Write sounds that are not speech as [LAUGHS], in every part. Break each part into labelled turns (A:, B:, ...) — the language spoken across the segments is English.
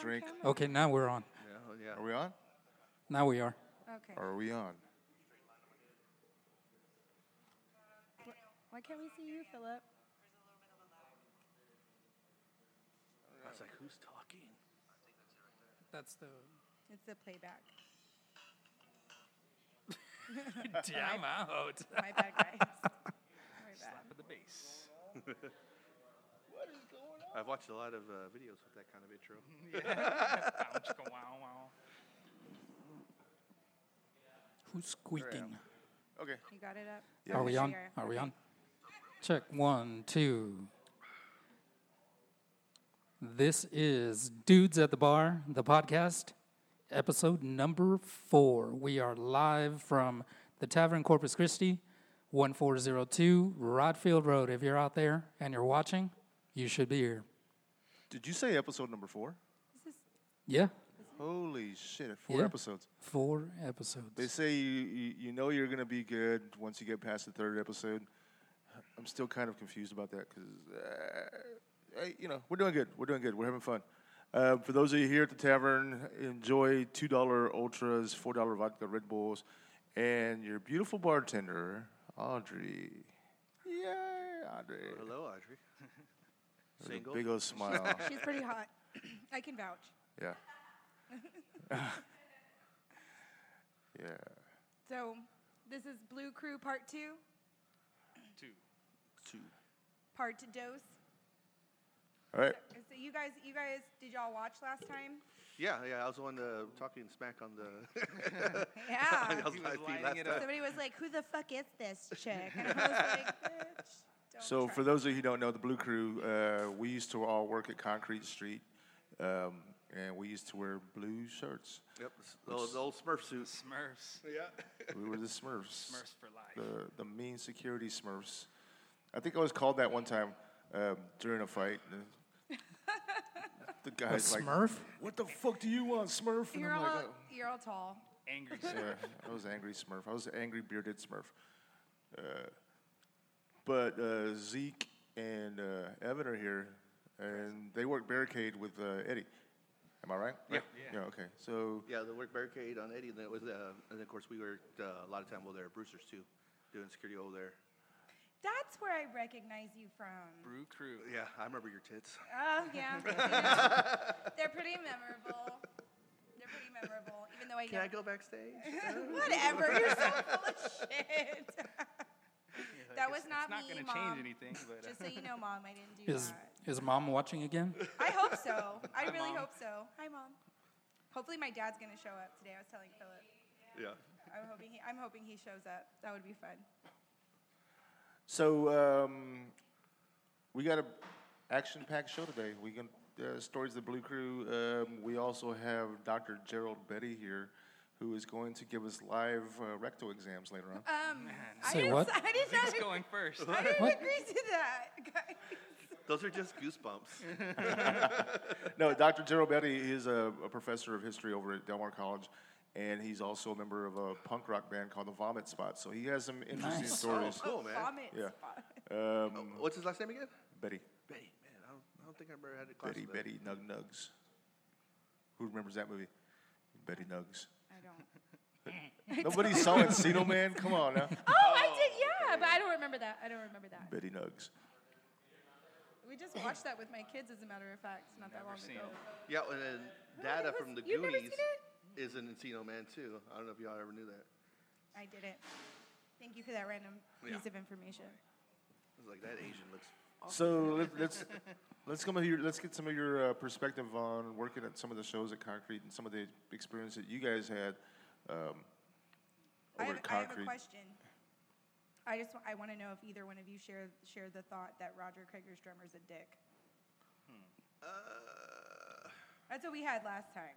A: drink.
B: Okay, now we're on.
A: Are we on?
B: Now we are.
C: Okay.
A: Are we on?
C: Why can't we see you, Philip?
D: I was like, who's talking?
B: That's the. [LAUGHS]
C: It's the playback.
B: Damn out.
C: My bad, guys. [LAUGHS] My bad.
D: For the bass. I've watched a lot of uh, videos with that kind of intro.
B: Who's squeaking?
A: Okay.
C: You got it up?
B: Are we
C: There
B: on?
C: you are.
B: Are we on? Check one, two. This is Dudes at the Bar, the podcast, episode number four. We are live from the Tavern Corpus Christi, 1402 Rodfield Road. If you're out there and you're watching, you should be here.
A: Did you say episode number four?
C: This is
B: Yeah,
A: Holy shit! Four
B: Yeah.
A: episodes.
B: four
A: They
B: episodes.
A: say you, you you know you're gonna be good once you get past the third episode. I'm still kind of confused about that because uh, hey, you know we're doing good. We're doing good. We're having fun. Uh, for those of you here at the tavern, enjoy two dollar ultras, four dollar vodka Red Bulls, and your beautiful bartender Audrey. Yeah, Audrey.
D: Well, Oh, hello, Audrey.
A: With a
D: Single.
A: Big old smile.
C: She's pretty hot. [CLEARS THROAT] I can vouch.
A: yeah. [LAUGHS] yeah.
C: So, this is Blue Crew Part 2,
A: Two.
C: Part Dose.
A: All right.
C: So, you guys, you guys, did y'all watch last time?
D: Yeah, yeah. I was the one uh, talking smack on the. [LAUGHS]
C: Yeah.
D: I was live feed last time.
C: Somebody was like, who the fuck is this chick? And I was like, bitch. Don't
A: So,
C: try.
A: for those of you who don't know, the Blue Crew, uh, we used to all work at Concrete Street, um, and we used to wear blue shirts.
D: Yep. s- The old, the old Smurf suit.
E: Smurfs.
A: We were the Smurfs,
E: Smurfs for life.
A: the the mean security Smurfs. I think I was called that one time um, during a fight. and The
B: A
A: guy's like,
B: Smurf?
A: "What the fuck do you want, Smurf?" And
C: You're
A: I'm
C: all,
A: like, "Oh."
C: you're all tall. [LAUGHS]
E: Angry Smurf.
A: Yeah, I was angry Smurf. I was an angry bearded Smurf. Uh, but uh, Zeke and uh, Evan are here, and they work barricade with uh, Eddie. Am I right?
D: Yeah.
A: Yeah. Okay. So
D: Yeah, the work barricade on Eddie, and then it was, uh, and of course we worked uh, a lot of time over there at Brewster's too, doing security over there.
C: That's where I recognize you from.
E: Brew crew.
D: Yeah, I remember your tits.
C: Oh, [LAUGHS] yeah. you know, they're pretty memorable. They're pretty memorable, even though I
D: Can I
C: never
D: go backstage?
C: [LAUGHS] Whatever. You're so full of [LAUGHS] shit. that was not,
E: it's not
C: me,
E: gonna
C: Mom.
E: change anything, but uh, [LAUGHS]
C: Just so you know, Mom, I didn't do
B: Is,
C: that.
B: is mom watching again?
C: I hope so. I really
E: Mom.
C: hope so. Hi, Mom. Hopefully, my dad's gonna show up today. I was telling Philip.
D: yeah.
C: I'm hoping he. I'm hoping he shows up. That would be fun.
A: so um, we got a action packed show today. We can uh, stories of the Blue Crew. Um, we also have Dr. Gerald Betty here, who is going to give us live uh, rectal exams later on.
C: Um, I
B: Say
C: didn't,
B: what?
C: I did not.
E: Zeke's going first.
C: I didn't
B: What?
C: agree to that, guys.
D: Those are just [LAUGHS] goosebumps.
A: No, Dr. Gerald Betty is a, a professor of history over at Del Mar College, and he's also a member of a punk rock band called the Vomit Spot. So he has some interesting
B: Nice.
A: stories.
C: Oh.
A: Um,
D: Cool, man.
C: Vomit
A: Yeah.
C: spot. Oh.
A: Um,
D: Oh, What's his last name again?
A: Betty,
D: Betty. Man, I don't, I don't think I've ever had a class.
A: Betty,
D: with that.
A: Betty Nug Nugs. Who remembers that movie? Betty
C: [LAUGHS]
A: Nugs.
C: I don't.
A: Nobody saw Encino Man. Come on now.
C: Oh, I did. Yeah, but I don't remember that. I don't remember that.
A: Betty Nugs.
C: We just watched that with my kids, as a matter of fact, not that
E: Never
C: long
E: seen
C: ago.
E: it.
D: Yeah, and then Dada
C: was-
D: from the
C: you've never seen
D: Goonies is an Encino man too. I don't know if y'all ever knew that.
C: I didn't. Thank you for that random
D: Yeah.
C: piece of information.
D: I was like, that Asian looks.
A: So let, let's let's come here. Let's get some of your uh, perspective on working at some of the shows at Concrete and some of the experience that you guys had um, over
C: I have,
A: at
C: I have a
A: Concrete.
C: question. I just wa- I want to know if either one of you share share the thought that Roger Krager's drummer's a dick.
D: Hmm. Uh,
C: That's what we had last time.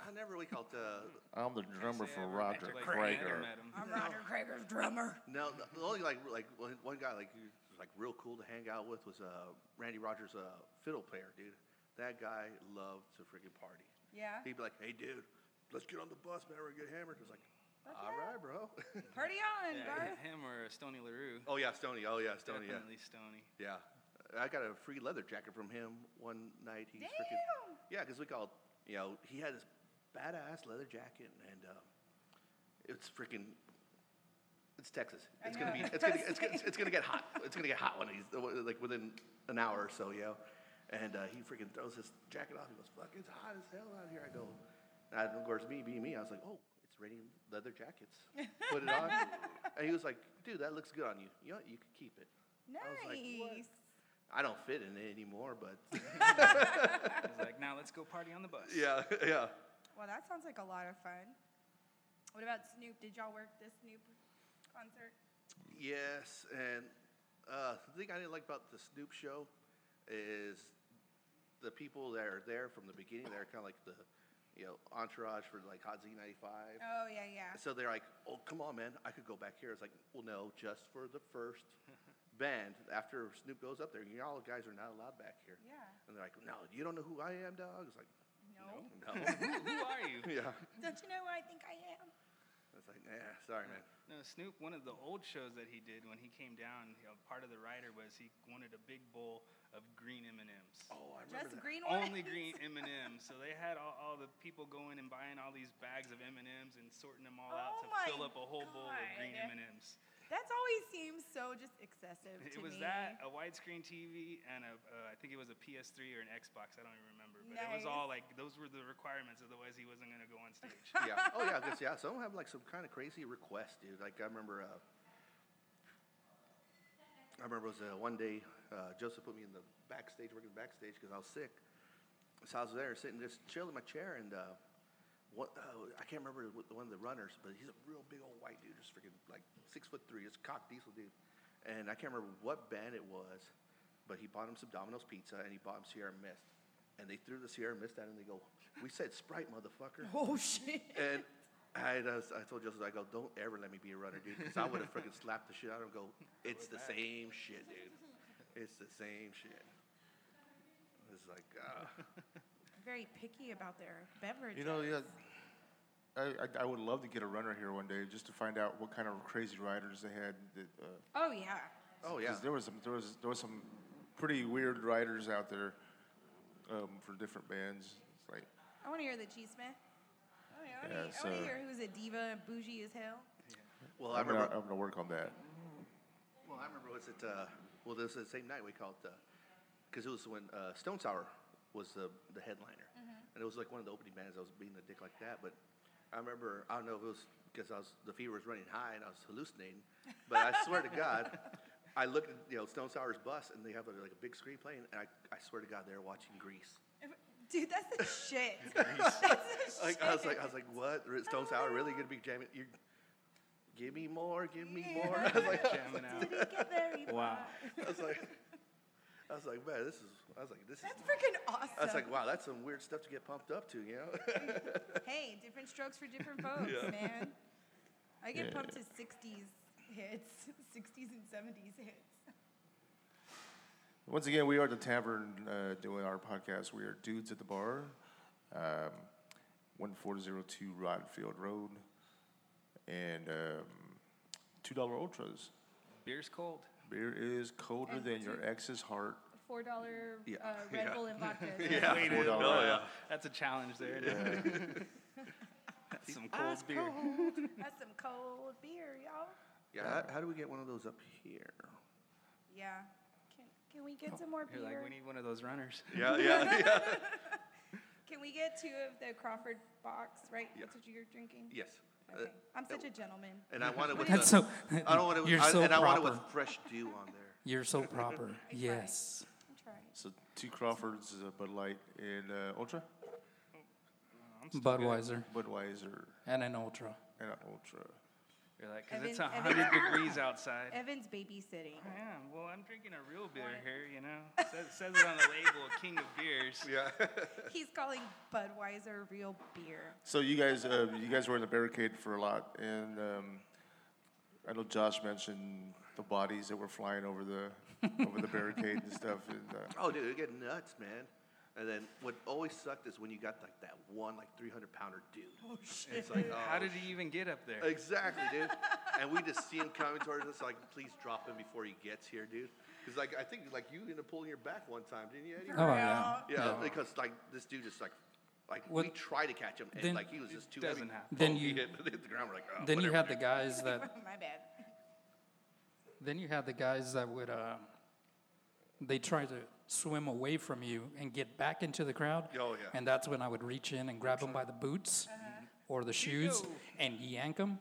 D: I never really called. Uh,
A: I'm the drummer
E: Say
A: for
E: I remember
A: Roger
E: like
A: Krager.
E: Kramer met him.
C: I'm Roger Krager's drummer.
D: no, the- the only like like one- one guy like who was like real cool to hang out with was uh, Randy Rogers, uh, fiddle player, dude. That guy loved to freaking party.
C: Yeah.
D: He'd be like, hey, dude, let's get on the bus, man. We're gonna get hammered. It was like,
C: Fuck
D: all
C: yeah.
D: right, bro. [LAUGHS]
C: Party on,
E: Yeah,
C: Garth.
E: him or Stony LaRue.
D: oh yeah, Stony. Oh yeah, Stony. Yeah,
E: Definitely Stony.
D: yeah. I got a free leather jacket from him one night. He's freaking
C: Damn!
D: yeah, because we called you know he had this badass leather jacket and uh, it's freaking it's Texas.
C: I
D: It's gonna be
C: know.
D: it's
C: [LAUGHS]
D: gonna, it's, gonna, it's gonna get hot. It's gonna get hot when he's like within an hour or so, yo. And uh, he freaking throws his jacket off. He goes, "Fuck, it's hot as hell out here." I go, and of course, me being me, I was like, "Oh, it's raining leather jackets." Put
C: [LAUGHS]
D: it on, and he was like, "Dude, that looks good on you. You know, what? you could keep it." I was like, "What?"
C: Nice.
D: I don't fit in it anymore, but
E: He's like, now let's go party on the bus.
D: [LAUGHS] yeah, yeah.
C: Well, that sounds like a lot of fun. What about Snoop? Did y'all work the Snoop concert?
D: Yes, and uh, the thing I didn't like about the Snoop show is the people that are there from the beginning. They're kind of like the you know entourage for like Hot Z ninety five.
C: Oh yeah, yeah.
D: So they're like, "Oh, come on, man! I could go back here." It's like, "Well, no, just for the first band. After Snoop goes up there, y'all guys are not allowed back here."
C: Yeah.
D: And they're like, "No, you don't know who I am, dog." It's like,
C: No.
D: "No,
E: [LAUGHS]
D: [LAUGHS]
E: Who, who are you?
D: yeah."
C: Don't you know where I think I am?
D: It's like, "Yeah, sorry, man."
E: No, Snoop, one of the old shows that he did when he came down, you know, part of the rider was he wanted a big bowl of green M&Ms.
D: Oh, I remember
C: Just
D: that.
C: green ones.
E: Only green M&Ms. So they had all, all the people going and buying all these bags of M&Ms and sorting them all
C: Oh
E: out to
C: my
E: fill up a whole bowl of green
C: God. [LAUGHS]
E: M&Ms.
C: That's always seems so just excessive to
E: It was
C: me.
E: that, a widescreen TV, and a, uh, I think it was a PS3 or an Xbox. I don't even remember. But it
C: Nice.
E: was all like, those were the requirements. Otherwise, he wasn't going to
C: [LAUGHS]
E: go on stage.
D: yeah. Oh yeah, because yeah, some have like some kind of crazy request, dude. Like I remember, uh, I remember it was uh, one day uh, Joseph put me in the backstage, working the backstage because I was sick. So I was there sitting just chilling in my chair, and uh, what, uh, I can't remember what, one of the runners, but he's a real big old white dude, just freaking like six foot three, just cock diesel dude. And I can't remember what band it was, but he bought him some Domino's pizza and he bought him Sierra Mist. And they threw the Sierra Mist at him. They go, "We said Sprite, motherfucker."
C: Oh shit.
D: And I, just, I told Joseph, I go, don't ever let me be a runner, dude, because I would have freaking slapped the shit out of him. and Go, it's the same shit, dude. It's the same shit. It's like, ah,
C: Very picky about their beverages.
A: You know, yeah. I, I, I would love to get a runner here one day just to find out what kind of crazy riders they had. That, uh,
C: Oh yeah.
D: oh
A: 'cause
D: yeah,
A: there was some there was there was some pretty weird riders out there um, for different bands. It's like
C: I want to hear the cheese man. I
A: Yeah,
C: want to
A: so-
C: hear who's a diva and bougie as hell.
D: Well, I
A: I'm gonna,
D: remember.
A: I'm gonna work on that.
D: Well, I remember was it? Uh, well, this was the same night we called because it was when uh, Stone Sour was the the headliner, and it was like one of the opening bands. I was being a dick like that, but I remember I don't know if it was because I was the fever was running high and I was hallucinating, but I swear to God. I looked at you know Stone Sour's bus, and they have a, like a big screen playing, and I, I swear to God, they're watching Grease.
C: Dude, that's the
D: [LAUGHS]
C: shit. that's the
D: Like I was
C: shit.
D: like, I was like, what? Re- Stone Sour really gonna be jamming? You, give me more, give me more. [LAUGHS] I was like,
E: Jamming out.
C: Did it get very
E: Wow.
C: far?
D: I was like, I was like, man, this is. I was like, this is
C: That's freaking awesome.
D: I was like, wow, that's some weird stuff to get pumped up to, you know?
C: hey, different strokes for
D: [LAUGHS]
C: different folks, man. I get pumped to 60s hits, [LAUGHS] 60s and 70s hits.
A: Once again, we are at the tavern uh, doing our podcast. We are dudes at the bar, um, one four zero two Rodfield Road, and um, two dollar ultras.
E: Beer's cold.
A: Beer is colder
C: And
A: than your
C: two-
A: ex's [LAUGHS] heart.
C: $4
D: Yeah.
C: uh,
D: [LAUGHS]
C: Red
D: Yeah.
C: Bull and vodka.
E: Way to
A: Four
E: go.
A: dollar.
E: That's a challenge there. That's some cold beer.
C: That's some cold beer, y'all.
D: Yeah, how, how do we get one of those up here?
C: Yeah. Can, can we get some more
E: You're
C: beer?
E: Oh, like, we need one of those runners.
D: Yeah, yeah, yeah.
C: Can we get two of the Crawford box, right?
D: Yeah.
C: That's what you're drinking?
D: [LAUGHS] yes. Uh,
C: Okay. I'm such a gentleman.
D: and I want it with
B: That's
D: the,
B: so.
D: I don't want it with,
B: You're
D: I,
B: so
D: and I want it
B: proper.
D: with fresh dew on there.
B: You're so
D: [LAUGHS]
B: proper. yes.
C: I'm trying.
A: So two Crawfords, a Bud Light, and uh, Ultra,
E: I'm still good.
B: Budweiser
A: Budweiser,
B: and an Ultra.
A: and an Ultra.
E: You're like, because
C: Evan-
E: it's
C: Evan-
E: 100
C: [LAUGHS]
E: degrees outside.
C: Evan's
D: [LAUGHS]
C: babysitting.
E: Yeah, well, I'm drinking a real beer here, you know. Says, says it on the label, King of Beers.
D: Yeah.
C: He's calling Budweiser real beer.
A: So you guys, uh, you guys were in the barricade for a lot, and um, I know Josh mentioned the bodies that were flying over [LAUGHS] the over the barricade and stuff. And, uh,
D: oh, dude, it get nuts, man. And then what always sucked is when you got like that one, like 300 pounder dude. Oh, shit. It's like, oh,
E: How did he even get up
D: Uh,
E: there?
D: Exactly, dude. and we just see him coming towards us, like, please drop him before he gets here, dude. Because like I think like you ended up pulling your back one time, didn't you, Eddie?
B: Oh, yeah.
C: Yeah.
D: Yeah, because like this dude just like, like we
B: Well,
D: tried to catch him, and
B: then-
D: like he was just too
E: doesn't
D: heavy.
E: happen.
B: Then
D: Oh, he
B: you-
D: hit, [LAUGHS] hit the ground. We're like, oh,
B: Then you
D: whatever,
B: had the
D: dude.
B: guys
C: [LAUGHS]
B: that
C: My bad.
B: then you had the guys that would uh, they try to swim away from you and get back into the crowd.
D: Oh, yeah. Uh-huh.
B: And that's when I would reach in and grab them by the boots or the shoes
E: Yo.
B: and yank them.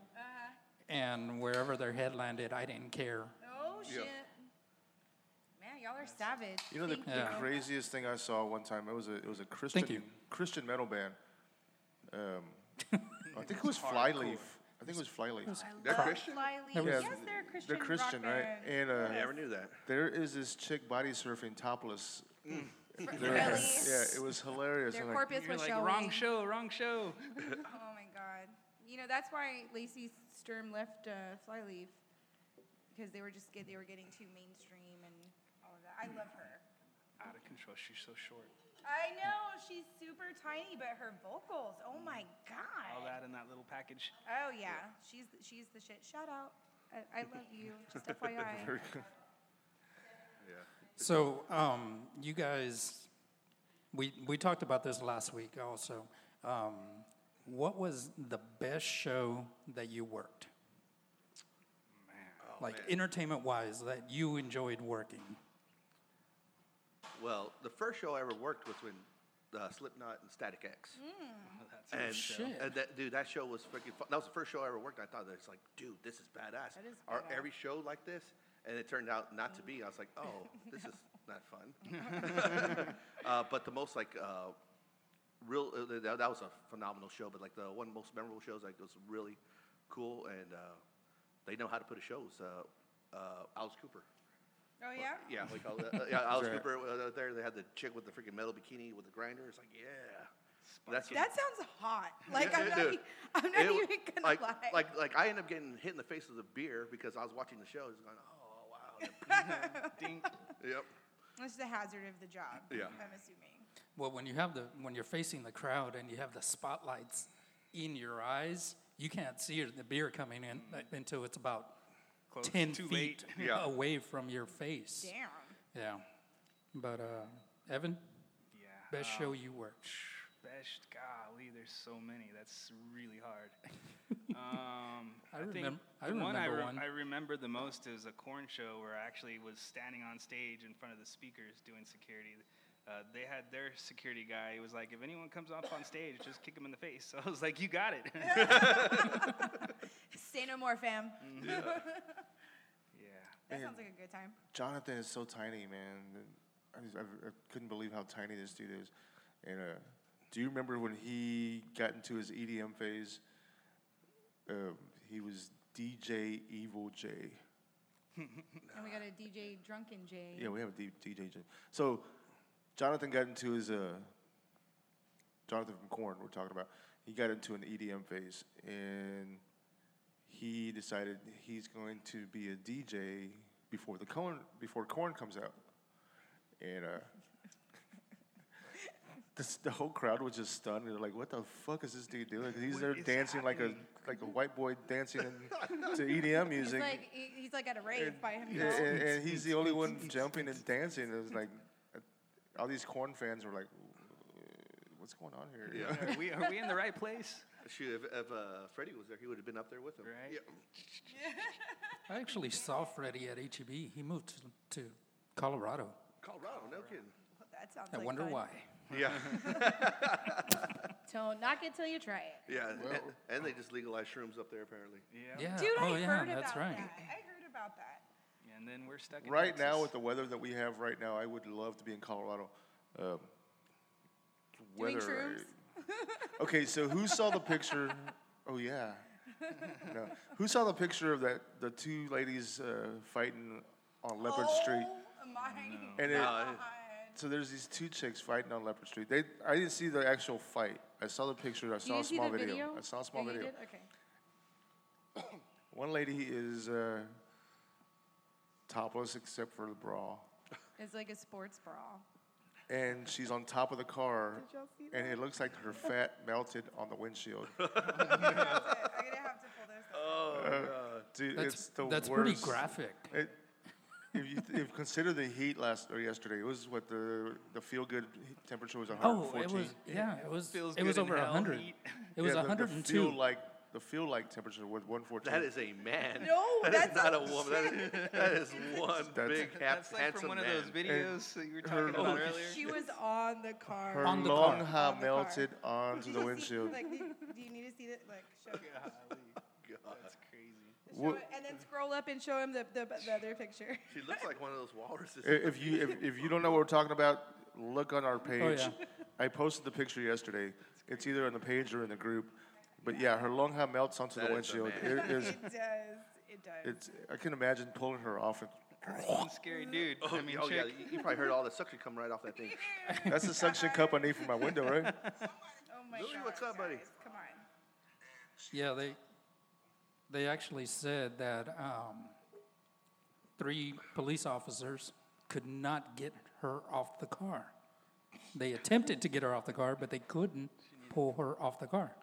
B: And wherever their head landed, I didn't care.
C: Oh shit. Man, y'all are savage.
A: You know the,
C: Thank
A: the
B: Yeah.
A: craziest thing I saw one time. It was a it was a Christian
B: you.
A: Christian metal band. Um, [LAUGHS] I think it was Flyleaf. I think it was Flyleaf.
C: I
D: They're
C: love
D: Christian?
C: Flyleaf.
B: There
A: Yeah,
C: yes, they're a Christian.
A: They're Christian,
C: rock
A: right?
C: band.
A: And
D: I
A: uh,
D: never knew that.
A: there is this chick body surfing topless. There-
C: Really?
A: Yeah, it was hilarious.
C: Their
A: I'm like,
C: corpus
E: You're
C: was
E: like,
C: showing.
E: wrong show, wrong show.
C: Oh my god. You know that's why Lacey Sturm left uh, Flyleaf because they were just get, they were getting too mainstream and all of that. I love her.
E: Out of control. She's so short.
C: I know she's super tiny, but her vocals. Oh my god.
E: All that in that little package. [LAUGHS]
C: Oh yeah, she's she's the shit. Shout out. I, I love you.
A: [LAUGHS]
C: Just FYI.
B: So um, you guys, we we talked about this last week also. Um, what was the best show that you worked?
E: Oh,
B: like entertainment wise, that you enjoyed working.
D: Well, the first show I ever worked was when uh, Slipknot and Static X.
E: That's a
D: And, uh,
E: show.
B: Shit.
D: and that dude, that show was freaking. Fun. That was the first show I ever worked. I thought that it's like, dude, this is badass.
C: That is
D: Are
C: badass.
D: every show like this? And it turned out not to be. I was like, oh, this is not fun. [LAUGHS] uh, but the most like uh, real, uh, th- that, that was a phenomenal show. But like the one most memorable shows, like was really cool, and uh, they know how to put a shows. Uh, uh, Alice Cooper.
C: Oh yeah.
D: Yeah, we call that. Uh, yeah, Alice
A: Sure.
D: Cooper uh, there. They had the chick with the freaking metal bikini with the grinder. It's like, yeah, that's
C: That sounds hot. Like I'm
D: it-
C: not.
D: dude,
C: e- I'm [LAUGHS] not
D: it-
C: even gonna
D: like,
C: lie.
D: Like, like I end up getting hit in the face with a beer because I was watching the show. Just going, oh wow.
C: [LAUGHS]
E: Ding.
D: [LAUGHS] yep.
C: That's the hazard of the job.
D: Yeah.
C: I'm assuming.
B: Well, when you have the when you're facing the crowd and you have the spotlights in your eyes, you can't see the beer coming in uh, until it's about
E: Close.
B: ten
E: Too
B: feet
E: late.
B: [LAUGHS]
D: Yeah.
B: away from your face.
C: Damn.
B: Yeah. But uh, Evan,
E: Yeah.
B: best
E: um,
B: show you worked.
E: Best golly, there's so many. That's really
B: [LAUGHS]
E: hard. um,
B: I
E: think
B: remem- I
E: the one, I,
B: remember
E: re-
B: one.
E: I remember the most is a corn show where I actually was standing on stage in front of the speakers doing security. Uh, they had their security guy. He was like, "If anyone comes up on stage, just kick him in the face." [LAUGHS] So I was like, "You got it."
C: Say no more, fam.
E: [LAUGHS] yeah.
C: That
A: Man.
C: sounds like a good time.
A: Jonathan is so tiny, man. I, just, I, I couldn't believe how tiny this dude is. And uh, do you remember when he got into his EDM phase? Um, he was DJ Evil J.
C: And we got a DJ Drunken Jay.
A: Yeah, we have a D- DJ J. So Jonathan got into his uh, Jonathan from Corn. We're talking about. He got into an EDM phase, and he decided he's going to be a DJ before the Corn before Corn comes out, and. Uh, [LAUGHS] this, the whole crowd was just stunned. They're like, "What the fuck is this dude doing?" 'Cause He's
E: What
A: there
E: is
A: dancing
E: happening?
A: like a like a white boy
E: [LAUGHS]
A: dancing to EDM
C: He's
A: music.
C: like he- he's like at a rave by
A: Yeah,
C: himself.
A: and, and he's the only one jumping and dancing. It was like uh, all these corn fans were like, "What's going on here?" you know?
D: Yeah.
E: Are we, are we in the right place?
D: Shoot, if, if uh, Freddie was there, he would have been up there with him.
E: Right.
D: Yeah.
B: I actually saw Freddie at HEB. He moved to, to Colorado.
D: Colorado, no kidding.
C: That sounds.
B: I
C: like
B: wonder
C: fun.
B: why.
D: Yeah. [LAUGHS]
C: Don't knock it till you try it.
D: yeah. and- and, they just legalized shrooms up there apparently.
E: Yeah.
B: Yeah.
C: Dude,
B: oh
C: I
B: yeah,
C: heard
B: that's
C: about
B: right.
C: that. I heard about that.
E: And then we're stuck. In
A: Right now, with
E: Texas.
A: the weather that we have right now, I would love to be in Colorado. Um,
C: Doing
A: weather. uh,
C: shrooms?
A: Okay, so who saw the picture? Oh yeah. No. Who saw the picture of that the two ladies uh, fighting on Leopard Street?
C: Oh my
A: And it,
D: No,
C: god.
A: so there's these two chicks fighting on Leopard Street. They I didn't see the actual fight. I saw the picture. I
C: You
A: saw a
C: didn't see
A: small
C: the video?
A: I saw a small
C: Oh, you
A: video.
C: did? Okay.
A: One lady is uh, topless except for the bra,
C: It's like a sports bra.
A: and she's on top of the car,
C: Did y'all see
A: and it looks like her
C: [LAUGHS]
A: fat melted on the
B: [LAUGHS]
A: windshield.
C: I'm gonna have to- I'm gonna have to pull this. up.
D: Oh, God.
A: Dude,
B: That's
A: it's the
B: that's
A: worst.
B: pretty graphic.
A: It- if you if consider the heat last or yesterday, it was what the the feel good temperature was
B: Oh,
A: 114.
B: it was yeah, it was
E: Feels
B: it was
E: good in
B: over
E: hell,
B: hundred.
E: heat.
B: It was
A: yeah, the-
B: hundred
A: the,
B: and
A: feel
B: two.
A: like the feel like temperature was 114.
D: [LAUGHS] That is a man.
C: No,
D: [LAUGHS] that
C: that's
D: is not
C: a
D: a woman. That is, [LAUGHS] that is one
A: That's-
D: big ha-
E: That's like
D: handsome
E: from one
D: man.
E: of those videos that you were talking about earlier.
C: She was on the car.
A: her
B: On the car.
A: long hair
C: On the car.
A: melted
C: Did
A: onto
C: you [LAUGHS]
A: the
C: see-
A: windshield.
C: Like, do, you- do you need to see that? Like, show,
D: God.
E: That's crazy.
D: [LAUGHS]
C: show
A: Wha-
C: it, and then scroll up and show him the, the, the other
A: [LAUGHS]
C: picture.
D: She looks like one of those walruses.
A: I- If you if, if you don't know what we're talking about, look on our page.
B: yeah.
A: I posted the picture yesterday. It's either on the page or in the group. But yeah, her long hair melts onto
D: That
A: the
D: is a
A: windshield.
D: man.
A: It is.
C: it does. It does.
A: It's. I can imagine pulling her off. And
E: One scary dude.
D: [LAUGHS] Oh,
E: I mean,
D: oh yeah,
E: chick.
D: you, you probably heard all the suction come right off that
C: [LAUGHS]
D: thing.
A: that's the suction cup I need for my window, right?
C: oh my
D: Louis,
C: god.
D: what's up, buddy?
C: guys, Come on.
B: Yeah, they they actually said that um, three police officers could not get her off the car. They attempted to get her off the car, but they couldn't pull her off the car.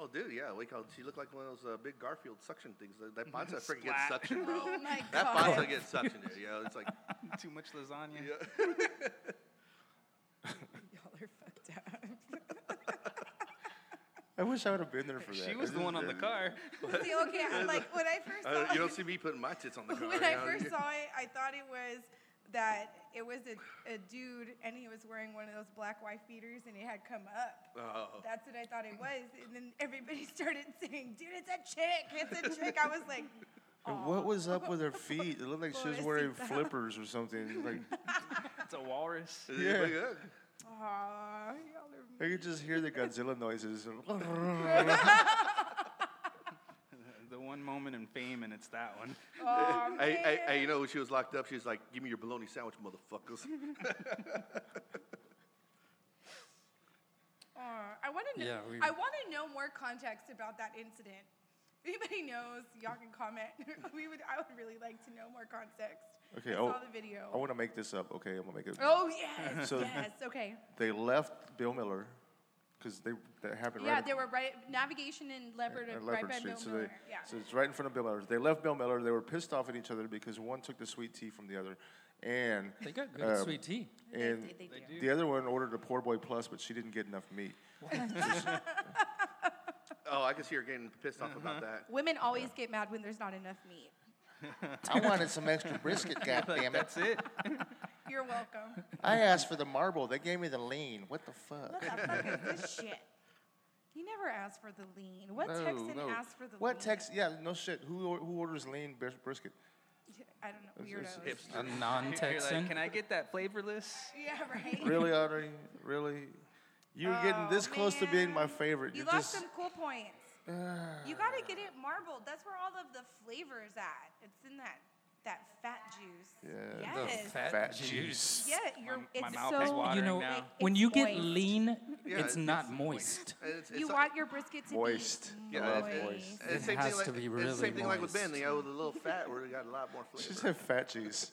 D: Oh, dude, yeah, wake up. She looked like one of those uh, big Garfield suction things. That,
E: [LAUGHS]
D: that Bonza freaking gets
E: Splat.
D: suction,
E: [LAUGHS]
D: bro.
C: Oh [LAUGHS] my
D: That
C: god.
D: Bonza gets suction, dude. Yeah,
C: [LAUGHS]
D: it's like
E: Too much lasagna.
C: Y'all are fucked
D: [LAUGHS]
C: up.
A: I wish I would have been there for that.
E: She was the one on the car.
C: See, okay, I'm like when I first
D: uh,
C: saw
D: you
C: it,
D: don't see me putting my tits on the car.
C: [LAUGHS] when
D: you
C: I
D: know,
C: first
D: you-
C: saw it, I thought it was that it was a, a dude and he was wearing one of those black wife beaters and it had come up. [LAUGHS]
D: [LAUGHS] Oh.
C: That's what I thought it was, and then everybody [LAUGHS] started saying, "Dude, it's a chick! It's a chick!" I was like,
A: And what was up with her feet? It looked like she was
C: Pobrecita.
A: wearing flippers or something. Like
E: It's a walrus.
A: Yeah.
D: Look at that.
C: "Aw, y'all
A: [LAUGHS]
C: are."
A: I could just hear the Godzilla noises. [LAUGHS]
E: The one moment in fame, and it's that one.
C: Aw,
D: Hey, hey, hey, you
C: man.
D: know, when she was locked up, she was like, give me your bologna sandwich, motherfuckers.
C: [LAUGHS] Aw, I want to know.
B: Yeah, we-
C: I want to know more context about that incident. If anybody knows, y'all can comment. [LAUGHS] we would. I would really like to know more context.
A: Okay,
C: I
A: oh,
C: saw the video.
A: I want to make this up. Okay, I'm gonna make it.
C: oh yes,
A: [LAUGHS] So-
C: yes. Okay.
A: They left Bill Miller because they that happened
C: Yeah,
A: right.
C: they were right navigation and leopard,
A: at
C: right
A: Leopard
C: by
A: Street.
C: Bill
A: so,
C: Miller.
A: they,
C: yeah.
A: so it's right in front of Bill Miller. They left Bill Miller. They were pissed off at each other because one took the sweet tea from the other, and
B: They got good
A: um,
B: sweet tea.
A: and
C: they, they do.
A: the other one ordered a poor boy plus, but she didn't get enough meat.
D: Oh, I can see her getting pissed off about that.
C: Women always get mad when there's not enough meat.
A: I wanted some extra [LAUGHS] brisket, goddammit.
E: That's it.
C: You're welcome.
A: I asked for the marble. They gave me the lean. What the fuck?
C: what the fuck is this shit? You never asked for the lean. What Texan asked for the lean?
A: what Texan? Yeah, no shit. Who or- who orders lean bris- [LAUGHS] brisket?
C: [LAUGHS] I don't know.
A: It's-
C: Weirdos.
D: Hips.
B: A
E: You're
B: non-Texan.
E: like, can I get that flavorless?
C: Yeah, right.
A: Really, Audrey? Really? You're getting this
C: Oh,
A: close to being my
C: man.
A: favorite.
C: You
A: You're
C: lost
A: just
C: some cool points.
A: [SIGHS]
C: you gotta get it marbled. That's where all of the flavors at. It's in that that fat juice.
A: Yeah.
B: The
C: Yes.
B: fat,
A: fat
B: juice.
A: juice.
C: yeah, you're, it's
E: my mouth
C: so
E: is watering
B: You know,
E: now.
C: It's
B: when you get
C: moist.
B: lean,
D: Yeah,
B: it's
D: it's-
B: not [LAUGHS] moist.
D: And it's- it's
C: You
D: like-
C: want your brisket to
A: Moist.
C: be
A: Yeah,
D: Yeah,
A: Love
D: it's-
A: voice.
C: moist.
D: it's
B: It
D: same
B: has
D: thing
B: to
D: like,
B: be
D: it's
B: really
D: same thing like with Ben,
B: moist.
D: you know, with a little fat, where we got a
B: [LAUGHS]
D: lot more
A: She
D: flavor.
A: said fat cheese.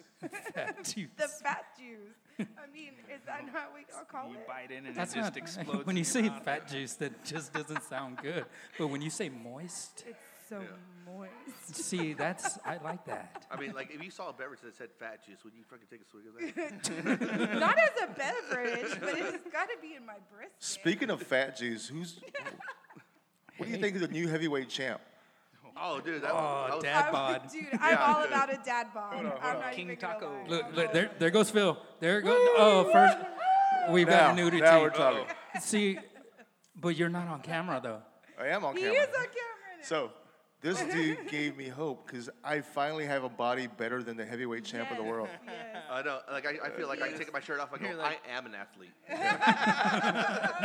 B: Fat juice.
C: The fat juice. I mean, is
E: [LAUGHS]
C: that not what y'all call
E: You
C: it?
E: bite in and
B: That's
E: it
B: [LAUGHS]
E: just
B: not,
E: explodes.
B: When
E: in
B: you
E: your
B: say
E: mouth.
B: fat juice, that just doesn't sound good. But when you say moist,
C: It's so moist.
B: see, that's I like that.
D: I mean, like, if you saw a beverage that said fat juice, would you fucking take a swig
C: [LAUGHS]
D: of that?
C: not as a beverage, but it's gotta be in my brisket.
A: Speaking of fat juice,
C: [LAUGHS]
A: who's? What do you think of the new heavyweight champ?
D: oh, dude, that was, that
B: Oh,
D: was
B: dad
C: I'm-
B: bod.
C: Dude, I'm all
D: dude.
C: about a dad bod. I'm not
E: King
C: even gonna
E: Taco.
C: lie.
B: Look,
C: I'm
B: look
C: all
B: there, there goes Phil. There goes. Oh, first we've got a nudity.
A: now we're talking.
B: See, but you're not on camera though.
A: I am on
C: He
A: camera.
C: is on camera now.
A: So
C: [LAUGHS]
A: this dude gave me hope because I finally have a body better than the heavyweight champ of the
C: Yes, [LAUGHS]
A: world.
C: yes.
D: I know. Like I, I feel like I take my shirt off. I go,
E: You're like-
D: I am an athlete.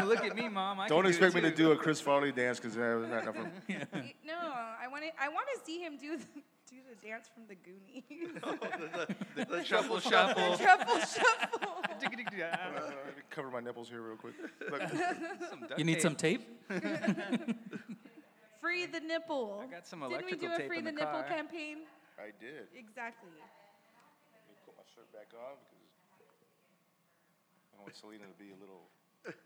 E: Look at me, mom. I
A: Don't
E: can
A: expect
E: do
A: me
E: it
A: to
E: too.
A: do a Chris Farley dance because I was not from.
C: Y- No, I want to. I want to see him do the, do the dance from the Goonies.
D: The, [LAUGHS] the shuffle,
E: shuffle.
C: Truffle shuffle.
E: [LAUGHS]
A: Uh, cover my nipples here real quick. Look,
C: [LAUGHS]
E: Some duct
B: You need
E: tape.
B: some tape.
C: Free the nipple.
E: I got some
C: Didn't we
E: electrical
C: do a
E: tape
C: free
E: in
C: the,
E: the
C: nipple
E: car.
C: campaign?
A: I did.
C: Exactly.
A: Let me put my shirt back on because I want Selena to be a little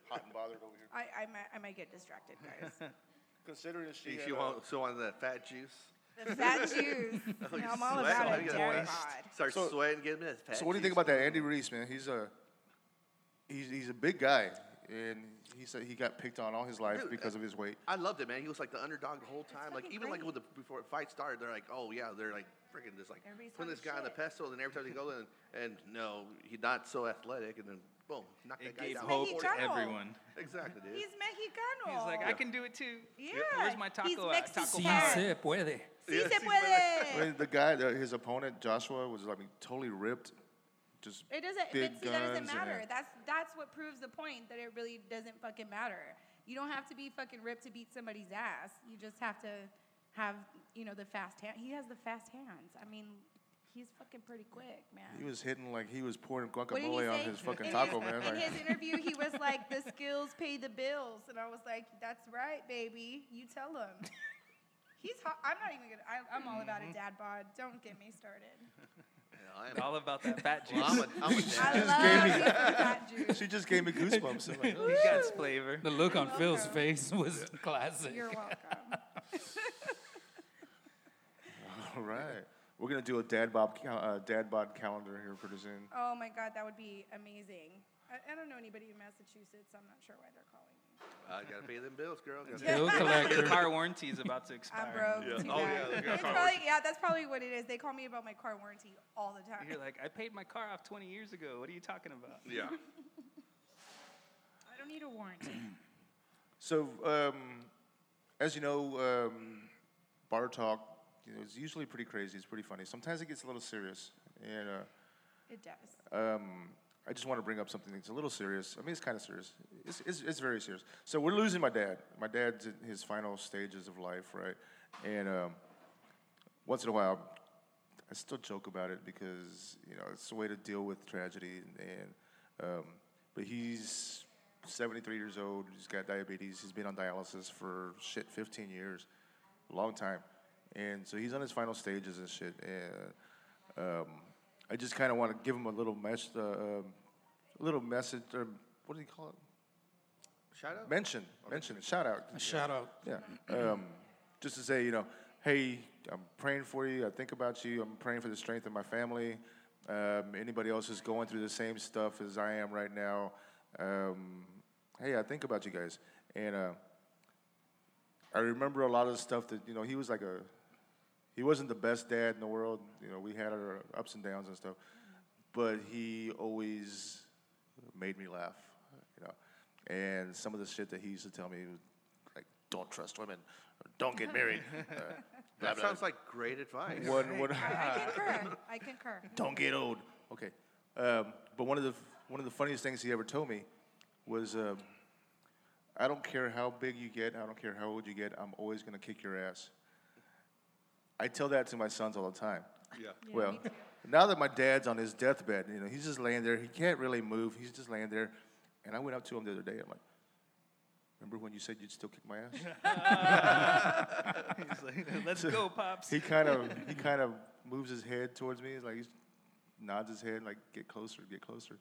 A: hot and bothered over here.
C: I, I might I might get distracted, guys.
A: Considering she,
D: If
A: had,
D: you
A: uh,
D: want, so on the fat juice.
C: The fat Jews.
D: Oh, you
C: I'm all
D: sweat?
C: about
D: Oh, you
C: it.
D: gotta
C: Jerry
D: wet-
C: Pod.
D: Start
A: So-
D: sweating, getting this.
A: So what do you think about that, Andy Reese, man? He's a he's he's a big guy, and he said he got picked on all his life
C: uh,
D: Dude,
A: because of his weight.
D: I loved it, man. He was like the underdog the whole time. Like
C: fucking
D: even like
C: great.
D: with the before the fight started, they're like, oh yeah, they're like freaking just like
C: Everybody's
D: putting this guy
C: talking
D: on the
C: shit.
D: pedestal, and every time they go in, and no, he's not so athletic, and then boom, knock that
E: It
D: guy
E: gave
D: down.
E: hope to
C: Mexicano.
E: everyone.
D: Exactly, dude.
C: He's Mexicano.
E: He's like, I can do it too.
C: Yeah.
E: Where's my
C: He's
E: taco at? Taco
C: Mexican.
B: Si
E: Bell.
B: se
C: Sí
B: puede.
D: Yeah,
C: se
A: I
D: he's like-
C: puede.
A: mean, the guy, the, his opponent Joshua was I mean, totally ripped, just
C: It doesn't.
A: big
C: but see, that doesn't
A: guns and
C: matter.
A: a-
C: That's that's what proves the point that it really doesn't fucking matter. You don't have to be fucking ripped to beat somebody's ass. You just have to have you know the fast hand. He has the fast hands. I mean, he's fucking pretty quick, man.
A: He was hitting like he was pouring
C: What did he
A: guacamole on
C: say?
A: his fucking
C: in
A: taco,
C: his,
A: man.
C: In
A: Like,
C: his interview,
A: [LAUGHS]
C: he was like, "The skills pay the bills," and I was like, "That's right, baby. You tell him." He's. Hot. I'm not even gonna. I, I'm all about
A: Mm-hmm.
C: a dad bod. Don't get me
A: [LAUGHS]
C: started.
D: Yeah, I am.
E: All about that fat juice.
D: [LAUGHS] Well, I'm a, I'm a dad.
C: I love me some fat juice.
A: she just
C: [LAUGHS]
A: gave me goosebumps. I'm like, [LAUGHS]
E: [LAUGHS] he got flavor.
B: The look on Phil's
C: Okay.
B: face was [LAUGHS] classic.
C: You're welcome.
A: all right, we're gonna do a dad bob cal- uh, dad bod calendar here pretty soon.
C: Oh my God, that would be amazing. I, I don't know anybody in Massachusetts. I'm not sure why they're calling me.
D: I gotta pay them bills, girl.
C: [LAUGHS]
D: Gotta
B: Bill
E: Your
B: collector.
E: car warranty is about to
C: I'm
E: expire.
C: broke.
D: Yeah.
C: Too
D: Oh,
C: bad.
D: yeah, they got
C: It's
D: car
C: probably, yeah, that's probably what it is. They call me about my car warranty all the time.
E: You're like, I paid my car off 20 years ago. What are you talking about? [LAUGHS]
D: pay- Yeah.
C: I don't need a warranty.
A: So, um, as you know, um, bar talk you know, is usually pretty crazy. It's pretty funny. Sometimes it gets a little serious, and uh,
C: it does.
A: um, I just want to bring up something that's a little serious. I mean, it's kind of serious. It's, it's, it's very serious. So we're losing my dad. My dad's in his final stages of life, right? And um, once in a while, I still joke about it because you know it's a way to deal with tragedy. And, and um, but he's 73 years old. He's got diabetes. He's been on dialysis for shit 15 years, long time. And so he's on his final stages and shit. And um, I just kind of want to give him a little mes- uh, um, a little message or what do you call it?
D: Shout out.
A: Mention, mention, shout out.
B: A shout out.
A: Yeah. Um, just to say, you know, hey, I'm praying for you. I think about you. I'm praying for the strength of my family. Um, anybody else who's going through the same stuff as I am right now, um, hey, I think about you guys. And uh, I remember a lot of the stuff that, you know, he was like a, he wasn't the best dad in the world. You know, we had our ups and downs and stuff, but he always made me laugh. You know, and some of the shit that he used to tell me, like, "Don't trust women, don't get
D: [LAUGHS]
A: married, uh, blah,
D: That
A: blah,
D: sounds like great advice.
A: one, one,
C: I, [LAUGHS] I concur. I concur.
A: don't get old." Okay, um, but one of the one of the funniest things he ever told me was, um, "I don't care how big you get, I don't care how old you get, I'm always gonna kick your ass." I tell that to my sons all the time.
D: Yeah.
C: [LAUGHS] Yeah,
A: Well,
C: me too.
A: now that my dad's on his deathbed, you know, he's just laying there. He can't really move. He's just laying there. And I went up to him the other day. I'm like, remember when you said you'd still kick my ass?
E: He's like, let's go, Pops.
A: he kind of he kind of moves his head towards me. He's like, he nods his head, like, get closer, get closer.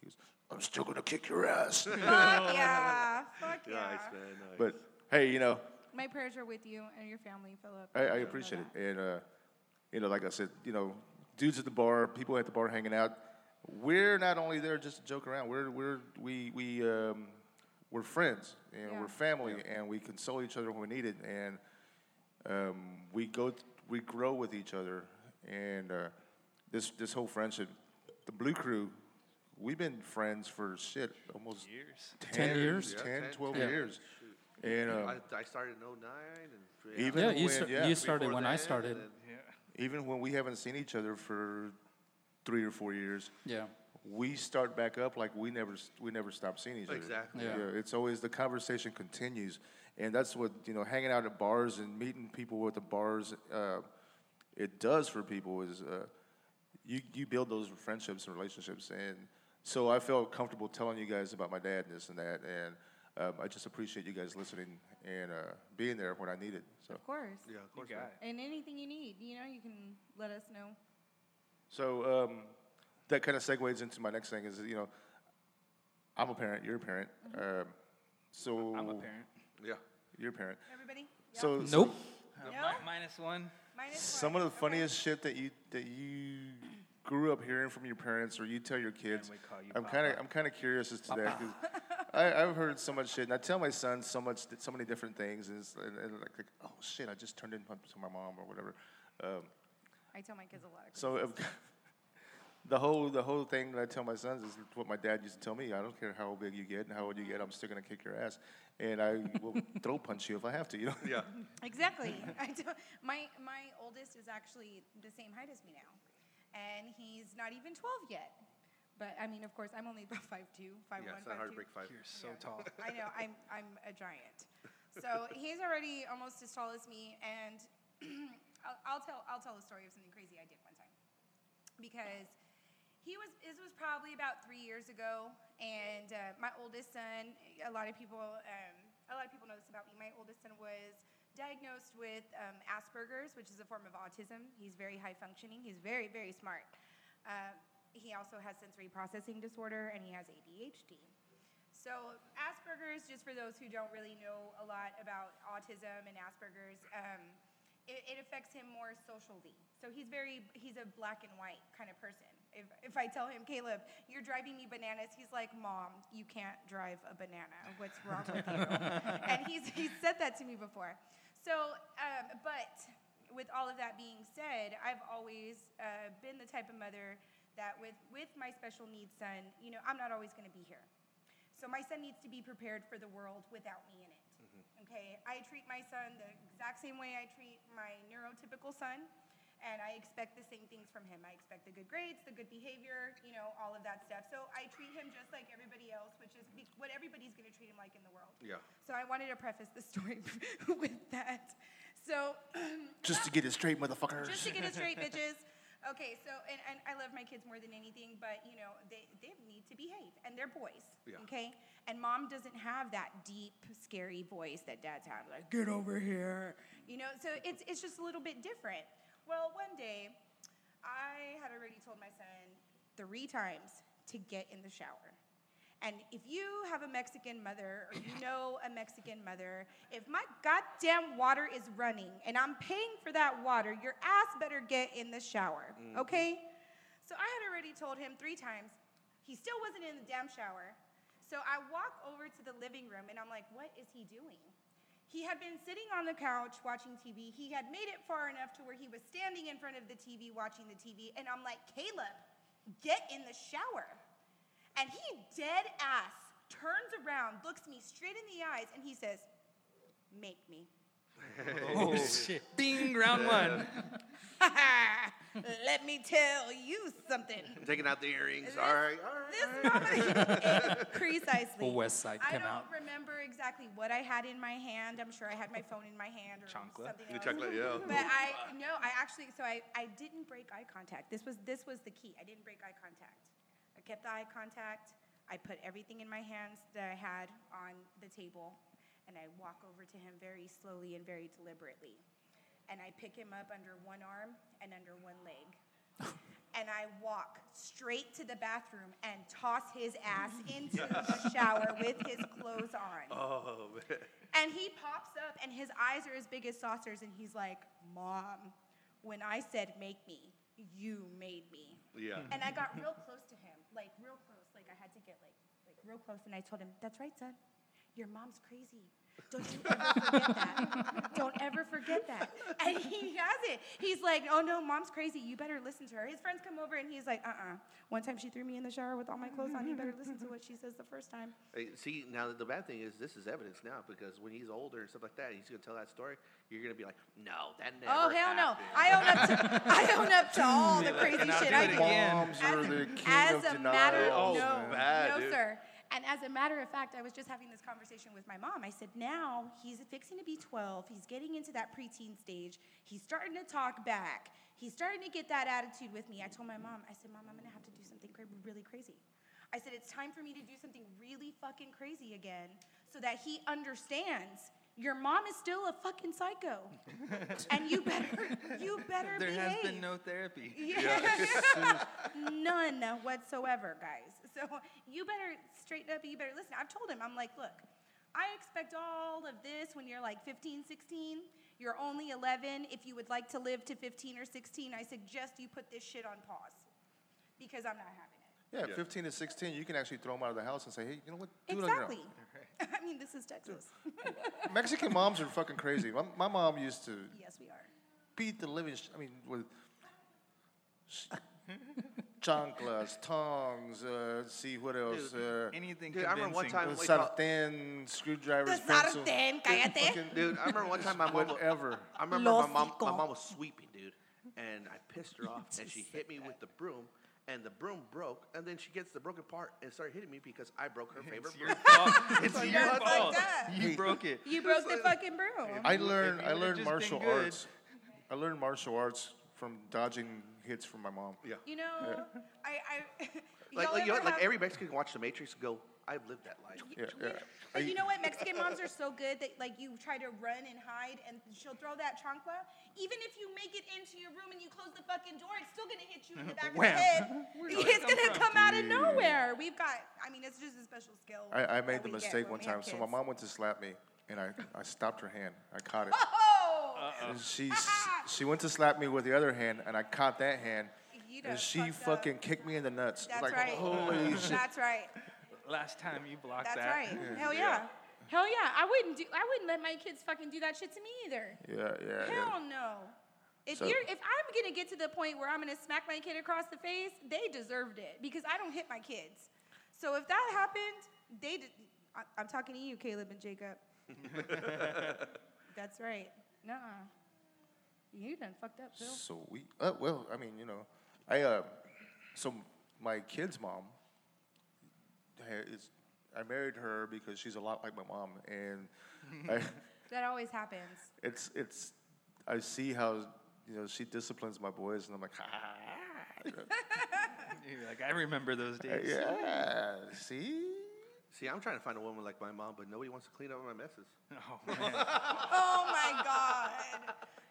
A: He goes, I'm still gonna kick your ass.
C: Fuck yeah. Fuck yeah.
D: Nice, man. Uh, Nice.
A: but hey, you know,
C: My prayers are with you and your family, Philip.
A: I, I appreciate it. And uh, you know, like I said, you know, dudes at the bar, people at the bar hanging out. We're not only there just to joke around. We're we're we we um, we're friends and
C: Yeah.
A: we're family and we console each other when we need it and um, we go th- we grow with each other and uh, this this whole friendship. The Blue Crew, we've been friends for shit almost
E: Years.
A: 10,
B: 10 years?
A: years,
D: Yeah,
A: 10,
D: 10,
A: 12
B: yeah.
A: years. And um,
D: I, I started in 09
A: Even
D: and
B: Yeah,
A: Remember
B: you,
A: when-
B: sta-
A: yeah,
B: you started
D: before
B: when I
D: that,
B: started.
D: and-
E: Yeah.
A: even when we haven't seen each other for three or four years,
B: Yeah.
A: we start back up like we never we never stop seeing each other.
D: Exactly.
A: Yeah.
B: Yeah.
A: It's always the conversation continues, and that's what you know. Hanging out at bars and meeting people at the bars, uh, it does for people is uh, you you build those friendships and relationships. And so I felt comfortable telling you guys about my dad and this and that, and um, I just appreciate you guys listening and uh, being there when I need it. So.
C: Of course.
D: Yeah, of
E: You
D: course.
E: got
D: man.
E: it.
C: And anything you need, you know, you can let us know.
A: So um, that kind of segues into my next thing is, you know, I'm a parent, you're a parent. Um, so
E: Mm-hmm. I'm a parent.
D: Yeah.
A: You're a parent.
C: Everybody? Yeah.
A: So, so
B: Nope.
E: Uh,
C: No?
E: mi- minus one.
C: Minus
A: Some of
C: one.
A: the
C: Okay.
A: funniest shit that you that you grew up hearing from your parents or you tell your kids.
E: we call you
A: I'm kind of
E: Papa.
A: I'm kind of curious as to that because I've
E: [LAUGHS]
A: heard so much shit, and I tell my son so much, so many different things, and, it's, and, and like, like, oh shit, I just turned into my- to my mom or whatever. Um,
C: I tell my kids a lot. Of
A: So if, [LAUGHS] the whole the whole thing that I tell my sons is what my dad used to tell me. I don't care how big you get and how old you get, I'm still gonna kick your ass, and I will throw punch you if I have to. You know. [LAUGHS]
D: Yeah.
C: Exactly. [LAUGHS] I do, my my oldest is actually the same height as me now, and he's not even 12 yet. But I mean, of course, I'm only [LAUGHS] about 5'2", 5'1",
D: Yeah, it's not hard
C: 5'2".
D: to break five.
E: You're so
C: Yeah.
E: tall.
C: I know. I'm I'm a giant. So he's already almost as tall as me, and [CLEARS THROAT] I'll, I'll tell I'll tell a story of something crazy I did one time because he was this was probably about three years ago, and uh, my oldest son. A lot of people um, a lot of people know this about me. My oldest son was diagnosed with um, Asperger's, which is a form of autism. He's very high functioning. He's very very smart. Uh, he also has sensory processing disorder, and he has ADHD. So Asperger's, just for those who don't really know a lot about autism and Asperger's, um, it, it affects him more socially. So he's very he's a black and white kind of person. If, if I tell him, Caleb, you're driving me bananas, he's like, Mom, you can't drive a banana. What's wrong with you? and he's, he's said that to me before. So, um, but with all of that being said, I've always uh, been the type of mother that with, with my special needs son, you know, I'm not always going to be here. So my son needs to be prepared for the world without me in it. Okay, I treat my son the exact same way I treat my neurotypical son, and I expect the same things from him. I expect the good grades, the good behavior, you know, all of that stuff. So I treat him just like everybody else, which is be- what everybody's going to treat him like in the world.
D: Yeah.
C: So I wanted to preface the story [LAUGHS] with that. So
A: Just to get it straight, motherfuckers.
C: just to get it straight, bitches. Okay, so and, and I love my kids more than anything, but you know they, they need to behave, and they're boys,
D: Yeah.
C: okay. And mom doesn't have that deep, scary voice that dads have, like "get over here," you know. So it's it's just a little bit different. Well, one day, I had already told my son three times to get in the shower. And if you have a Mexican mother or you know a Mexican mother, if my goddamn water is running and I'm paying for that water, your ass better get in the shower, okay? So I had already told him three times. He still wasn't in the damn shower. So I walk over to the living room and I'm like, what is he doing? He had been sitting on the couch watching TV. He had made it far enough to where he was standing in front of the TV watching the TV. And I'm like, Caleb, get in the shower. And he dead ass turns around, looks me straight in the eyes, and he says, Make me. [LAUGHS]
B: Oh [LAUGHS] shit! Bing, round one.
C: Let me tell you something.
D: Taking out the earrings.
C: This-
D: All right. All right.
C: This [LAUGHS]
D: [LAUGHS]
C: moment, precisely.
B: West Side
C: I
B: come
C: don't
B: out.
C: remember exactly what I had in my hand. I'm sure I had my phone in my hand or
E: Chancla.
C: something.
D: The
C: else.
D: chocolate, yeah.
C: But I no, I actually so I, I didn't break eye contact. This was this was the key. I didn't break eye contact. I kept the eye contact. I put everything in my hands that I had on the table and I walk over to him very slowly and very deliberately. And I pick him up under one arm and under one
D: [LAUGHS]
C: leg. And I walk straight to the bathroom and toss his
D: [LAUGHS]
C: ass into the shower with his clothes on.
D: Oh, man.
C: And he pops up, and his eyes are as big as saucers, and he's like, Mom, when I said make me, you made me.
D: Yeah.
C: And I got real close to him, like real close, like I had to get like, like real close, and I told him, That's right, son, your mom's crazy. Don't you ever forget that. Don't ever forget that. And he has it. He's like, oh no, mom's crazy. You better listen to her. His friends come over and he's like, uh uh One time she threw me in the shower with all my clothes on. You better listen to what she says the first time.
D: Hey, see, now the bad thing is this is evidence now because when he's older and stuff like that, he's gonna tell that story. You're gonna be like, no, that never.
C: Oh hell no!
D: happened."
C: I own up to I own up to all
E: [LAUGHS]
C: the crazy
E: I'll
C: shit
E: do
C: I
E: it
C: did.
E: again.
A: Moms
C: As
A: are
C: a-
A: the king
C: as
A: of Oh,
C: a matter,
D: denials,
C: no,
D: man. Oh, Bad,
C: no,
D: dude.
C: sir. And as a matter of fact, I was just having this conversation with my mom. I said, now he's fixing to be 12. He's getting into that preteen stage. He's starting to talk back. He's starting to get that attitude with me. I told my mom, I said, Mom, I'm going to have to do something cra- really crazy. I said, it's time for me to do something really fucking crazy again so that he understands your mom is still a fucking psycho.
E: [LAUGHS]
C: and you better, you better
E: There
C: behave.
E: has been no therapy.
C: Yeah. [LAUGHS] None whatsoever, guys. So you better straighten up and you better listen. I've told him, I'm like, look, I expect all of this when you're like 15, 16. You're only 11. If you would like to live to 15 or 16, I suggest you put this shit on pause because I'm not having
A: Yeah,
C: it.
D: Yeah.
A: 15 to 16, you can actually throw them out of the house and say, hey, you know what? Do it on your own.
C: exactly. [LAUGHS] I mean, this is Texas.
A: Mexican moms are fucking crazy. My, my mom used to
C: yes, we are.
A: beat the living. Sh- I mean, with sh- [LAUGHS] chanclas, tongs. Uh, let's see what else. uh,
E: Anything
D: Dude, I
E: convincing.
D: remember one time-
A: uh,
D: Wait, no.
A: sartén, screwdrivers,
C: The
A: pencil.
C: sartén, cállate.
A: Fucking-
D: Dude, I remember one time my mom.
A: Whatever.
D: I remember my mom. My
C: Losico.
D: mom was sweeping, dude, and I pissed
C: [LAUGHS]
D: her off, and she hit me with the broom, and the broom broke, and then she gets the broken part and started hitting me because I broke her favorite
E: It's your
D: broom.
E: fault. It's
C: Like
E: your
C: that, like
E: fault.
C: that.
E: You broke it.
C: You broke the fucking broom.
A: I
E: If you
A: learned. I
E: would've
A: learned
E: just been
A: martial
E: good.
A: arts. I learned martial arts from dodging hits from my mom.
D: Yeah.
C: You know, I. I
D: Like,
C: [LAUGHS] y'all
D: like, you know,
C: ever
D: like
C: have-
D: every Mexican can watch The Matrix and go, I've lived that life.
A: Yeah, yeah.
C: But you know what? Mexican moms are so good that like you try to run and hide, and she'll throw that chancla. Even if you make it into your room and you close the fucking door, it's still gonna hit you in the back of the
E: Wham.
C: head.
E: did it
C: it's
E: come
C: gonna
E: from?
C: come out of
A: Dude.
C: nowhere. We've got. I mean, it's just a special skill.
A: I, I made
C: that
A: the
C: we get
A: mistake one
C: when we have
A: time. So my
C: kids.
A: mom went to slap me, and I, I stopped her hand. I caught it.
C: Oh,
A: And she s- she went to slap me with the other hand, and I caught that hand,
C: You done
A: and she
C: fucked up.
A: fucking kicked me in the nuts.
C: that's
A: like,
C: right.
A: holy
C: [LAUGHS]
A: shit!
C: That's right.
E: Last time you blocked
C: That's
E: that.
C: right. Hell yeah. Hell yeah. I wouldn't do. I wouldn't let my kids fucking do that shit to me either.
A: Yeah, yeah, yeah.
C: Hell no. If
A: So-
C: you're, if I'm gonna get to the point where I'm gonna smack my kid across the face, they deserved it because I don't hit my kids. So if that happened, they. De- I, I'm talking to you, Caleb
A: [LAUGHS]
C: and Jacob. That's right. Nuh. You done fucked up, Phil.
A: Sweet. Uh, well, I mean, you know, I uh, so my kid's mom ha- is. I married her because she's a lot like my mom, and I,
C: That always happens.
A: [LAUGHS] it's it's. I see how you know she disciplines my boys, and I'm like, "Ah, ha ha, ha. you know.
E: [LAUGHS] You're like, I remember those days.
A: yeah, see.
D: See, I'm trying to find a woman like my mom, but nobody wants to clean up my messes.
E: [LAUGHS] Oh, man.
C: Oh my god.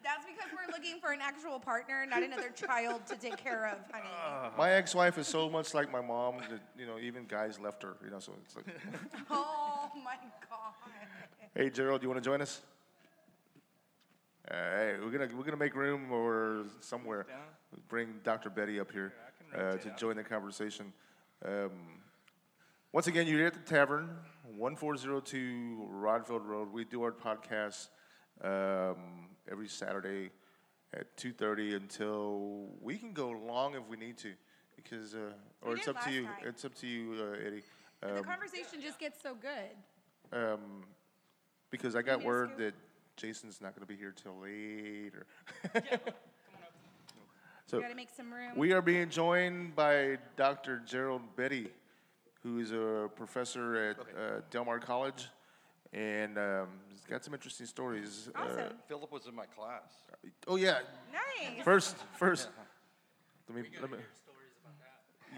C: That's because we're looking for an actual partner,
A: [LAUGHS]
C: not another child to take care of, honey.
A: My ex-wife is so much like my mom that you know even guys left her. You know, so it's like,
C: Oh my god.
A: hey Gerald, you want to join us? Uh, hey, we're gonna we're gonna make room or somewhere.
E: Yeah.
A: Bring Dr. Betty up here
E: I can
A: uh,
E: rotate
A: to
E: out.
A: join the conversation. Um, once again, you're here at the tavern, 1402 Rodfield Road. We do our podcast um, every Saturday at 2:30 until we can go long if we need to, because uh,
C: We
A: or it's
C: did
A: up to
C: last
A: you.
C: night.
A: It's up to you, uh, Eddie.
C: The
A: Um,
C: conversation just gets so good.
A: um, because I got
C: Yes,
A: word
C: go.
A: that Jason's not going to be here till [LAUGHS] later. so
C: We gotta make some room.
A: we are being joined by Dr. Gerald Betty, who is a professor at uh, Del Mar College, and um, he's got some interesting stories. Uh,
C: awesome.
F: Philip was in my class.
A: oh yeah,
C: nice.
A: first, first. Let me, let me.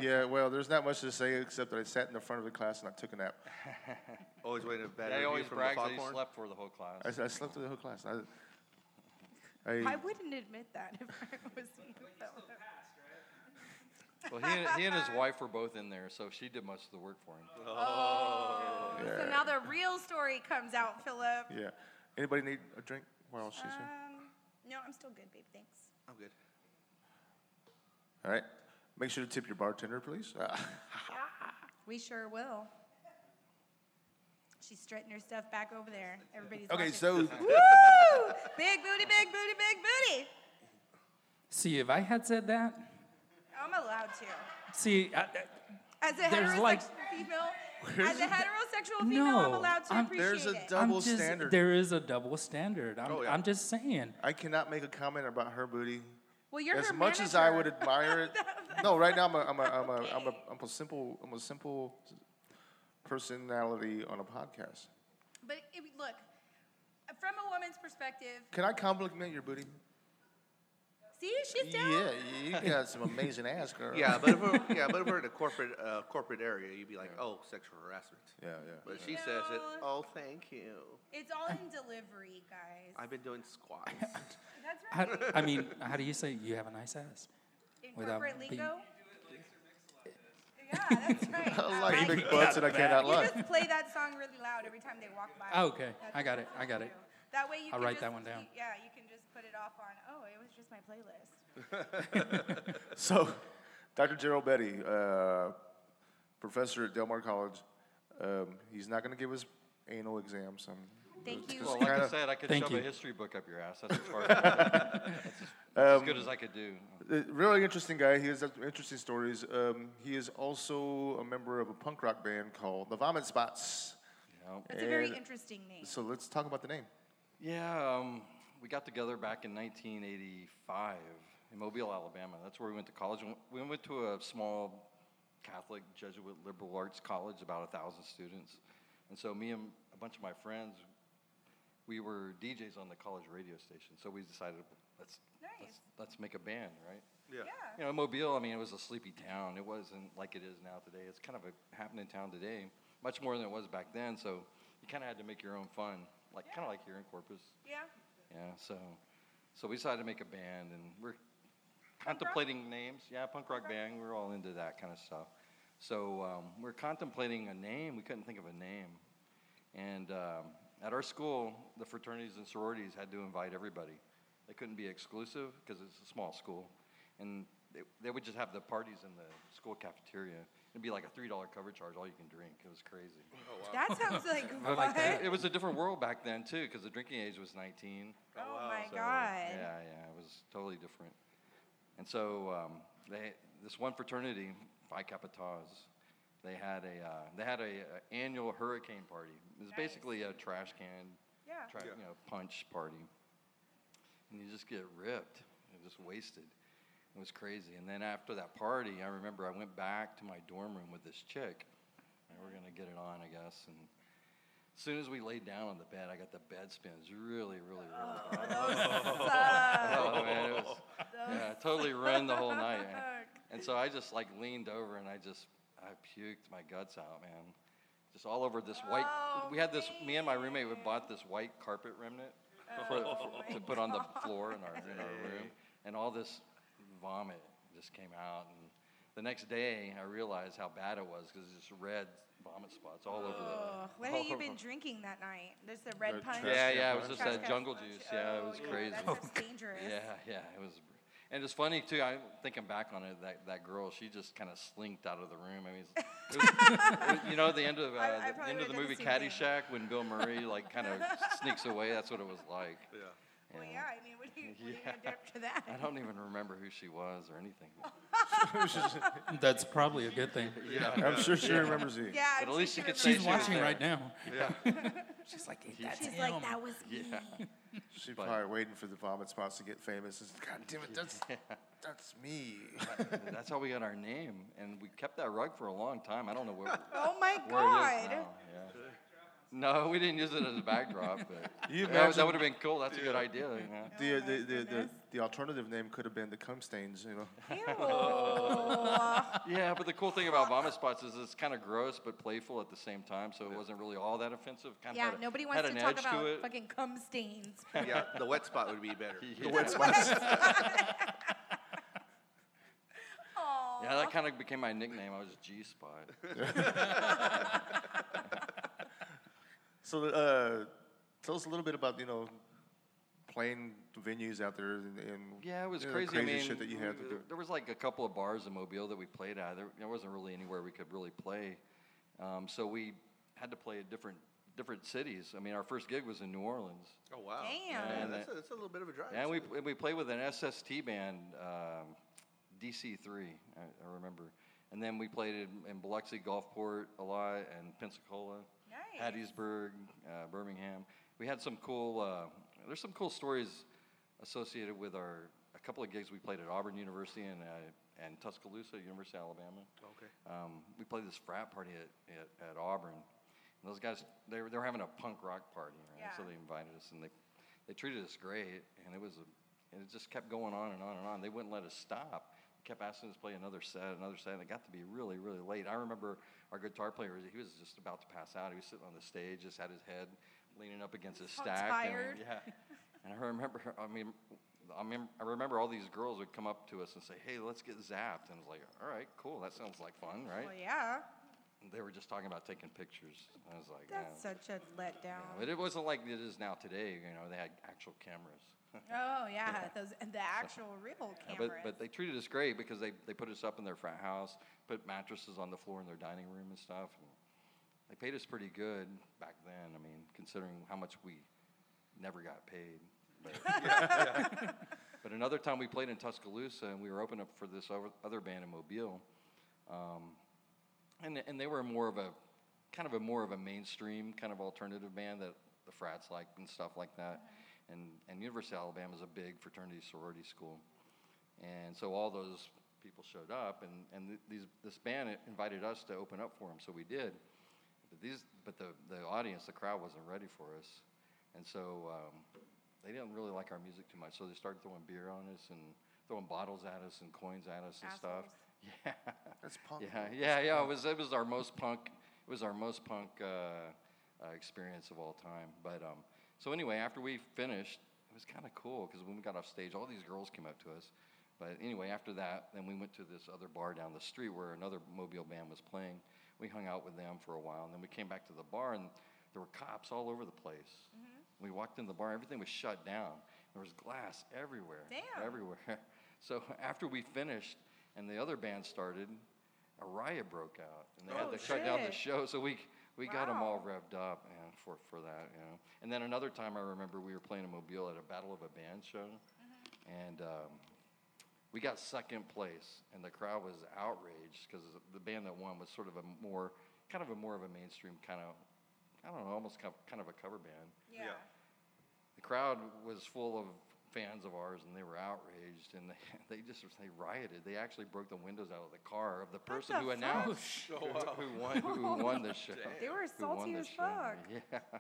A: Yeah, well, there's not much to say except that I sat in the front of the class and I took a nap.
D: Always waiting a bad
F: Yeah, he
D: review
F: always
D: from the
F: brags that he
D: foghorn.
F: slept for the whole class.
A: I, I slept through the whole class. I, I,
C: I wouldn't admit that if I [LAUGHS] was you. Philip.
F: Well, he and, he
C: [LAUGHS]
F: and his wife were both in there, so she did most of the work for him.
C: So now the real story comes out, Philip.
A: Yeah. Anybody need a drink while she's here?
C: Um, no, I'm still good, babe. Thanks.
D: I'm good.
A: All right. Make sure to tip your bartender, please. [LAUGHS] Ah.
C: We sure will. She's strutting her stuff back over there. Everybody's
A: okay,
C: watching. [LAUGHS]
A: so
C: Woo! Big booty, big booty, big booty.
B: See, if I had said that,
C: I'm allowed to.
B: see, I, I-
C: As a
B: There's
C: heterosexual
B: like-
C: female, as a heterosexual female, I'm
B: No,
C: allowed to
B: I'm-
C: appreciate
A: There's a
C: it.
A: Double
B: I'm just,
A: standard.
B: there is a double standard. I'm,
D: Oh, yeah.
B: I'm just saying.
A: I cannot make a comment about her booty.
C: well, you're
A: as
C: her
A: much as I would
C: manager. [LAUGHS]
A: admire it, no. Right now, I'm a, I'm a, I'm a, I'm a, I'm a simple, I'm a simple personality on a podcast.
C: But it, look, from a woman's perspective,
A: Can I compliment your booty?
C: see, she's down.
A: Yeah, you got some amazing ass, [LAUGHS] girl.
D: Yeah, but if we're,
F: [LAUGHS]
D: yeah, but if we're in a corporate uh, corporate area, you'd be like, oh, sexual harassment.
A: yeah, yeah.
D: But she says it.
C: No.
D: Oh, thank you.
C: It's all in delivery, guys.
D: I've been doing [LAUGHS] squats.
C: That's right.
B: How, I mean, how do you say you have a nice ass?
C: In
B: without
C: corporate
B: being-
C: lingo. Yeah,
B: [LAUGHS]
C: that's right.
A: I like big butts and I cannot
C: You
A: lie.
C: just play that song really loud every time they walk by.
B: Oh, okay.
C: That's
B: I got
C: what
B: it. I got
C: you
B: it.
C: do. That way you
B: I'll
C: can
B: write
C: just,
B: that one down.
C: you- yeah, you can just put it off on, oh, it was just my playlist.
A: So, Dr. Gerald Betty, uh, professor at Del Mar College, um, he's not going to give us anal exams. Um,
C: Thank you.
F: Well, like I
A: kinda-
F: said, I could
B: Thank
F: shove
B: you.
F: a history book up your ass. That's as far as, I could go. [LAUGHS] that's as, as good as I could do.
A: a really interesting guy. He has interesting stories. Um, he is also a member of a punk rock band called the Vomit Spots.
F: Yeah.
C: That's a very
A: And-
C: interesting name.
A: So let's talk about the name.
F: Yeah, um, we got together back in 1985 in Mobile, Alabama. That's where we went to college. We went to a small Catholic Jesuit liberal arts college, about a thousand students. And so me and a bunch of my friends, we were DJs on the college radio station. So we decided let's let's,
C: Nice.
F: let's make a band, right?
C: Yeah.
F: You know, Mobile, I mean, it was a sleepy town. It wasn't like it is now today. It's kind of a happening town today, much more than it was back then. So you kind of had to make your own fun, like kind of like here in Corpus.
C: Yeah.
F: Yeah, so so we decided to make a band, and we're
C: Punk rock?
F: contemplating names. Yeah, punk rock band. We're all into that kind of stuff. So um, we're contemplating a name. We couldn't think of a name, and um, at our school, the fraternities and sororities had to invite everybody. They couldn't be exclusive because it's a small school, and they, they would just have the parties in the school cafeteria. It'd be like a three dollar cover charge, all you can drink. It was crazy.
C: That
B: [LAUGHS]
C: sounds like what?
F: But like that, it was a different world back then too, because the drinking age was 19.
C: Oh, my
F: So,
C: God.
F: Yeah, yeah, it was totally different. And so um, they, this one fraternity, Phi Kappa Taus, they had a uh, they had a, a annual hurricane party. It was basically a trash can, [LAUGHS]
C: Yeah.
B: [LAUGHS]
F: tra- you know, punch party. And you just get ripped, and just wasted. It was crazy. And then after that party, I remember I went back to my dorm room with this chick, and we're gonna get it on, I guess. And as soon as we laid down on the bed, I got the bed spins really, really, really. bad. [LAUGHS] Oh, man, it was, yeah, it totally ruined the whole night. man.
C: Fuck.
F: And so I just like leaned over and I just I puked my guts out, man. Just all over this white.
C: Oh,
F: we had this. Me and my roommate we bought this white carpet remnant for,
C: Oh.
F: for- to put on the floor in our in our room, and all this vomit just came out. And the next day I realized how bad it was because just red vomit spots all over
C: Oh,
F: the.
C: what
F: all
C: had
F: [LAUGHS]
C: you
F: over-
C: been drinking that night? There's the red
A: The
C: punch.
A: trash
F: Yeah, yeah, it was
C: Trash
F: just that
C: can
F: jungle
C: punch.
F: juice. Yeah, it
C: Oh,
F: was
C: yeah,
F: crazy.
C: That
F: [LAUGHS]
C: sounds dangerous.
F: Yeah, yeah, it was, and it's funny too. I'm thinking back on it. That that girl, she just kind of slinked out of the room. I mean, it's- it was, you know, the end of
C: [LAUGHS]
F: uh,
C: I- I probably
F: the end of
C: would've
F: the
C: done the
F: movie
C: same thing.
F: Caddyshack when Bill Murray like
C: [LAUGHS]
F: kind of sneaks away. That's what it was like.
C: Well, yeah. I mean, what do you, what are you
F: Yeah.
C: gonna do after that?
F: [LAUGHS] I don't even remember who she was or anything.
B: That's probably a good thing.
F: [LAUGHS]
A: I'm sure she remembers it.
C: [LAUGHS] Yeah, I'm
F: at
C: sure
F: least you could say
B: She's
C: remembers
F: she
C: that.
F: was
B: watching
F: there.
B: right now. [LAUGHS]
F: She's like,
C: She's like, that
F: [LAUGHS]
C: was me.
A: She's probably waiting for the vomit spots to get famous. It's, God damn it,
F: [LAUGHS]
A: that's that's
C: [LAUGHS]
A: me.
F: that's how we got our name, and we kept that rug for a long time. I don't
C: [LAUGHS]
F: know where,
C: Oh my
F: [LAUGHS] where it
C: god.
F: is now. Yeah. No, we didn't use it as a backdrop, but
A: You
F: that, would-
A: imagine-
F: that would have been cool. That's a good idea. You know?
A: The, uh, the, the, the, the alternative name could have been the cum stains, you know.
F: [LAUGHS]
C: Ew.
F: Yeah, but the cool thing about vomit spots is it's kind of gross but playful at the same time, so it wasn't really all that offensive. Kind
C: yeah,
F: of
C: nobody
F: had
C: wants to
F: an
C: talk
F: edge
C: about
F: to it.
A: [LAUGHS]
C: fucking cum
F: [LAUGHS]
C: stains.
D: yeah, the wet spot would be better.
F: yeah.
C: Aw.
F: Yeah, that kind of became my nickname. I was G Spot.
A: So uh, tell us a little bit about, you know, playing venues out there and, and
F: Yeah, it was
A: you know,
F: crazy.
A: crazy
F: I mean,
A: shit that you had to
F: we-
A: do.
F: There was like a couple of bars in Mobile that we played at. There, there wasn't really anywhere we could really play, um, so we had to play at different different cities. I mean, our first gig was in New Orleans.
D: Oh wow.
C: Damn.
D: Yeah, that's, a, that's a little bit of a drive.
F: And we,
D: isn't it?
F: and we played with an SST band, um, DC3, I, I remember. And then we played in, in Biloxi, Gulfport a lot, and Pensacola,
C: Nice.
F: Hattiesburg, uh, Birmingham. We had some cool, uh, there's some cool stories associated with our, a couple of gigs we played at Auburn University and, uh, and Tuscaloosa, University of Alabama.
D: [LAUGHS] Okay.
F: Um, we played this frat party at, at, at Auburn. And those guys, they were, they were having a punk rock party, right? So
C: Yeah.
F: they invited us, and they, they treated us great, and it was a, and it just kept going on and on and on. They wouldn't let us stop. They kept asking us to play another set, another set, and it got to be really, really late. I remember our guitar player, he was just about to pass out. He was sitting on the stage, just had his head leaning up against his
C: So
F: [LAUGHS] stack.
C: tired.
F: And, yeah. And I remember, I mean, I, mem- I remember all these girls would come up to us and say, hey, let's get zapped. And I was like, all right, cool. That sounds like fun, right?
C: Well, yeah,
F: And They were just talking about taking pictures. I was like,
C: that's
F: yeah.
C: such a letdown.
F: But it wasn't like it is now today. You know, they had actual cameras.
C: Oh yeah, those and the actual real
F: Yeah,
C: cameras.
F: But, but they treated us great because they, they put us up in their frat house, put mattresses on the floor in their dining room and stuff. And they paid us pretty good back then. I mean, considering how much we never got paid. But, but another time we played in Tuscaloosa and we were open up for this over, other band in Mobile. Um, and, and they were more of a kind of a more of a mainstream kind of alternative band that the frats like and stuff like that. And, and University of Alabama is a big fraternity sorority school. And so all those people showed up, and, and th- these, this band i- invited us to open up for them, so we did. But, these, but the, the audience, the crowd wasn't ready for us. And so um, they didn't really like our music too much, so they started throwing beer on us and throwing bottles at us and coins at us and stuff. [LAUGHS] Yeah.
A: That's punk.
F: Yeah, yeah, yeah. It was it was our most punk. It was our most punk uh, uh, experience of all time. But um, so anyway, after we finished, it was kind of cool because when we got off stage, all these girls came up to us. But anyway, after that, then we went to this other bar down the street where another Mobile band was playing. We hung out with them for a while, and then we came back to the bar, and there were cops all over the place. We walked in the bar; everything was shut down. There was glass everywhere,
C: Damn.
F: everywhere. [LAUGHS] So after we finished, and the other band started, a riot broke out, and they
C: Oh,
F: had to shut down the
C: shit.
F: show. So we we got 'em got them all
C: Wow.
F: revved up and for for that, you know. And then another time, I remember we were playing in Mobile at a Battle of a Band show,
C: Mm-hmm.
F: and um, we got second place, and the crowd was outraged because the band that won was sort of a more kind of a more of a mainstream kind of I don't know, almost kind of- kind of a cover band
C: yeah.
D: Yeah.
F: the crowd was full of fans of ours and they were outraged and they, [LAUGHS] they just they rioted they actually broke the windows out of the car of the person
C: the fuck?
B: Oh,
F: who announced
D: Oh,
F: [LAUGHS] who won who won the show
C: They were
F: Who won
C: salty
F: the
C: as
F: show.
C: fuck.
F: [LAUGHS] yeah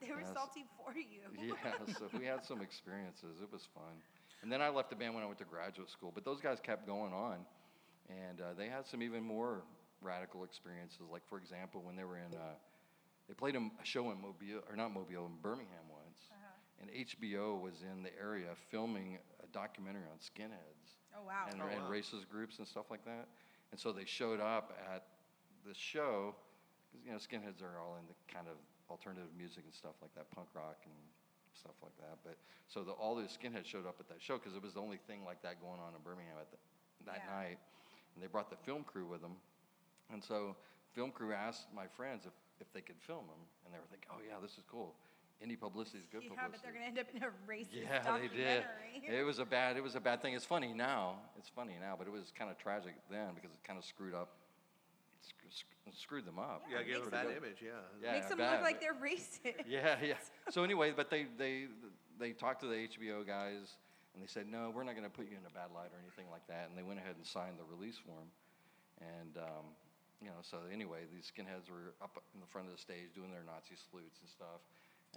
C: They were
F: Yes.
C: salty for you.
F: [LAUGHS] yeah so we had some experiences it was fun and then i left the band when i went to graduate school but those guys kept going on and uh, they had some even more radical experiences like for example when they were in uh, they played a, m- a show in mobile or not mobile in birmingham once and hbo was in the area filming a documentary on skinheads
C: Oh wow.
F: and, and racist groups and stuff like that. And so they showed up at the show. 'cause, You know, skinheads are all in the kind of alternative music and stuff like that, punk rock and stuff like that. But so the, all those skinheads showed up at that show because it was the only thing like that going on in Birmingham at the, that
C: Yeah.
F: night. And they brought the film crew with them. And so film crew asked my friends if, if they could film them. And they were thinking, oh, yeah, this is cool. Any publicity is good
C: yeah,
F: publicity.
C: but they're gonna end up in a racist
F: Yeah, they did.
C: documentary.
F: It was a bad. It was a bad thing. It's funny now. It's funny now, but it was kind of tragic then because it kind of screwed up, sc- sc- screwed them up.
D: [LAUGHS] Yeah, I gave
C: makes
D: them a bad
C: sense.
D: image, yeah.
F: Yeah,
C: Makes them
F: bad.
C: look like they're racist.
F: [LAUGHS] Yeah, yeah. So anyway, but they they they talked to the HBO guys and they said, no, we're not going to put you in a bad light or anything like that. And they went ahead and signed the release form, and um, you know, so anyway, these skinheads were up in the front of the stage doing their Nazi salutes and stuff.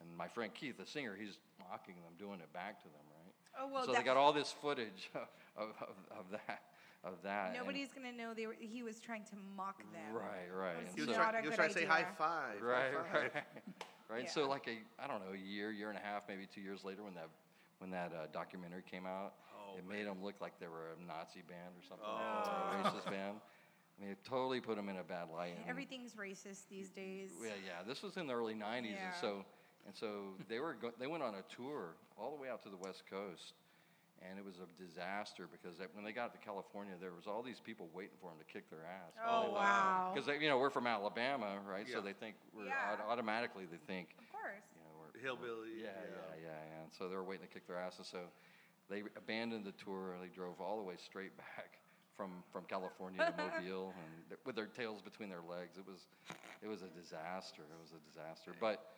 F: And my friend Keith, the singer, he's mocking them, doing it back to them, right?
C: Oh well,
F: so they
C: that,
F: got all this footage [LAUGHS] of, of, of, of that of that. and-
C: nobody's gonna know they were, he was trying to mock them.
F: right, right.
C: was
F: and
D: He
C: Not
D: was
F: so-
D: trying,
C: a
D: he was
C: good
D: trying to say high
C: idea.
D: five. high
F: right,
D: five.
C: [LAUGHS]
F: right, right. So
C: Yeah.
F: like a I don't know a year, year and a half, maybe two years later, when that when that uh, documentary came out,
D: Oh,
F: it made them look like they were a Nazi band or something,
C: [LAUGHS]
F: like that, or a racist band. I mean, it totally put them in a bad light. and-
C: Everything's racist these days.
F: yeah, yeah. This was in the early '90s,
C: Yeah.
F: and so and so they were go- they went on a tour all the way out to the West Coast, and it was a disaster because that, when they got to California, there was all these people waiting for them to kick their ass.
C: Oh wow.
F: Because you know we're from Alabama, right?
D: Yeah.
F: So they think we're
C: Yeah.
F: aut- automatically they think
C: Of course.
F: you know we're
D: Hillbilly.
F: yeah, yeah, yeah. And so they were waiting to kick their ass, and so they abandoned the tour and they drove all the way straight [LAUGHS] back from from California
C: [LAUGHS]
F: to Mobile, and th- with their tails between their legs. It was it was a disaster. It was a disaster. But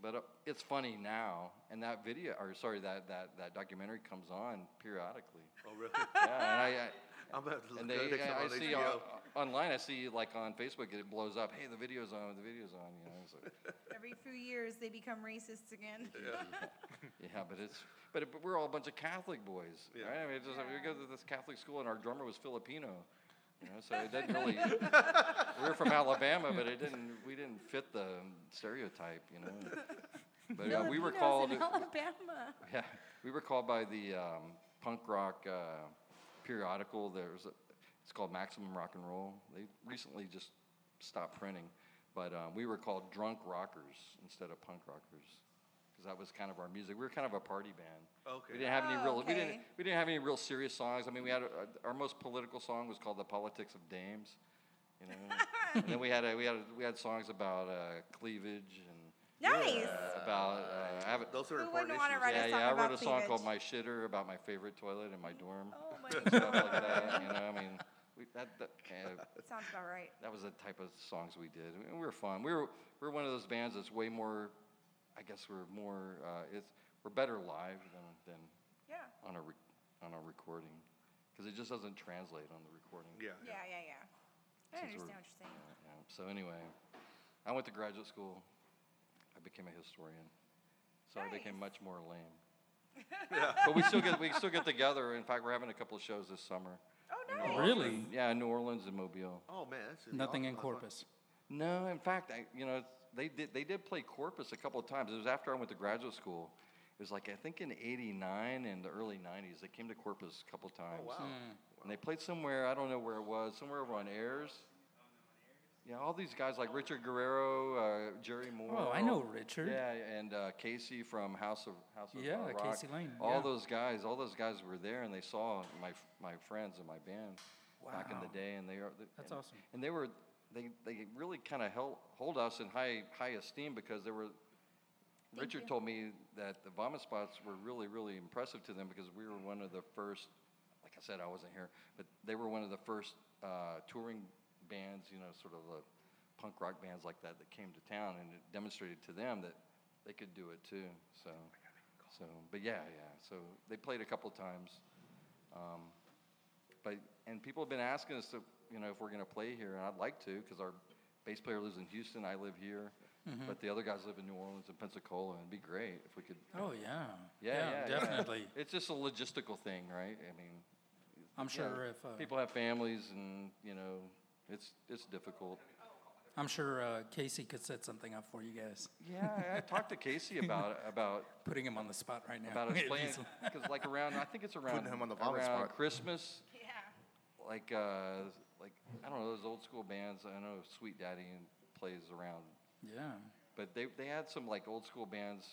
F: but uh, it's funny now, and that video, or sorry, that that that documentary comes on
C: [LAUGHS]
F: periodically.
D: Oh, really? [LAUGHS]
F: Yeah, and I. I
D: I'm going to have to look
F: and
D: at
F: they,
D: next time
F: I, I
D: on
F: see
D: HBO.
F: on, online, I see like on Facebook, it blows up. Hey, the video's on, the video's on. You know, it's like, [LAUGHS]
C: Every few years they become racists again.
F: Uh, Yeah, but it's but, it, but we're all a bunch of Catholic boys,
D: Yeah.
F: right? I mean, it's just, we go to this Catholic school, and our drummer was Filipino, you know. So it didn't really. we were from Alabama, but it didn't. We didn't fit the stereotype, you know. But
C: [LAUGHS]
F: uh, we were
C: Filipinos
F: called.
C: in Alabama.
F: [LAUGHS] Yeah, we were called by the um, punk rock uh, periodical. There's a, it's called Maximum Rock and Roll. They recently just stopped printing, but um, we were called drunk rockers instead of punk rockers because that was kind of our music. We were kind of a party band.
D: Okay.
F: We didn't have any
C: Oh,
F: real. We didn't.
C: okay.
F: We didn't have any real serious songs. I mean, we had a, our most political song was called "The Politics of Dames," you know. and then we had a, we had a, we had songs about uh, cleavage and
C: Nice.
F: about uh, I haven't-
D: Those are
C: Who wouldn't
D: important
C: wanna
D: issues.
C: write
F: yeah,
C: a song
F: yeah. I wrote
C: about
F: a song called "My
C: cleavage?
F: Shitter" about my favorite toilet in my dorm.
C: Oh
F: [LAUGHS]
C: my
F: and stuff like that. You know, I mean, we, that that, uh,
C: Sounds about right.
F: that was the type of songs we did. And we were fun. We were we were one of those bands that's way more. I guess we're more. Uh, it's we're better live than, than
C: Yeah.
F: on a re- on a recording because it just doesn't translate on the recording.
D: Yeah.
C: Yeah, yeah, yeah. I
F: Since we're-
C: understand what you're saying.
F: yeah, yeah. So anyway, I went to graduate school. I became a historian, so I became much more lame. but we still get we still get together. In fact, we're having a couple of shows this summer.
C: Oh,
F: In New
C: nice.
B: Really?
F: Yeah, in New Orleans and Mobile.
D: Oh man, that's just
B: Nothing
D: awesome.
B: in
D: That's fun.
B: Corpus.
F: No, in fact, I, you know they did they did play Corpus a couple of times. It was after I went to graduate school. It was like I think in '89 and the early '90s they came to Corpus a couple of times.
D: Oh wow.
B: Hmm.
F: And they played somewhere, I don't know where it was, somewhere over on Ayers. Yeah, all these guys like Richard Guerrero, uh, Jerry Moore.
B: Oh, I know Richard.
F: Yeah, and uh, Casey from House of House of uh,
B: Yeah,
F: Rock.
B: Casey Lane,
F: All
B: yeah.
F: those guys, all those guys were there, and they saw my my friends and my band back in the day, and they are.
B: That's
F: and-
B: awesome.
F: And they were they they really kind of held hold us in high high esteem because they were. Richard told me that the vomit spots were really, really impressive to them because we were one of the first. Like I said, I wasn't here, but they were one of the first uh, touring bands, you know, sort of the punk rock bands like that that came to town, and it demonstrated to them that they could do it too. So, so, but yeah, yeah. So they played a couple times, um, but and people have been asking us to, you know, if we're going to play here, and I'd like to because our bass player lives in Houston, I live here, but the other guys live in New Orleans and Pensacola, and it'd be great if we could.
B: Oh yeah.
F: Yeah, yeah, yeah.
B: definitely.
F: [LAUGHS] It's just a logistical thing, right? I mean,
B: I'm
F: you know,
B: sure if uh,
F: people have families, and you know, it's it's difficult.
B: I'm sure uh, Casey could set something up for you guys.
F: Yeah, I, I talked to Casey [LAUGHS] about about
B: Putting him on the spot right now.
F: about
B: [LAUGHS] If
F: us
B: he's-
F: playing because like around I think it's around
A: him on the vomit
F: around
A: spot.
F: Christmas,
C: Yeah.
F: like uh, like I don't know those old school bands. I know Sweet Daddy and plays around,
B: yeah.
F: but they they had some like old school bands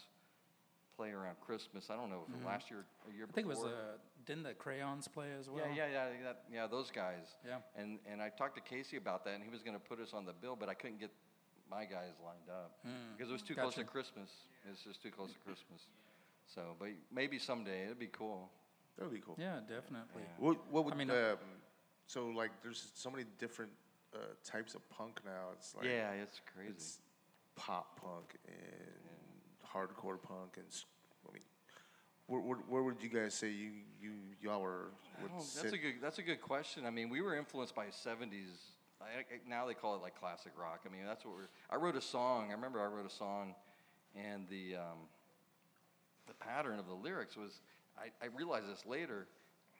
F: play around Christmas. I don't know if it last year or year
B: Mm-hmm. I think it was.
F: before.
B: Uh, didn't the crayons play as well?
F: Yeah, yeah, yeah, yeah, that- yeah. Those guys.
B: Yeah.
F: And and I talked to Casey about that, and he was going to put us on the bill, but I couldn't get my guys lined up because it was too close to
B: Gotcha.
F: Christmas. It's just too close to Christmas. So, but maybe someday it'd be cool.
A: That would be cool.
B: Yeah, definitely.
A: What, what would
B: I mean,
F: uh,
A: um, so like? There's so many different uh, types of punk now. It's like
F: yeah, it's crazy.
A: it's pop punk and hardcore punk and s- I mean, where, where, where would you guys say you you y'all were?
F: I
A: would
F: don't- Oh, that's
A: sit-
F: a good. That's a good question. I mean, we were influenced by '70s. I, I, now they call it like classic rock. I mean, that's what we're. I wrote a song. I remember I wrote a song, and the um, the pattern of the lyrics was. I, I realized this later.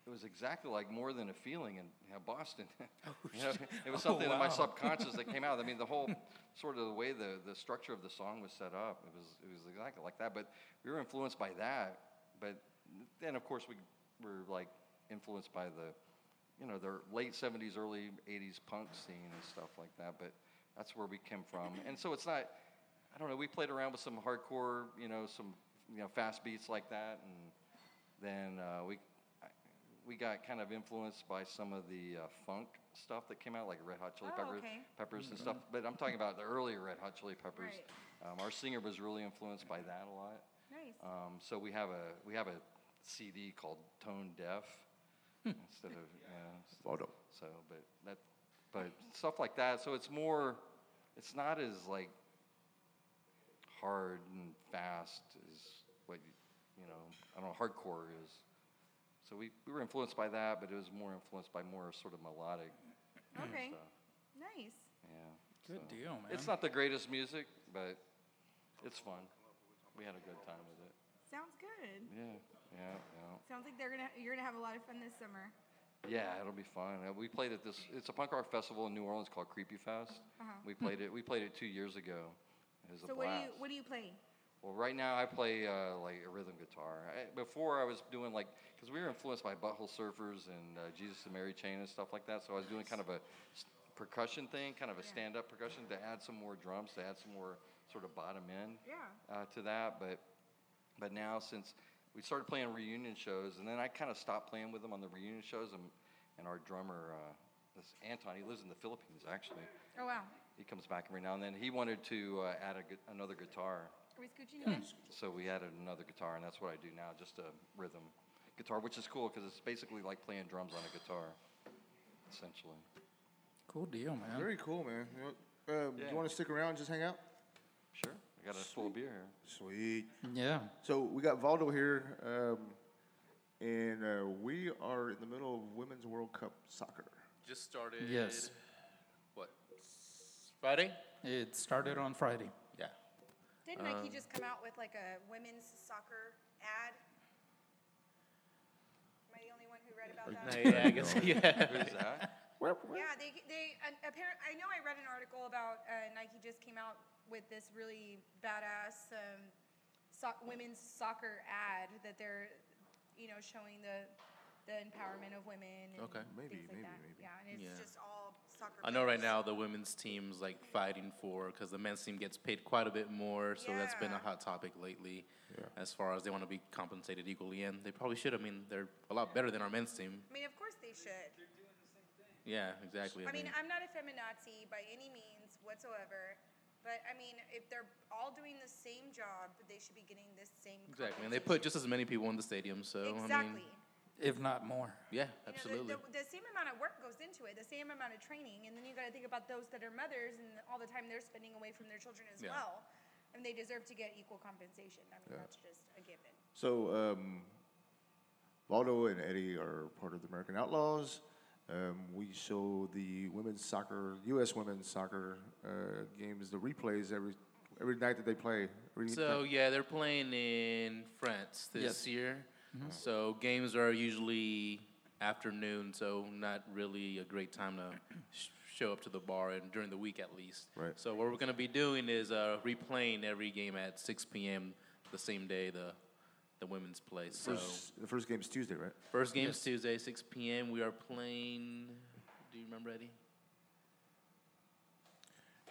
F: It was exactly like more than a feeling in you know, Boston. [LAUGHS] You know, it was
B: Oh,
F: something in my
B: wow.
F: subconscious that came out. I mean,
B: [LAUGHS]
F: the whole sort of the way the, the structure of the song was set up, it was it was exactly like that. But we were influenced by that. But then, of course, we were like influenced by the, you know, the late '70s, early '80s punk scene and stuff like that. But that's where we came from. And so it's not, I don't know. We played around with some hardcore, you know, some you know fast beats like that, and then uh, we we got kind of influenced by some of the uh, funk stuff that came out, like Red Hot Chili
C: Oh,
F: Peppers,
C: okay.
F: Peppers and stuff. But I'm talking about the earlier Red Hot Chili Peppers.
C: Right.
F: Um, our singer was really influenced by that a lot.
C: Nice.
F: Um, so we have a we have a CD called Tone Deaf
B: Hmm.
F: instead of yeah,
A: Hold up.
F: so, but that, but stuff like that. So it's more, it's not as like hard and fast as what you, you know. I don't know, hardcore is. So we, we were influenced by that, but it was more influenced by more sort of melodic
C: Okay.
F: stuff.
C: Nice.
F: Yeah.
B: Good
F: so.
B: deal, man.
F: It's not the greatest music, but it's fun. We had a good time with it.
C: Sounds good.
F: Yeah, yeah, yeah.
C: Sounds like they're gonna you're gonna have a lot of fun this summer.
F: Yeah, it'll be fun. Uh, We played at this. It's a punk rock festival in New Orleans called Creepy Fest.
C: Uh-huh.
F: We played it. We played it two years ago. It was
C: so
F: a
C: what do
F: blast.
C: you what do you play?
F: Well, right now I play uh, like a rhythm guitar. I, before I was doing like because we were influenced by Butthole Surfers and uh, Jesus and Mary Chain and stuff like that. So I was doing kind of a s- percussion thing, kind of a stand-up percussion to add some more drums, to add some more sort of bottom end
C: Yeah.
F: uh, to that. But but now since we started playing reunion shows, and then I kind of stopped playing with them on the reunion shows, and and our drummer, uh, this Anton, he lives in the Philippines actually.
C: Oh wow.
F: He comes back every now and then. He wanted to uh, add a gu- another
C: Are
F: guitar,
C: we scooching again?
F: so we added another guitar, and that's what I do now, just a rhythm guitar, which is cool because it's basically like playing drums on a guitar, essentially.
B: Cool deal, man.
A: Very cool, man. You, know, um,
F: Yeah.
A: you want to stick around and just hang out?
F: Sure. I got a full beer here.
A: Sweet.
B: Yeah.
A: So we got Valdo here, um, and uh, we are in the middle of Women's World Cup soccer.
G: Just started.
B: Yes.
G: What? Friday?
B: It started on Friday.
G: Yeah.
C: Did Nike just come out with like a women's soccer ad? Am I the only one who read about that?
G: yeah, I
B: [LAUGHS]
G: guess. Yeah.
F: [LAUGHS] Who's
C: [LAUGHS]
F: that?
C: Yeah, they they apparently. I know I read an article about uh, Nike just came out with this really badass um, soc- women's soccer ad that they're, you know, showing the the empowerment of women. And
G: Okay.
A: Maybe,
C: things like
A: maybe,
C: that.
A: maybe.
C: Yeah, and it's
G: Yeah.
C: just all soccer.
G: I know right
C: players.
G: now the women's team's like fighting for because the men's team gets paid quite a bit more, so that's been a
C: Yeah.
G: hot topic lately. As far as they want to be compensated equally, and they probably should. I mean, they're a lot better than our men's team.
C: I mean, of course they should.
G: Yeah, exactly.
C: I mean, I'm not a feminazi by any means whatsoever, but I mean, if they're all doing the same job, they should be getting this same.
G: exactly. And they put just as many people in the stadium, so
C: compensation.
G: I
C: exactly.
G: mean,
B: If not more.
G: yeah,
C: You know, the-
G: absolutely.
C: the, the, same amount of work goes into it, the same amount of training, and then you got to think about those that are mothers and all the time they're spending away from their children as
G: Yeah.
C: well, and they deserve to get equal compensation. I mean, that's just a given.
A: So um, Valdo and Eddie are part of the American Outlaws. Um, we show the women's soccer, U.S. women's soccer uh, games, the replays every every night that they play. Every
G: So
A: night-
G: yeah, they're playing in France this
B: Yes.
G: year.
A: Mm-hmm.
G: So games are usually afternoon, so not really a great time to sh- show up to the bar and during the week at least.
A: Right.
G: So what we're gonna be doing is uh, replaying every game at 6 p.m. the same day the the women's play. So
A: first, the first game's Tuesday, right?
G: first game's Tuesday 6 p.m. We are playing. Do you remember Eddie?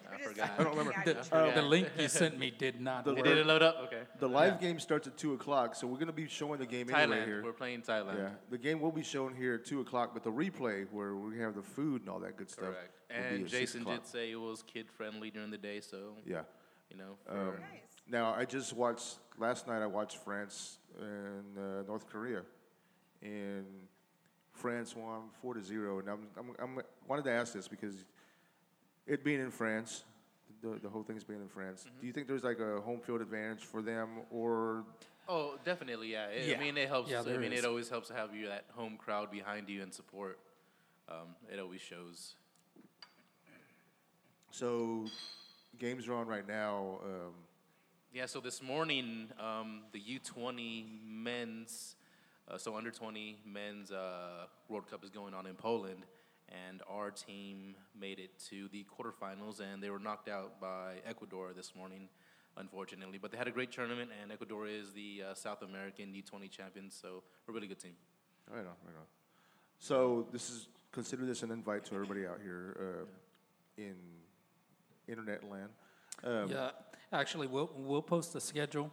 G: [LAUGHS] I
C: We're just
G: forgot.
C: fucking
A: I don't remember.
C: mad at
B: The,
C: each
B: Uh, the
G: Yeah.
B: link you sent me did not
A: The-
G: It
B: work.
G: didn't load up. Okay.
A: The live game starts at two o'clock, so we're gonna be showing the game anyway
G: Thailand.
A: here.
G: We're playing Thailand.
A: Yeah, the game will be shown here at two o'clock, but the replay where we have the food and all that good stuff.
G: Correct.
A: will be
G: And
A: at six
G: Jason
A: o'clock.
G: did say it was kid friendly during the day, so
A: Yeah. Um,
G: you know. for-
C: other. Nice.
A: Now I just watched last night. I watched France and uh, North Korea, and France won four to zero. And I'm, I'm, I'm wanted to ask this because it being in France, the, the whole thing's being in France.
G: Mm-hmm.
A: Do you think there's like a home field advantage for them, or
G: oh, definitely, yeah. It-
B: Yeah.
G: I mean, it helps.
B: Yeah,
G: I
B: there
G: mean,
B: is.
G: it always helps to have you that home crowd behind you and support. Um, it always shows.
A: so games are on right now? Um,
G: Yeah. So this morning, um, the U20 men's, uh, so under 20 men's uh, World Cup is going on in Poland, and our team made it to the quarterfinals, and they were knocked out by Ecuador this morning, unfortunately. But they had a great tournament, and Ecuador is the uh, South American U20 champions, so a really good team.
A: Right on, right on. So this is consider this an invite to everybody out here uh, in internet land. Um,
B: Yeah, actually, we'll we'll post the schedule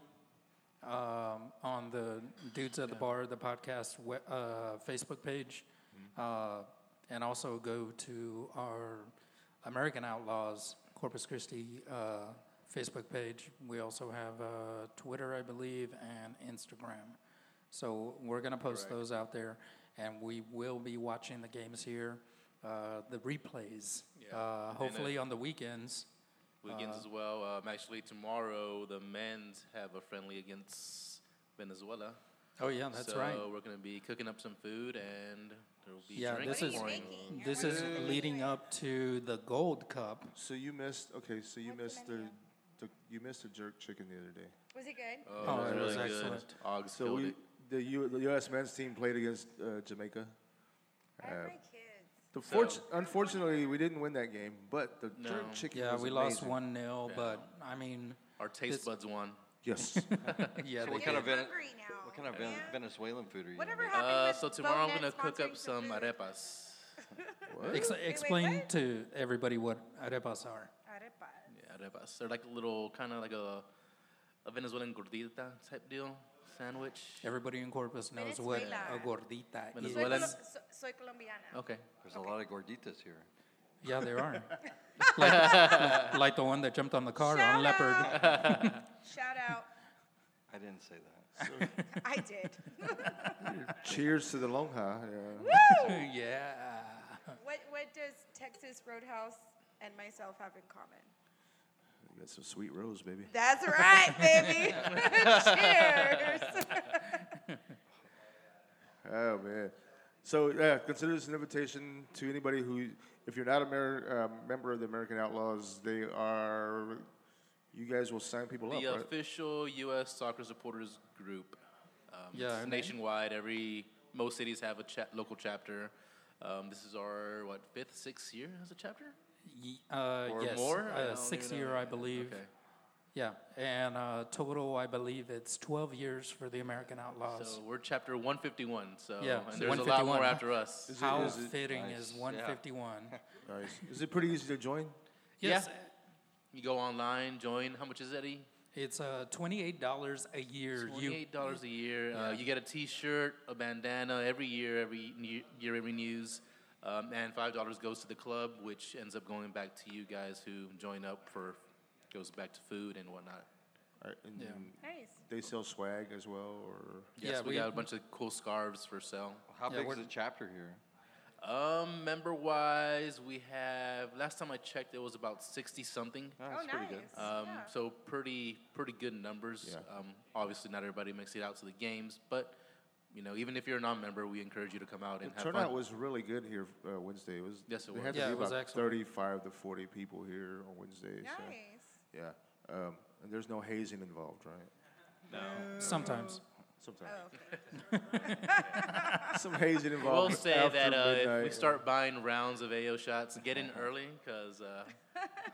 B: um, on the dudes at the bar the podcast we- uh, Facebook page, uh, and also go to our American Outlaws Corpus Christi uh, Facebook page. We also have uh, Twitter, I believe, and Instagram. So we're gonna post those out there, and we will be watching the games here, uh, the replays.
G: Yeah.
B: Uh,
G: And, uh,
B: hopefully on the weekends.
G: Weekends as well. Um, actually, tomorrow the men's have a friendly against Venezuela.
B: Oh yeah, that's
G: so
B: right.
G: we're going to be cooking up some food, and there will be
B: Yeah,
G: drinks
B: this
C: What are you
B: is
G: pouring.
C: making?
B: this
C: What
B: is
C: are you
B: leading
C: doing?
B: up to the Gold Cup.
A: So you missed okay. So you
C: What's the
A: missed the,
C: menu?
A: the you missed the jerk chicken the other day.
C: Was it good?
G: Oh,
B: Oh, it
G: that's
B: was
G: really
B: excellent.
G: good. Augs
A: So
G: killed
A: we
G: it.
A: the, U, the U.S. men's team played against uh, Jamaica.
C: I have my kids.
A: The fortu- unfortunately, we didn't win that game, but the
G: No.
A: jerk chicken.
B: Yeah,
A: was
B: we lost
A: amazing.
B: one 0
G: Yeah.
B: but I mean,
G: Our taste
B: This-
G: buds won.
B: [LAUGHS]
A: Yes.
B: yeah,
F: So
B: they
F: what kind
B: did.
F: of Vene-
C: hungry now,
F: What kind of Ven-
C: yeah.
F: Venezuelan food are you?
C: Whatever
F: making?
C: happened
G: Uh,
C: with
G: so tomorrow I'm
C: Bonet
G: gonna cook
C: sponsoring
G: up some
C: food?
G: arepas.
B: Ex-
C: wait,
B: explain
C: what?
B: to everybody what arepas are.
C: Arepas.
G: Yeah, arepas. They're like a little kind of like a, a Venezuelan gordita type deal sandwich.
B: Everybody in Corpus knows
C: Venezuela.
B: what a gordita
C: Soy,
G: Venezuelan.
B: is.
G: Venezuelans.
C: Colo- so, soy colombiana.
G: Okay.
F: There's a lot of gorditas here.
B: Yeah, there are. like, like the one that jumped on the car on
C: Shout
B: Leopard.
C: out.
G: [LAUGHS]
C: Shout out.
F: I didn't say that.
C: I did.
G: [LAUGHS]
A: Cheers to the Uh, long ha. Yeah.
B: [LAUGHS] yeah.
C: what what does Texas Roadhouse and myself have in common?
A: You got some sweet rolls, baby.
C: That's right,
G: [LAUGHS]
C: baby. Cheers.
A: Oh man. So yeah, consider this an invitation to anybody who, if you're not a mer- uh, member of the American Outlaws, they are. You guys will sign people
G: The uh,
A: up, right?
G: official U.S. soccer supporters group. Um,
B: Yeah,
G: it's
B: okay.
G: nationwide. Every most cities have a cha- local chapter. Um, this is our what fifth, sixth year as a chapter.
B: Ye- Uh,
G: Or
B: yes,
G: more? I don't
B: Uh,
G: even
B: sixth
G: know.
B: year, I believe.
G: Okay.
B: Yeah, and uh, total, I believe it's 12 years for the American Outlaws.
G: So we're chapter 151. So
B: Yeah,
G: and
B: so
G: there's a
B: 151.
G: lot more after us.
A: Is it-
B: How
A: is it-
B: fitting
F: Nice,
B: is
F: yeah.
B: 151?
G: [LAUGHS]
A: Nice. Is it pretty easy to join?
B: Yes,
G: Yeah. You go online, join. How much is that? E?
B: it's uh, $28 a year. You
G: Twenty-eight dollars a year. Uh, you get a T-shirt, a bandana every year, every new, year, every news, um, and five dollars goes to the club, which ends up going back to you guys who join up for goes back to food and whatnot.
A: All right, Uh, and
B: Yeah.
C: nice.
A: They sell swag as well, or
G: Yes,
B: Yeah,
G: we,
B: we-
G: got a bunch of cool scarves for sale.
F: How
B: Yeah,
F: big is
B: we're-
F: the chapter here?
G: Um, member-wise, we have last time I checked, it was about sixty something.
F: Oh,
C: Oh,
F: that's
C: nice.
F: pretty good.
G: Um,
C: yeah.
G: So pretty pretty good numbers.
A: Yeah.
G: Um, obviously, not everybody makes it out to the games, but you know, even if you're a non-member, we encourage you to come out and
A: the
G: have
A: turnout
G: fun.
A: was really good here uh, Wednesday. It was
G: Yes, it
A: there
G: was.
A: had to
B: Yeah,
A: be
B: it was
A: about
B: excellent.
A: 35 to 40 people here on Wednesday.
C: nice.
A: So, yeah, um, and there's no hazing involved, right?
B: sometimes.
A: Sometimes
G: [LAUGHS]
C: Oh, okay.
A: some hazing
G: I will
A: involved.
G: say that
A: after
G: uh, if we
A: midnight.
G: start buying rounds of AO shots, get in early because uh,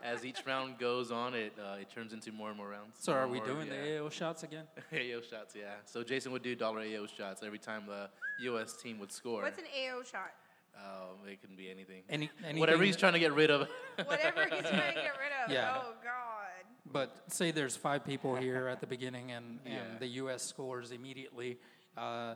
G: as each round goes on, it uh, it turns into more and more rounds.
B: So are we
G: More,
B: doing
G: yeah. [LAUGHS]
B: the AO shots again?
G: AO shots? Yeah. So Jason would do dollar AO shots every time the U.S. team would score.
C: What's an AO shot?
G: um, it can be anything.
B: Any,
G: Whatever
B: anything-
G: he's trying to get rid of. [LAUGHS]
C: Whatever he's trying to get rid of.
B: Yeah.
C: Oh God.
B: But say there's five
G: [LAUGHS]
B: people here at the beginning and,
G: Yeah.
B: and the U.S. scores immediately. Uh,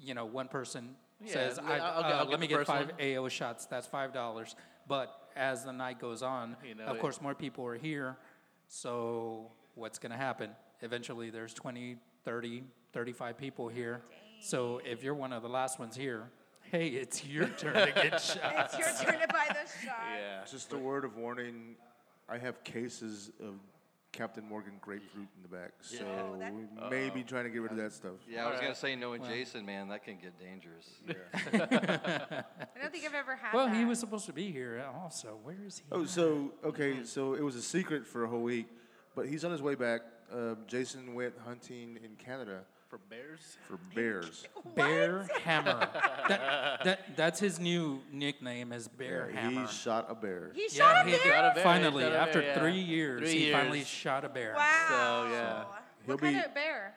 B: you know, one person
G: Yeah,
B: says,
G: l-
B: I,
G: I'll- I'll
B: uh,
G: get- I'll
B: let
G: get
B: me
G: the
B: get
G: first
B: five
G: one."
B: AO shots. That's $5. But as the night goes on,
G: You know
B: of
G: it.
B: course, more people are here. So what's going to happen? Eventually, there's 20, 30, 35 people here. So if you're one of the last ones here, hey, it's your
G: [LAUGHS]
B: turn to get shot.
C: It's your turn to buy the shot.
G: yeah.
A: Just a word of warning. I have cases of Captain Morgan grapefruit in the back, so
C: Oh, that-
A: we may be trying to get rid of that stuff.
F: Yeah, I was gonna say knowing Jason, man, that can get dangerous.
C: I don't think I've ever had
B: Well,
C: that.
B: he was supposed to be here also. Where is he?
A: Oh, so okay, so it was a secret for a whole week, but he's on his way back. Um, Jason went hunting in Canada
G: For bears.
A: for bears.
B: Bear Hammer. that, that, that's his new nickname is Bear
A: Yeah,
B: Hammer.
A: he shot a bear.
C: He shot
B: he
C: a bear.
G: Shot a bear, he
B: Finally,
G: shot a
B: after
G: bear, yeah.
B: three years,
G: Three
B: he finally
G: years.
B: shot a bear.
C: Wow.
G: So, yeah.
A: He'll
C: What kind
A: be-
C: of bear?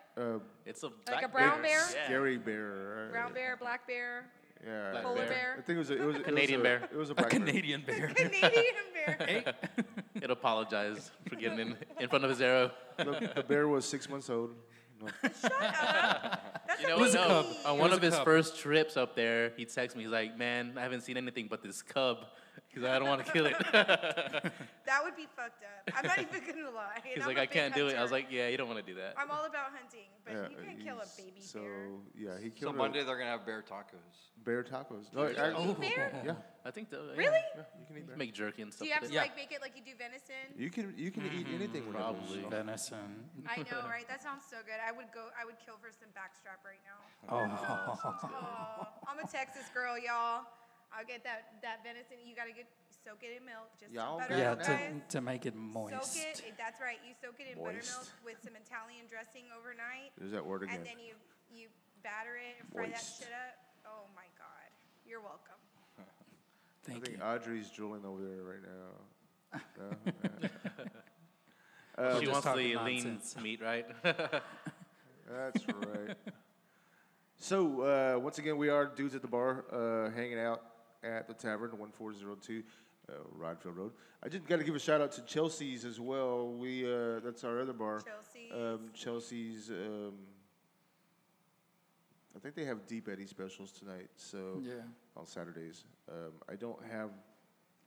G: It's a
C: Like a
G: black
C: brown bear?
G: Yeah.
A: Scary bear. right?
C: Brown bear, black bear, [LAUGHS]
A: Yeah.
G: Black
C: polar
G: bear.
C: bear,
A: I think it was a, it was, it was
G: Canadian
A: a,
G: bear.
A: It was a
B: A
A: black
B: Canadian
C: [LAUGHS]
B: bear.
C: Canadian
G: [LAUGHS]
C: bear.
B: Hey,
G: It apologized for getting in, in front of his arrow.
A: bear. Look, the bear was six months old.
C: [LAUGHS]
A: No.
G: You know,
B: It was
G: what?
B: a
G: No, Oh.
B: cub.
G: on
B: It
G: one
B: was
G: of
B: a
G: his
B: cub.
G: first trips up there, he texted me. He's like, "Man, I haven't seen anything but this cub because I don't want to kill it."
C: That would be fucked up. I'm not even gonna lie. And
G: [LAUGHS] [LAUGHS] He's
C: I'm
G: like,
C: a
G: "I
C: big
G: can't do it." I was
C: hunter.
G: like, "Yeah, you don't want to do that."
C: I'm all about hunting, but
A: Yeah,
C: you can't kill a
A: he's-
C: baby
A: So
C: bear.
A: yeah, he
F: So
A: killed
F: Monday they're gonna have bear tacos.
A: a bear tacos. No, I-
B: oh.
C: Bear?
A: yeah,
G: I think the,
C: Really?
A: yeah, you can eat bear.
G: make jerky and stuff.
C: Do you have
G: with
C: to
G: it.
B: Yeah.
C: like make it like you do venison?
A: You can you can eat anything with apples,
G: probably.
A: so.
B: Venison.
C: I
G: [LAUGHS]
C: know, right? That sounds so good. I would go. I would kill for some backstrap right now.
B: Oh,
C: Oh, I'm a Texas girl, y'all. I'll get that that venison. You gotta get soak it in milk, just some
A: Y'all
C: butter,
B: yeah,
C: guys.
B: to, to make it moist.
C: Soak it. That's right. You soak it in buttermilk
A: Moist.
C: with some Italian dressing overnight,
A: There's that word again.
C: and then you you batter it and fry
A: Moist.
C: that shit up. Oh my God, you're welcome.
A: I
B: Thank you.
A: [LAUGHS] Uh, think Audrey's drooling over there right now. No?
B: We're
G: she
B: just
G: wants the
B: talking
G: lean
B: nonsense.
G: meat, right? [LAUGHS]
A: That's [LAUGHS] right. so uh, once again, we are dudes at the bar, uh, hanging out at the tavern, one four zero two. Uh, Rodfield Road. I just got to give a shout out to Chelsea's as well. We uh, that's our other bar.
C: Chelsea's.
A: Um, Chelsea's. Um, I think they have deep Eddie specials tonight. So
B: Yeah.
A: on Saturdays, um, I don't have.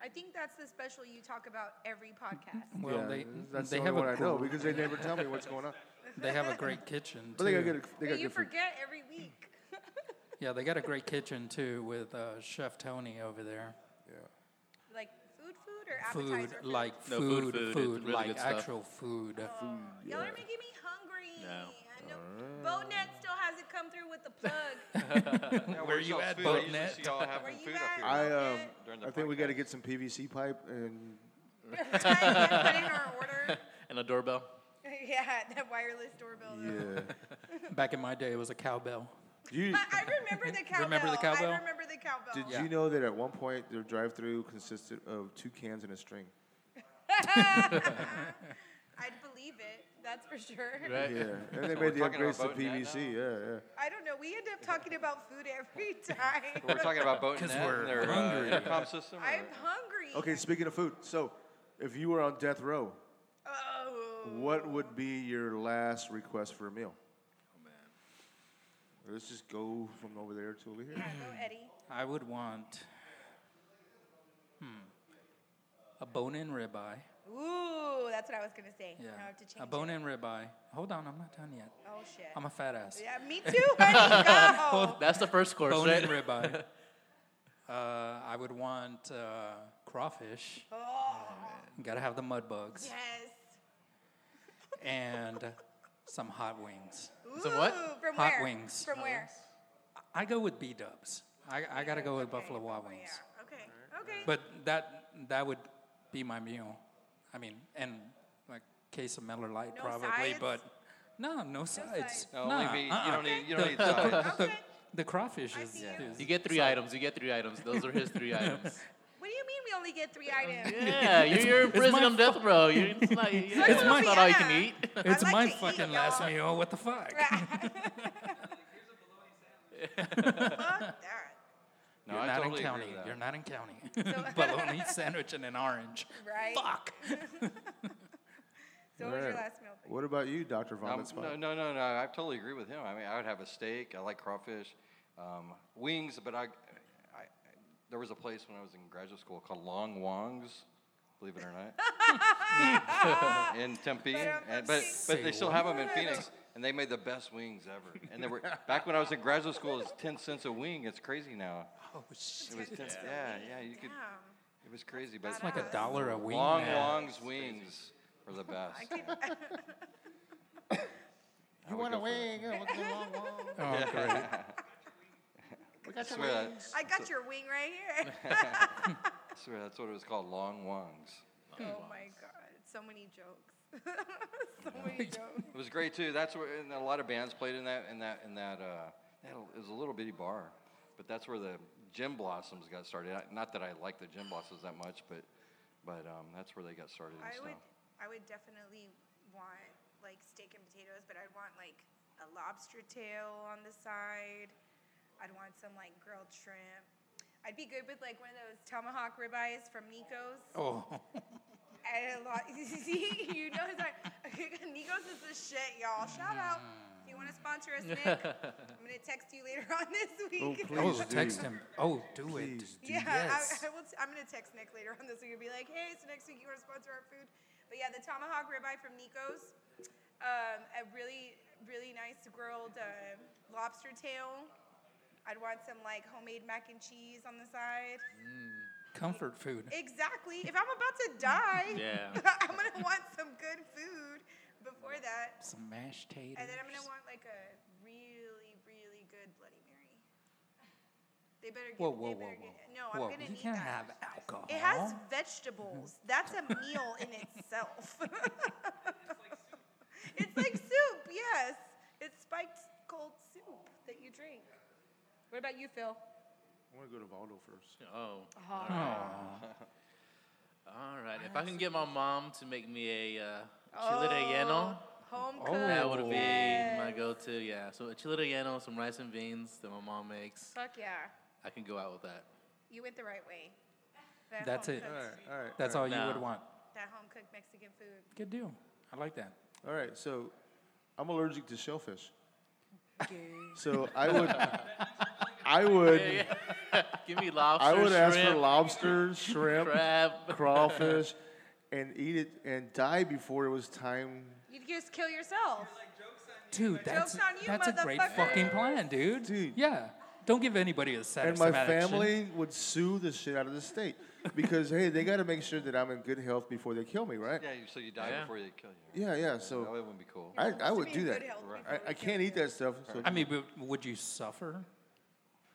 C: I think that's the special you talk about every podcast.
B: Well,
A: yeah,
B: they
A: that's
B: they
A: the
B: have
A: only
B: a
A: one I know
B: gr-
A: because they never tell me what's
B: [LAUGHS]
A: going on.
B: they have a great kitchen.
A: But they got
B: too.
A: good. [LAUGHS] They got
C: But you
A: good food.
C: forget every week.
B: Yeah, they got a great kitchen too with uh, Chef Tony over there.
A: Yeah.
C: Like food, food, or
B: Food
C: appetizer.
B: like
G: No,
B: food,
G: food,
B: food,
G: food, it's really
B: like
G: good stuff.
B: actual food.
C: Y'all are making me hungry.
G: No.
C: I know.
A: Uh.
C: Boatnet still hasn't come through with the
A: [LAUGHS]
C: plug.
F: Where
B: you at,
F: food? I usually
B: Boatnet?
F: see y'all [LAUGHS]
C: Where
F: having
C: you
F: food
C: at?
F: up
A: I um,
C: Okay.
F: During the
A: I think we got to
F: podcast.
A: get some PVC pipe and
C: Put in our
A: [LAUGHS]
C: order. [LAUGHS]
G: and a doorbell.
C: yeah, that wireless doorbell. though.
A: yeah.
B: Back in my day, it was a cowbell.
A: You,
F: [LAUGHS]
C: But I remember the cowbell.
B: [LAUGHS] Remember the cowbell?
C: I remember the cowbell.
A: did
B: Yeah.
A: you know that at one point their drive-through consisted of two cans and a
B: [LAUGHS]
A: string?
C: I'd believe it. That's for sure.
G: Right.
A: Yeah, and they
F: So we're
A: made the
F: talking
A: upgrades
F: about
A: to
F: voting that
A: PVC. Yeah, yeah.
C: I don't know. We end up talking about food every [LAUGHS]
F: We're
C: time.
F: talking about boat
B: [LAUGHS] 'Cause
F: net and
B: we're
F: their
B: hungry.
F: uh, intercom system.
C: [LAUGHS]
F: or-
C: I'm hungry.
A: Okay, speaking of food, so if you were on death row,
C: Oh.
A: what would be your last request for a meal? Oh man, let's just go from over there to over here.
C: Yeah, go, Eddie.
B: I would want hmm, a bone-in ribeye.
C: Ooh, that's what I was gonna say.
B: Yeah,
C: Now I have to change
B: a
C: it.
B: bone-in ribeye. Hold on, I'm not done yet.
C: Oh shit.
B: I'm a fat ass.
C: yeah,
B: [LAUGHS]
C: me too. Honey, go.
G: That's the first course,
B: Bone-in
G: right?
B: ribeye. Uh, I would want uh, crawfish.
C: Oh,
B: Gotta have the mud bugs
C: yes.
B: and some hot wings.
C: Ooh,
G: So what?
C: From
B: Hot
C: where?
B: wings.
C: From where?
B: I go with B Dubs. I, I gotta go with
C: Okay,
B: Oh, Buffalo Wild
C: from
B: Wings.
C: where? Okay.
B: [LAUGHS]
C: Okay.
B: But that that would be my meal. I mean, and a case of Miller Lite
C: No
B: probably,
C: sides?
B: but no, no sides.
C: sides.
F: No, only
B: Nah,
F: be- you
B: uh-uh.
F: don't need- you don't
B: The- [LAUGHS]
F: need
B: the-
F: sides.
B: The,
C: Okay.
B: the crawfish
C: I
B: is,
C: see you.
B: is-
G: You get three items. You get three items. Those are
B: [LAUGHS]
G: his three items.
C: what do you mean we only get three items?
G: Yeah, you're, you're in
B: it's
G: prison
B: my
G: on death row. You're, it's not,
B: [LAUGHS]
G: you-
C: Look
G: it's
C: what
G: not
C: we
G: all you
C: have.
G: can eat.
C: I
B: It's
C: like
B: my
C: to eat,
B: fucking
C: y'all.
B: last meal. What the fuck?
C: Fuck that.
F: No,
B: You're
F: I
B: not
F: totally
B: in
F: agree
B: county.
F: with that.
B: You're not in
C: [LAUGHS]
B: county. [LAUGHS] Bologna sandwich and an orange.
C: Right.
B: Fuck.
C: So what was your
A: Alright.
C: last meal?
A: What about you, Doctor
F: Um,
A: Vomit Spot?
F: no, no, no, no. I totally agree with him. I mean, I would have a steak. I like crawfish, um, wings. But I, I, there was a place when I was in graduate school called Long Wong's, believe it or not, in Tempe.
C: But I'm
F: And,
C: from
F: but but
B: Say
F: they still
B: what?
F: have them in Phoenix, and they made the best wings ever. And they were back when I was in graduate school. It was ten cents a wing. It's crazy now.
B: Oh shit.
F: It was 10, yeah, yeah. You could.
C: Damn.
F: It was crazy, but
B: Like a dollar a week.
F: Long
B: now.
F: Wong's wings were the best.
C: [LAUGHS]
B: [LAUGHS]
F: I would go for that.
B: Oh, great.
F: [LAUGHS] I swear that-
C: I got your wing right
F: [LAUGHS]
C: here.
F: I swear that's what it was called, long wongs.
C: oh my god, so many jokes. [LAUGHS] so
F: [LAUGHS]
C: many jokes.
F: It was great too. That's where and a lot of bands played in that in that in that. Uh, that it was a little bitty bar, but that's where the Jim Blossoms got started. I- Not that I like the Jim Blossoms that much, but but um, that's where they got started and
C: I
F: stuff.
C: would, I would definitely want like steak and potatoes, but I'd want like a lobster tail on the side. I'd want some like grilled shrimp. I'd be good with like one of those tomahawk ribeyes from Nico's.
B: Oh.
C: And a lot, [LAUGHS] see, you know, it's [LAUGHS] like, Nico's is the shit, y'all. Shout out. If you want to sponsor us, Nick, I'm going to text you later on this week.
A: please.
B: Oh,
A: do.
B: text him. Oh, do
A: Please
C: [LAUGHS]
B: it.
C: Yeah,
B: Yes.
C: I, I will t- I'm going to text Nick later on this week and be like, hey, so next week you want to sponsor our food? But yeah, the tomahawk ribeye from Nico's, um, a really, really nice grilled uh, lobster tail. I'd want some like homemade mac and cheese on the side.
B: Comfort food.
C: Exactly. If I'm about to die,
G: [LAUGHS]
B: [LAUGHS]
G: Yeah.
C: [LAUGHS] I'm gonna want some good food before that,
B: Some mashed potatoes.
C: and then I'm gonna want like a really, really good Bloody Mary. They better get.
B: Whoa, whoa,
C: they
B: whoa,
C: better
B: whoa.
C: Get, no, I'm
B: whoa.
C: gonna
B: you
C: need
B: can't
C: that.
B: have alcohol.
C: it has vegetables. That's a meal
B: [LAUGHS]
C: in itself. it's like soup. Yes, it's spiked cold soup that you drink. What about you, Phil?
A: I want to go to Valdo first.
G: Oh. All right. If I can get my mom to make me a uh, Chile relleno.
C: Home
B: Oh.
C: cooked.
G: That would be my
C: yes.
G: go-to. Yeah. So a chile relleno, some rice and beans that my mom makes.
C: Fuck yeah.
G: I can go out with that.
C: You went the right way.
B: That's
C: home
B: it.
C: cooked-
A: All right, all right.
B: That's all you
G: No.
B: would want.
C: That home cooked Mexican food.
B: Good deal. I like that.
A: All right, so I'm allergic to shellfish. So I would, I would,
G: Give me lobster,
A: I would ask for
G: shrimp,
A: lobster, shrimp,
G: crab.
A: crawfish, and eat it and die before it was time.
C: You just kill yourself.
B: Dude, that's
C: Joke's on you,
B: that's a great
C: motherfucker.
B: fucking plan, dude.
A: Dude.
B: Yeah. Don't give anybody a
A: And
B: satisfaction.
A: my family would sue the shit out of the state because hey, they got to make sure that I'm in good health before they kill me, right?
F: Yeah, you- so you die
G: Yeah.
F: before they kill you.
A: Yeah, yeah.
F: That
A: So
F: wouldn't be cool.
A: I, I
C: To
A: would
C: be
A: do
C: in
A: that.
C: good health before
A: I, I can't eat that stuff. So
B: I mean, but would you suffer?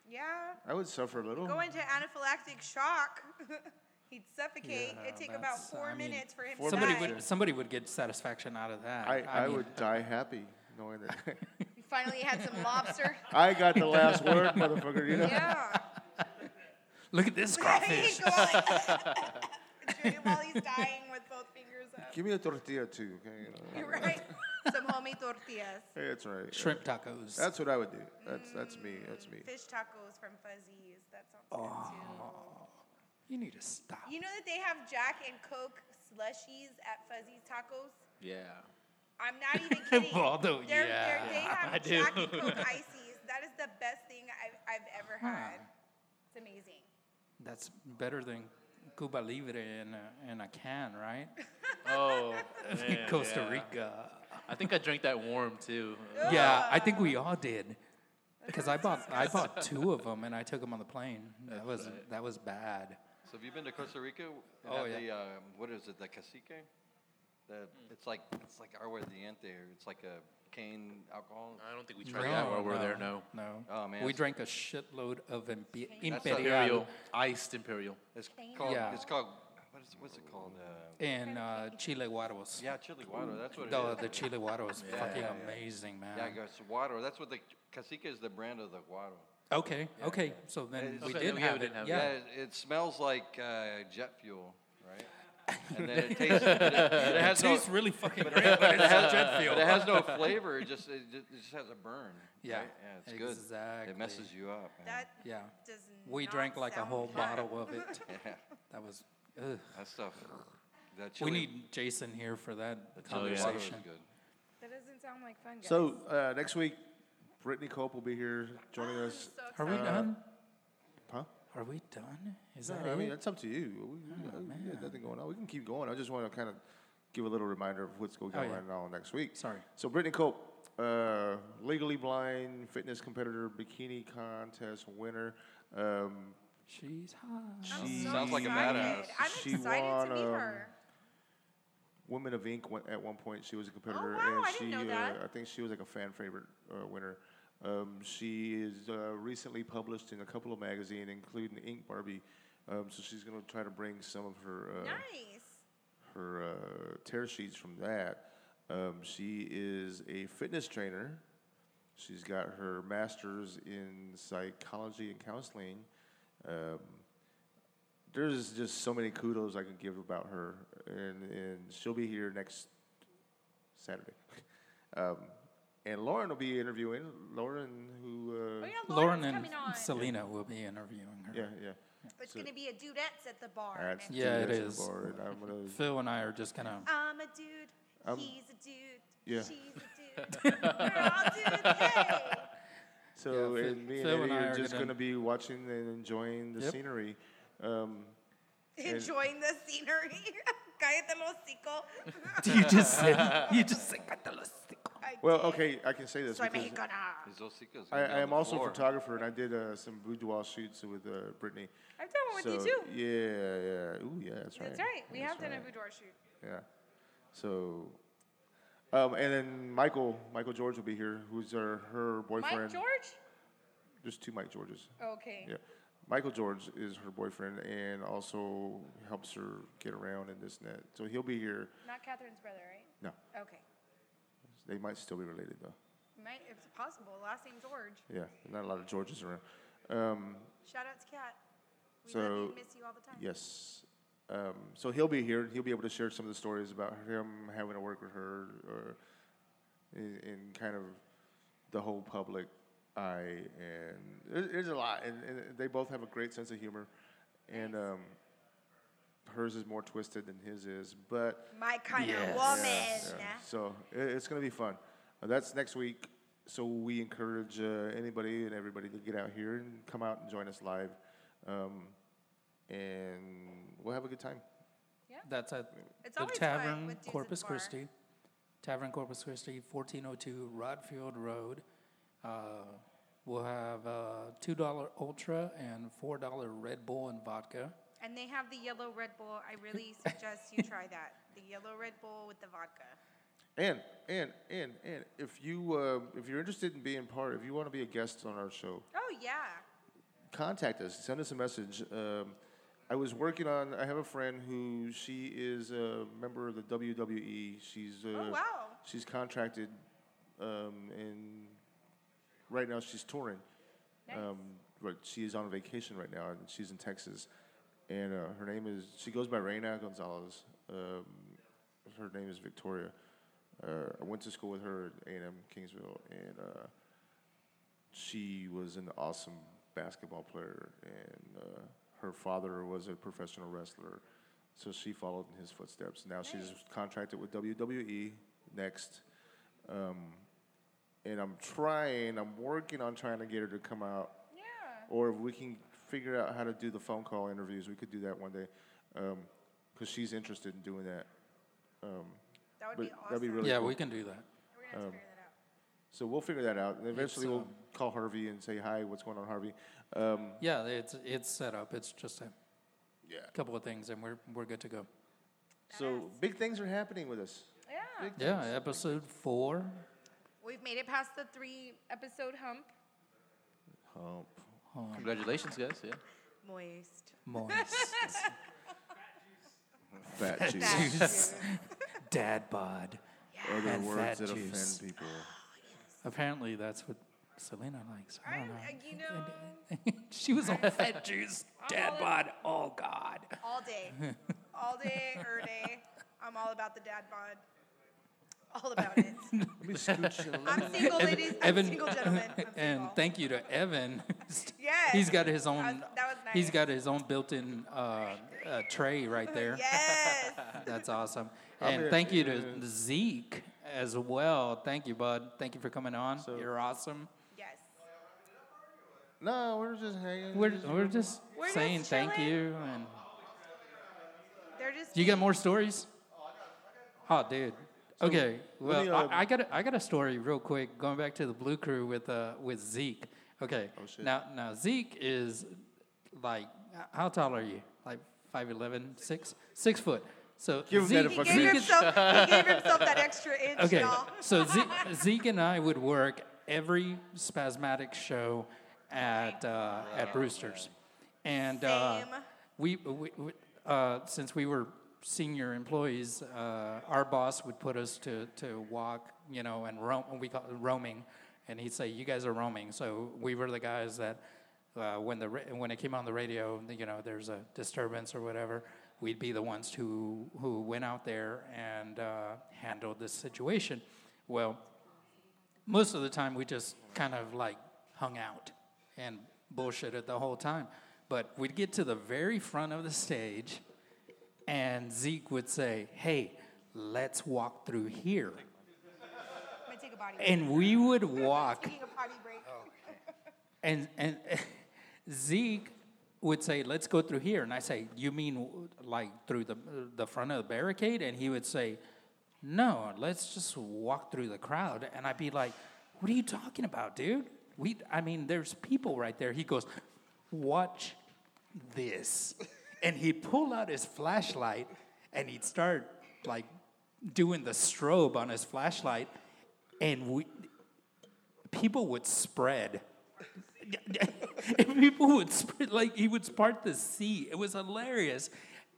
C: Yeah.
A: I would suffer a little.
C: Go into anaphylactic shock. [LAUGHS] He'd suffocate.
B: Yeah,
C: It'd take about
B: that's-
C: four
B: I mean,
C: minutes for him
A: four
C: to
B: Somebody
C: die.
B: would somebody would get satisfaction out of that.
A: I, I
B: mean, uh,
A: would die happy knowing that [LAUGHS]
C: You finally had some
B: [LAUGHS]
C: lobster.
A: I got the last word, motherfucker. You know.
C: Yeah.
B: Look
C: [LAUGHS]
B: at this
C: He'd
B: crawfish.
C: go all
B: [LAUGHS]
C: like Shoot him while he's dying with both fingers up.
A: Give me a tortilla too. Okay. You know.
C: You're right. Some homemade tortillas.
A: Hey, that's right.
B: Shrimp tacos.
A: That's what I would do. That's that's me. That's me.
C: Fish tacos from Fuzzies. That sounds good too.
B: you need to stop.
C: You know that they have Jack and Coke slushies at Fuzzies Tacos?
G: Yeah.
C: I'm not
G: [LAUGHS]
C: even kidding.
B: Waldo,
C: They're-
B: yeah.
C: they're- they
G: Yeah,
C: have
G: I do.
C: Jack and
G: [LAUGHS]
C: Coke ices. That is the best thing I've, I've ever had. It's amazing.
B: That's better than Cuba Libre in a, in a can, right?
G: Oh. man,
B: Costa
G: yeah.
B: Rica.
G: I think I drank that warm too.
B: Yeah, I think we all did. Because I bought I bought two of them and I took them on the plane. That was that was bad.
F: So have you been to Costa Rica? and
B: Oh,
F: had
B: yeah.
F: The, um, what is it? The cacique? The, it's like it's like agua de diente. or It's like a cane alcohol.
G: I don't think we tried that while we were there. No.
B: No.
F: Oh, man,
B: We
F: it's-
B: drank a shitload of impe-
F: That's a-
B: Imperial
G: Imperial, iced imperial.
F: It's
C: Cane
F: called.
B: Yeah.
F: It's called. What is, what's it called? Uh,
B: in uh, Chile Guaros.
F: yeah, chili guaro. That's what it
B: The,
F: is.
B: the Chile Guaro is fucking
F: yeah, yeah.
B: amazing, man.
F: yeah, it's guaro. That's what the cacique is. The brand of the guaro.
B: Okay, okay. So then
F: It's-
B: we
F: okay,
B: did
G: we
B: have
G: didn't
B: it.
G: have it.
B: yeah.
F: Yeah, it, it smells like uh, jet fuel, right? And then it tastes. but it, but it
B: [LAUGHS]
F: has no.
B: tastes really
F: [LAUGHS]
B: fucking great, but it's a jet fuel.
F: But it
B: [LAUGHS]
F: has no flavor. It just it just, it just has a burn.
B: Yeah,
F: right? yeah, it's good.
B: exactly.
F: It messes you up. man.
C: That
B: Yeah.
C: does
B: We
C: not
B: drank like a
C: sound
B: whole
C: fun.
B: bottle of it.
F: [LAUGHS] Yeah,
B: That was. Ugh.
F: that stuff. That
B: We
F: chili,
B: need Jason here for that
F: the chili water is
B: conversation.
F: good.
C: That doesn't sound like fun, guys.
A: So uh, next week, Brittany Cope will be here joining
C: I'm
A: us.
C: so
B: Are we
F: Uh,
C: excited.
B: done?
A: Huh?
B: Are we done? Is
A: No,
B: that
A: I
B: it? Oh,
A: mean that's up to you. We, we, we got nothing going on. We can keep going. I just want to kind of give a little reminder of what's going
B: Oh,
A: on
B: yeah.
A: right now next week.
B: Sorry.
A: So Brittany Cope, uh, legally blind fitness competitor, bikini contest winner. Um,
B: She's hot.
C: I'm
A: She-
C: so
F: Sounds like a
C: excited.
F: badass.
C: I'm
A: She
C: excited
A: won,
C: to meet
A: um,
C: her.
A: Women of Ink went, at one point she was a competitor,
C: Oh, wow,
A: and
C: I
A: she
C: didn't know that.
A: Uh, I think she was like a fan favorite uh, winner. Um, she is uh, recently published in a couple of magazines, including Ink Barbie. Um, so she's going to try to bring some of her uh,
C: Nice.
A: her uh, tear sheets from that. Um, she is a fitness trainer. She's got her master's in psychology and counseling. Um, there's just so many kudos I can give about her, and, and she'll be here next Saturday. [LAUGHS] um, and Lauren will be interviewing Lauren, who
C: Oh,
A: uh,
C: yeah,
B: Lauren
C: Lauren's
B: and
C: coming on.
B: Selena will be interviewing her.
A: yeah, yeah,
C: It's
A: So-
C: going to be a dudettes at the bar.
A: That's two
C: next-
B: Yeah, it
A: guys at the
B: is.
A: bar, and I'm gonna
B: Phil and I are just gonna.
C: I'm a dude.
A: I'm-
B: Um,
C: he's a dude.
A: Yeah.
C: She's a
B: [LAUGHS]
C: dude. We're all dudes. Hey.
A: So
B: Yeah, Phil-
A: and me and
B: Phil and
A: Eddie
B: I
A: are
B: are
A: just
B: gonna-
A: going to be watching and enjoying the
B: Yep.
A: scenery. Um,
C: Enjoying the scenery. [LAUGHS] Cállate el
A: [LAUGHS]
C: hocico.
B: [LAUGHS] you just said. You just said. "Catalystico."
C: I
A: well,
C: did.
A: okay, I can say this
C: Soy
A: because
C: Mexicana.
F: These hocicos
A: I,
F: gonna be on
A: I am
F: the
A: also
F: floor.
A: a photographer, and I did uh, some boudoir shoots with uh, Brittany.
C: I've done one with you
A: So,
C: too.
A: Yeah, yeah. Ooh, yeah, that's right.
C: That's right. We
A: That's
C: have done a
A: right.
C: boudoir shoot.
A: Yeah. So, um, and then Michael, Michael George will be here, who's our, her
C: Mike
A: boyfriend.
C: George?
A: There's two Mike Georges.
C: Okay.
A: Yeah. Michael George is her boyfriend and also helps her get around and this and that. So he'll be here.
C: Not Catherine's brother, right?
A: No,
C: Okay.
A: they might still be related though.
C: Might, it's possible. Last name George.
A: Yeah, not a lot of Georges around. Um,
C: Shout out to Kat. We
A: So-
C: love you and miss you all the time.
A: yes. Um, so he'll be here. He'll be able to share some of the stories about him having to work with her, or in, in kind of the whole public eye. And there, there's a lot, and, and they both have a great sense of humor. And um, hers is more twisted than his is, but
H: My kind
B: Yes.
H: of woman.
A: yeah. So it, it's going to be fun. Uh, that's next week. So we encourage uh, anybody and everybody to get out here and come out and join us live. Um, and we'll have a good time.
B: [LAUGHS] That's at
H: It's
B: the
H: always fun
B: Tavern
H: with dudes at
B: Corpus
H: the bar.
B: Christi. Tavern Corpus Christi, 1402 Rodfield Road. Uh, we'll have a $2 Ultra and $4 Red Bull and vodka.
H: And they have the yellow Red Bull. I
A: [LAUGHS]
H: really suggest you try that. The yellow Red Bull with the vodka.
A: And and and and if you uh, if you're interested in being part, if you want to be a guest on our show,
H: Oh yeah.
A: contact us. Send us a message. Um, I was working on. I have a friend who she is a member of the WWE. She's uh,
H: Oh wow.
A: She's contracted, um, and right now she's touring. Um, but she is on vacation right now, and she's in Texas. And uh, her name is she goes by Reina Gonzalez. Um, her name is Victoria. Uh, I went to school with her at A&M Kingsville, and uh, she was an awesome basketball player, and uh, her father was a professional wrestler, so she followed in his footsteps. Now she's contracted with WWE next, um, and I'm trying, I'm working on trying to get her to come out,
C: Yeah.
A: or if we can figure out how to do the phone call interviews, we could do that one day, because she's interested in doing that.
H: That would
A: But
H: be awesome.
A: that'd be really um,
B: yeah,
A: cool.
B: we can do that.
H: We're gonna have to figure that out.
A: So we'll figure that out, and eventually we'll
B: um,
A: call Harvey and say hi. What's going on, Harvey? Um,
B: Yeah, it's it's set up. It's just a
A: Yeah.
B: couple of things, and we're we're good to go.
A: So big things are happening with us.
C: Yeah.
A: Big
B: Yeah,
A: things.
B: episode four.
C: We've made it past the three episode hump.
A: Hump.
G: Congratulations, guys. Yeah.
B: [LAUGHS]
H: Moist.
B: Moist
A: Fat juice.
B: juice, dad bod.
A: Other
B: And fat
A: words that
B: juice.
A: offend people.
B: Apparently, that's what Selena likes. I
H: I,
B: don't know.
H: I- you know,
B: [LAUGHS] she was on fat juice, dad bod. Oh God.
H: all
B: [LAUGHS]
H: day, all day, er day. I'm all about the dad bod. All
B: [LAUGHS]
H: about it.
A: Let me scooch you a little.
H: I'm single, ladies. I'm
B: Evan-
H: single, gentlemen. I'm
B: And
H: single.
B: thank you to Evan.
H: Yes.
B: He's got his own.
H: That was- that was
B: He's
H: nice.
B: got his own built-in uh, uh, tray right there.
H: yes.
B: That's awesome.
A: I'm
B: And
A: in.
B: thank you to Zeke as well. Thank you, bud. Thank you for coming on.
A: So-
B: You're awesome.
H: Yes.
A: [LAUGHS] No, we're just hanging.
B: We're, we're just
H: We're just
B: saying thank
H: chilling.
B: you. And
H: They're just.
B: do you got more stories? Oh, dude. Okay. Well,
A: me, um,
B: I, I got a, I got a story real quick. Going back to the Blue Crew with uh with Zeke. Okay.
A: Oh, shit.
B: Now now Zeke is like h- how tall are you? Like 5'11", 6, six foot. So
A: Give him that
B: Zeke,
A: a
H: He
A: fucking
H: gave,
A: Zeke
B: Zeke
A: is-
H: himself, he gave himself that extra inch,
B: Okay,
H: y'all.
B: so Zeke, Zeke and I would work every spasmatic show at uh, at Brewster's, and uh,
H: Same.
B: we, we, we uh, since we were senior employees, uh, our boss would put us to, to walk, you know, and roam. We call it roaming, and he'd say, "You guys are roaming." So we were the guys that. Uh, when the ra- when it came on the radio, you know, there's a disturbance or whatever, we'd be the ones who who went out there and uh, handled this situation. Well, most of the time we just kind of like hung out and bullshitted the whole time. But we'd get to the very front of the stage, and Zeke would say, "Hey, let's walk through here,"
H: I'm gonna take a body. break.
B: and Oh. we would walk
H: Taking a potty break.
B: and and [LAUGHS] Zeke would say, "Let's go through here," and I say, "You mean like through the the front of the barricade?" And he would say, "No, let's just walk through the crowd." And I'd be like, "What are you talking about, dude? We, I mean, there's people right there." He goes, "Watch this," [LAUGHS] and he'd pull out his flashlight and he'd start like doing the strobe on his flashlight, and we people would spread. And people would spread, like he would part the sea. It was hilarious,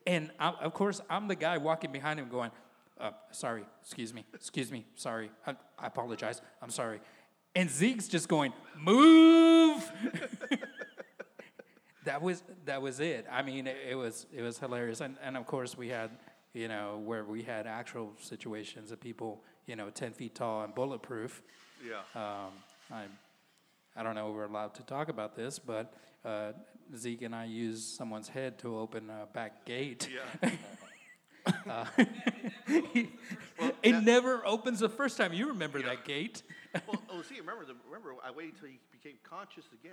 B: and I, of course I'm the guy walking behind him, going, uh, "Sorry, excuse me, excuse me, sorry, I, I apologize, I'm sorry." And Zeke's just going, "Move." [LAUGHS] that was that was it. I mean, it, it was it was hilarious, and and of course we had you know where we had actual situations of people you know ten feet tall and bulletproof.
D: Yeah.
B: Um, I I don't know if we're allowed to talk about this, but uh, Zeke and I used someone's head to open a back gate. [LAUGHS] Uh,
D: Yeah. [LAUGHS]
B: [LAUGHS] It
D: that-
B: never opens the first time. You remember that gate?
D: [LAUGHS] well, oh, see, remember, the, remember, I waited until he became conscious again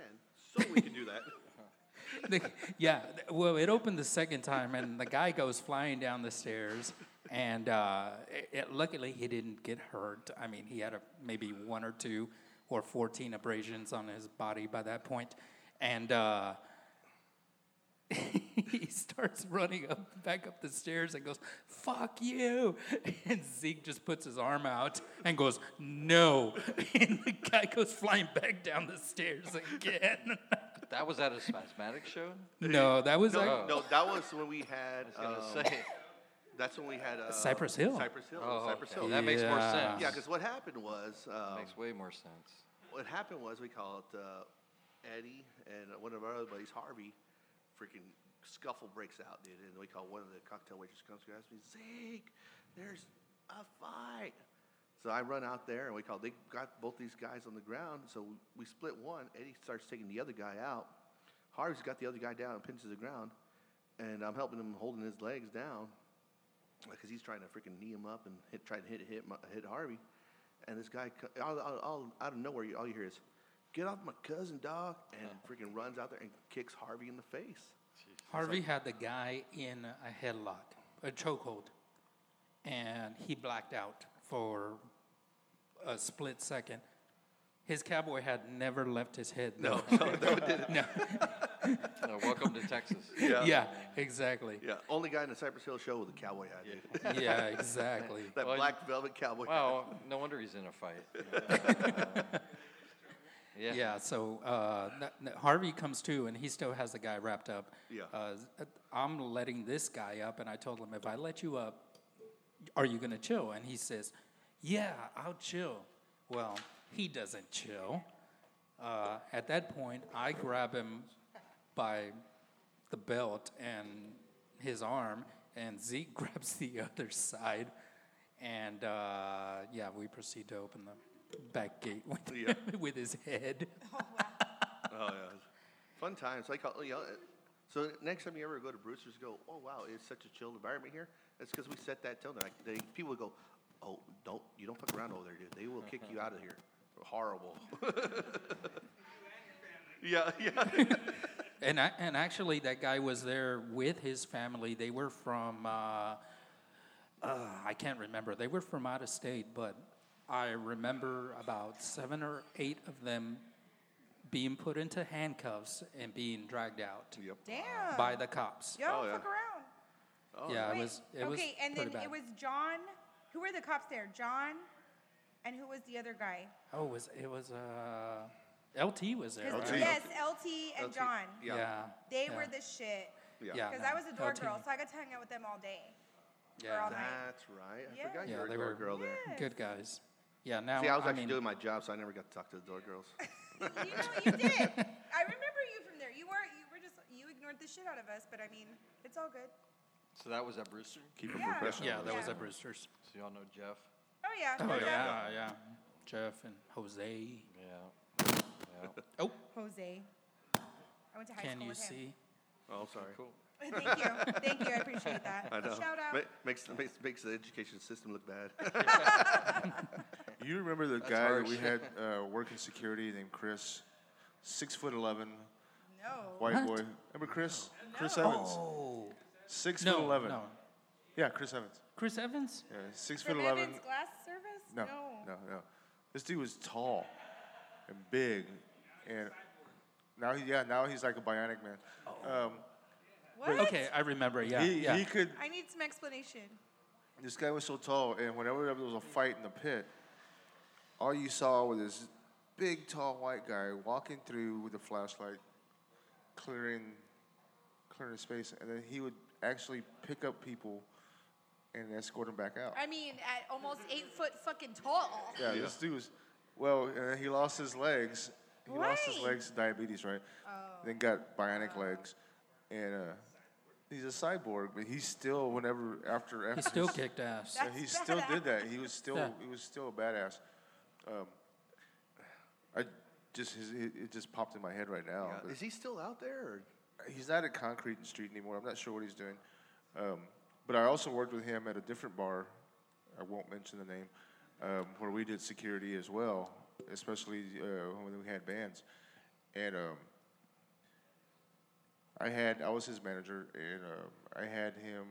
D: so we could
B: [LAUGHS]
D: do that.
B: The- yeah. th- Well, it opened the second time, and the guy goes flying down the stairs. And uh, it, it- luckily, he didn't get hurt. I mean, he had a, maybe one or two or 14 abrasions on his body by that point. And uh, [LAUGHS] he starts running up back up the stairs and goes, "Fuck you!" And Zeke just puts his arm out and goes, "No!" [LAUGHS] And the guy goes flying back down the stairs again. [LAUGHS]
F: That was at a spasmatic show?
B: no, that was
D: No,
B: like,
D: no, that was when we had.
F: I was
D: um,
B: [LAUGHS]
F: going to say.
D: That's when we had uh,
B: Cypress Hill.
D: Cypress Hill.
F: Oh,
D: Cypress
F: okay.
D: Hill.
F: That makes more
B: Yeah.
F: sense.
D: Yeah, because what happened was, um,
F: makes way more sense.
D: what happened was we called uh, Eddie and one of our other buddies, Harvey. Freaking scuffle breaks out, dude, and we call one of the cocktail waitresses comes grabs me, Zeke, there's a fight. So I run out there and we call. They got both these guys on the ground, so we, we split one. Eddie starts taking the other guy out. Harvey's got the other guy down and pins to the ground, and I'm helping him holding his legs down because he's trying to freaking knee him up and hit, try to hit hit my, hit Harvey, and this guy co- all, all, all out of nowhere, you- all you hear is, "Get off my cousin, dog!" and freaking runs out there and kicks Harvey in the face.
B: Harvey had the guy in a headlock, a chokehold, and he blacked out for a split second. His cowboy had never left his head. No, [LAUGHS]
F: Uh, welcome to Texas.
B: [LAUGHS] yeah. exactly.
D: Yeah, only guy in the Cypress Hill show with a cowboy hat. dude.
B: Yeah, exactly.
D: [LAUGHS] that
F: Well,
D: black velvet cowboy. hat.
F: Wow, no wonder he's in a fight. Uh, yeah.
B: [LAUGHS] Yeah, so uh, n- n- Harvey comes to and he still has the guy wrapped up.
D: Yeah.
B: Uh, z- I'm letting this guy up, and I told him, if I let you up, are you going to chill? And he says, yeah, I'll chill. Well, he doesn't chill. Uh, at that point, I grab him by the belt and his arm, and Zeke [LAUGHS] grabs the other side. And uh, yeah, we proceed to open the back gate with, [LAUGHS] with his head.
D: Oh yeah, fun times. Like uh, you know, uh, so next time you ever go to Brewster's, go. Oh wow, it's such a chilled environment here. That's because we set that tone. Like they, people go, oh don't you don't fuck around over there, dude. They will kick you out of here. [LAUGHS] Horrible. yeah, yeah.
B: And I, and actually, that guy was there with his family. They were from uh, uh, I can't remember. They were from out of state, but I remember about seven or eight of them being put into handcuffs and being dragged out
D: Yep.
H: Damn.
B: by the cops.
H: Yo,
D: Oh, yeah.
H: fuck around.
B: yeah, it
H: Wait,
B: was it
H: okay,
B: was
H: and then
B: pretty bad.
H: it was John. Who were the cops there? John, and who was the other guy?
B: oh, it was it was uh, LT was there?
H: 'Cause-
B: right?
H: Yes, LT and
D: LT.
H: John.
D: Yeah.
B: yeah,
H: They
B: yeah.
H: were the shit.
D: Yeah.
B: Yeah,
H: Because
B: no,
H: I was a door
B: LT.
H: girl, so I got to hang out with them all day.
B: [LAUGHS] Yeah.
H: all night.
D: That's right. I
H: Yeah.
D: forgot you
B: Yeah,
D: were a
B: they
D: door
B: were-
D: girl there.
B: Good guys. Yeah, now
D: See, I was actually
B: mean,
D: doing my job, so I never got to talk to the door
B: [LAUGHS]
D: girls.
H: You know, you did. I remember you from there. You were, you were just, you ignored the shit out of us, but I mean, it's all good.
F: So that was at Brewster.
A: Keep them
H: Yeah.
A: professional.
B: yeah, that was
H: Yeah.
B: at Brewster's.
F: So y'all know Jeff.
H: Oh yeah.
B: Oh
H: no doubt.
B: yeah, yeah. Jeff and Jose.
F: Yeah. yeah.
B: Oh,
H: Jose. I went to high
B: can
H: school
B: you
H: with him.
B: see?
D: Oh, sorry.
F: Cool.
H: [LAUGHS] Thank you. Thank you. I
B: [LAUGHS]
H: appreciate that.
D: I know.
H: Shout out.
D: Ma- makes, makes makes the education system
B: [LAUGHS]
D: look bad.
A: You remember the guy that we had
F: harsh.
A: uh, working security named Chris, six foot eleven,
H: no.
A: white
B: What?
A: boy. Remember Chris? Chris Evans,
B: Oh,
A: six
B: no,
A: foot eleven.
B: no.
A: Yeah, Chris Evans.
B: Chris Evans?
A: Yeah, six
H: From
A: foot eleven.
H: Evans Glass Service?
A: No, no, no. This dude was tall and big, and now he yeah now he's like a bionic man. Um,
H: What?
B: Okay, I remember. Oh. Yeah,
A: he
B: yeah.
A: he could.
H: I need some explanation.
A: This guy was so tall, and whenever there was a fight in the pit, all you saw was this big tall white guy walking through with a flashlight, clearing clearing space, and then he would actually pick up people and escort them back out.
H: I mean, at almost eight foot fucking tall.
A: Yeah, this dude was well, and then he lost his legs. He lost his
H: Why?
A: legs to diabetes, right? Then got bionic legs, and uh, he's a cyborg. But he's still, whenever after after
B: He still
A: his-
B: kicked ass.
A: yeah, he still did that. He was still
B: Yeah.
A: he was still a badass. Um, I just his, it, it just popped in my head right now.
D: Yeah.
A: but-
D: Is he still out there? Or?
A: he's not at Concrete and Street anymore. I'm not sure what he's doing. Um, but I also worked with him at a different bar. I won't mention the name, um, where we did security as well, especially uh, when we had bands. And um, I had I was his manager, and um, I had him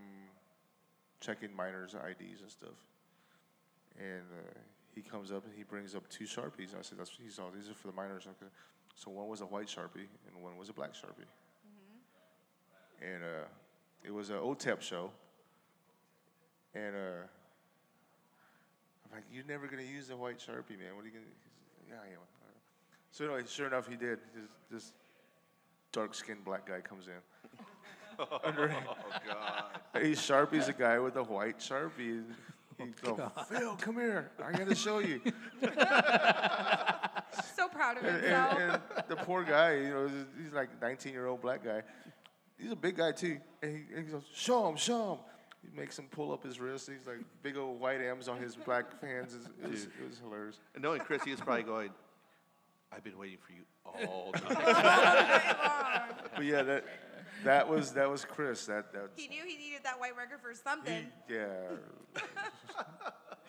A: checking minors' IDs and stuff. And uh, he comes up and he brings up two sharpies. And I said, "That's he's all. These are for the minors." Okay. So one was a white sharpie and one was a black sharpie and uh, it was an OTEP E show. And uh, I'm like, you're never gonna use a white sharpie, man. What are you gonna? He's, yeah, I am. So anyway, sure enough, he did. This, this dark-skinned black guy comes in. Under, he sharpies a guy with a white sharpie. He goes, Phil, come here. I gotta show you.
H: So proud of
A: And,
H: himself.
B: [LAUGHS]
A: and, and the poor guy, you know, he's- he's like 19 year old black guy. He's a big guy too. And he, and he goes, show him, show him. He makes him pull up his wrist. He's like big old white M's on his black [LAUGHS] hands. It's- It was, it was hilarious.
D: And knowing Chris, he was probably going, I've been waiting for you all night.
A: But yeah, that that was that was Chris. That that
H: He knew he needed that white record for
A: he,
H: something.
A: yeah.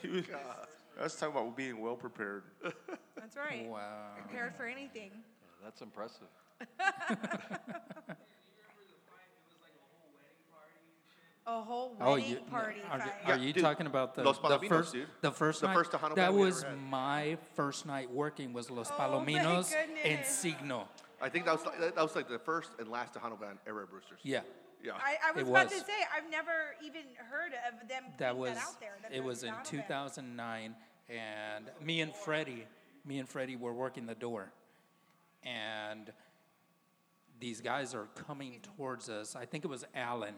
A: he was, I was talking about being well prepared.
H: That's right.
B: Oh, Wow.
H: Prepared for anything.
F: That's impressive.
H: A whole
B: Oh,
H: wedding
B: you,
H: party
B: are,
H: fight.
B: are
D: Yeah,
B: you
D: dude,
B: talking about the,
D: Los
B: the
D: Palominos,
B: first
D: dude.
B: the first
D: The
B: night?
D: first Tejano
B: that
D: wedding we
B: was
D: ever had.
B: my first night working was Los
H: Oh, my
B: Palominos and
H: goodness.
B: Signo.
D: I think that was, like, that was like the first and last Tejano band ever at Brewster's.
B: Yeah,
D: Yeah.
H: I, I was
B: It
H: about
B: was.
H: to say I've never even heard of them
B: that
H: putting
B: was
H: that out there. that
B: it
H: they're
B: was in
H: Tejano band.
B: 2009, and me and Freddie, me and Freddie were working the door, and these guys are coming towards us. I think it was Alan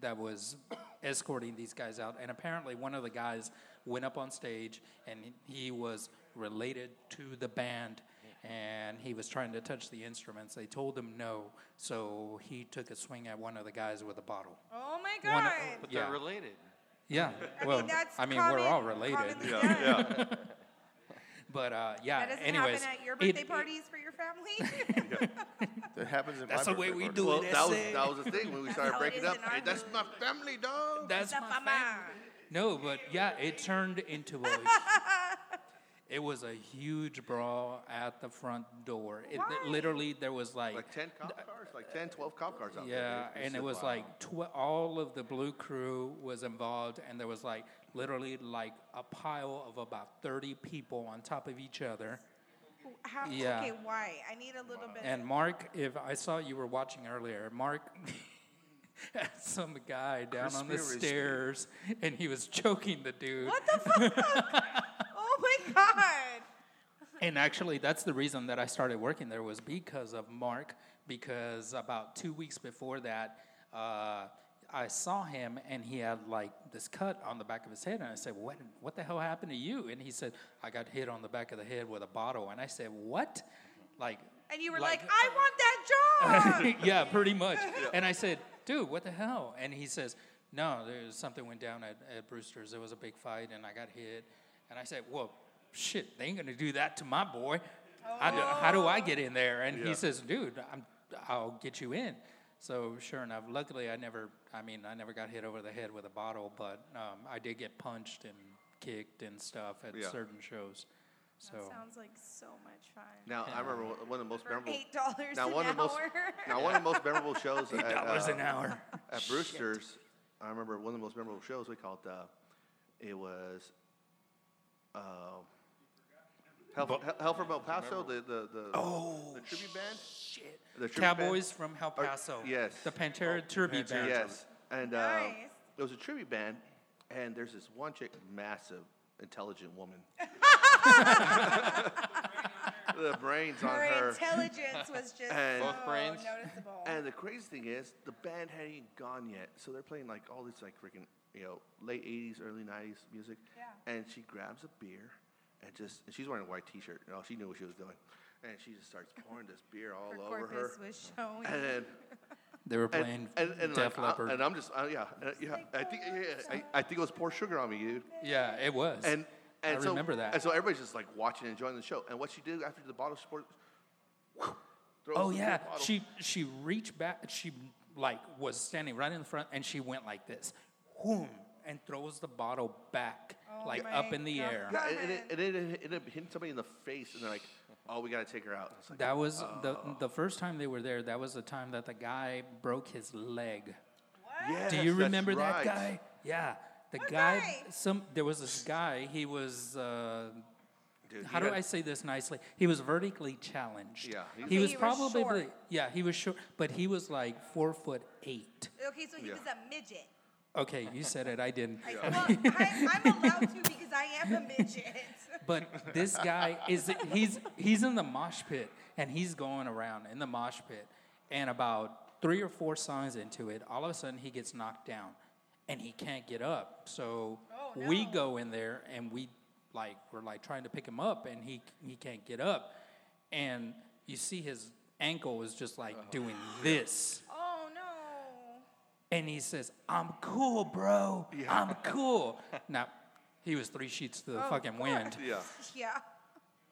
B: that was escorting these guys out. And apparently, one of the guys went up on stage and he was related to the band and he was trying to touch the instruments. They told him no, so he took a swing at one of the guys with a bottle.
H: Oh my
B: One-
H: god.
F: But
B: yeah.
F: they're related.
B: Yeah.
H: [LAUGHS] I
B: well,
H: mean, that's
B: I mean,
H: common-
B: we're all related.
H: commonly done.
B: But uh, yeah.
H: That doesn't
B: anyways,
H: happen at your
B: it-
H: birthday
B: it-
H: parties for your family.
A: That happens in
B: That's
A: my
B: the way
A: birthday
B: we
A: party.
B: do
D: Well,
B: it.
D: that was,
B: Ese.
D: that was the thing when we started
H: how it
D: breaking
H: is
D: up.
H: in our
D: Hey, that's
H: hood.
D: my family,
B: [LAUGHS]
D: dog.
B: That's
H: Esa
B: my
H: fama.
B: family. No, but yeah, it turned into
H: [LAUGHS]
B: a. it was a huge brawl at the front door. It,
H: Why?
B: literally, there was like.
D: Like 10 cop cars, like 10, 12 cop cars out
B: yeah,
D: there.
B: and it
D: just
B: was
D: wild.
B: like tw- all of the blue crew was involved, and there was like literally like a pile of about 30 people on top of each other.
H: How,
B: Yeah.
H: Okay, why? I need a little bit.
B: And Mark, if I saw you were watching earlier, Mark [LAUGHS] had some guy down on the
A: Crispy Rispy.
B: stairs, and he was choking the dude.
H: what the fuck? oh my god.
B: And actually, that's the reason that I started working there was because of Mark. Because about two weeks before that, uh, I saw him and he had like this cut on the back of his head, and I said, "What? What the hell happened to you?" And he said, "I got hit on the back of the head with a bottle." And I said, "What?" Like.
H: And you were like, I want that job.
B: yeah, pretty much. And I said, dude, what the hell? And he says, no, there's something went down at, at Brewster's. There was a big fight, and I got hit. And I said, well, shit, they ain't gonna do that to my boy. I do- how do I get in there? And he says, dude, I'm, I'll get you in. So sure enough, luckily I never, I mean, I never got hit over the head with a bottle, but um, I did get punched and kicked and stuff at
D: Yeah.
B: certain shows. [LAUGHS] So
H: That sounds like so much fun.
D: Now, I remember one- one of the most
H: For
D: memorable.
H: eight dollars
D: Now,
H: an
D: one
H: hour.
D: of the most, now, one of the most memorable shows at,
B: [LAUGHS] dollars
D: uh,
B: an hour.
D: at Brewster's, I remember one of the most memorable shows we called. Uh, it was uh, Hell, Hell, Hell from El Paso, the the the, the tribute band,
B: Shit.
D: the tribute band.
B: Cowboys from El
D: Or-
B: Paso.
D: yes.
B: The Oh, Pantera Tribute Band.
D: Yes, and uh,
H: Nice.
D: it was a tribute band, and there's this one chick, massive, intelligent woman.
H: [LAUGHS]
D: the brains on
H: Her
D: her.
H: intelligence was just
D: And-
H: so
F: Both brains.
H: noticeable.
D: And the crazy thing is, the band hadn't even gone yet, so they're playing like all this like freaking you know late '80s, early '90s music.
H: Yeah.
D: And she grabs a beer and just and she's wearing a white T-shirt. You know, she knew what she was doing, and she just starts pouring this beer all
C: Her
D: over
C: corpus
D: her.
C: was showing.
D: and then,
B: They were
D: and,
B: playing
D: and, and,
B: Def
D: like, I-
B: Leppard.
D: and I'm just uh, yeah uh, yeah I think yeah, I,
C: oh,
D: I think it was pour sugar on me, dude.
B: yeah, it was.
D: And and
B: I
D: so,
B: remember that.
D: And so everybody's just like watching and enjoying the show. And what she did after the bottle sport, throws
B: oh
D: the
B: yeah,
D: bottle-
B: she she reached back. She like was standing right in the front, and she went like this, whoom, and throws the bottle back like
C: my
B: up in the air.
D: Yeah, and it, and it, and it hit somebody in the face, and they're like, "Oh, we gotta take her out." It's like,
B: That was the the first time they were there. That was the time that the guy broke his leg.
D: yes,
B: Do you
D: that's
B: remember that
D: right.
B: guy? Yeah, the guy, Some there was this guy. He was. Uh,
D: Dude,
B: how
D: he
B: do
D: had-
B: I say this nicely? He was vertically challenged.
D: Yeah, he's-
B: he
C: Okay,
B: was
C: he was
B: probably
C: short.
B: the- yeah he was short, but he was like four foot eight.
H: Okay, so he
D: Yeah.
H: was a midget.
B: Okay, you said it. I didn't.
H: I, Well, I, I'm allowed to because I am a midget. [LAUGHS]
B: But this guy is he's he's in the mosh pit and he's going around in the mosh pit and about three or four songs into it, all of a sudden he gets knocked down and he can't get up. So
H: Oh,
B: we
H: no.
B: go in there and we like we're like trying to pick him up and he he can't get up. And you see his ankle is just like doing this.
H: Oh no.
B: And he says, I'm cool, bro. I'm cool. now he was three sheets to the
H: Oh,
B: fucking wind
D: Yeah,
H: [LAUGHS] Yeah.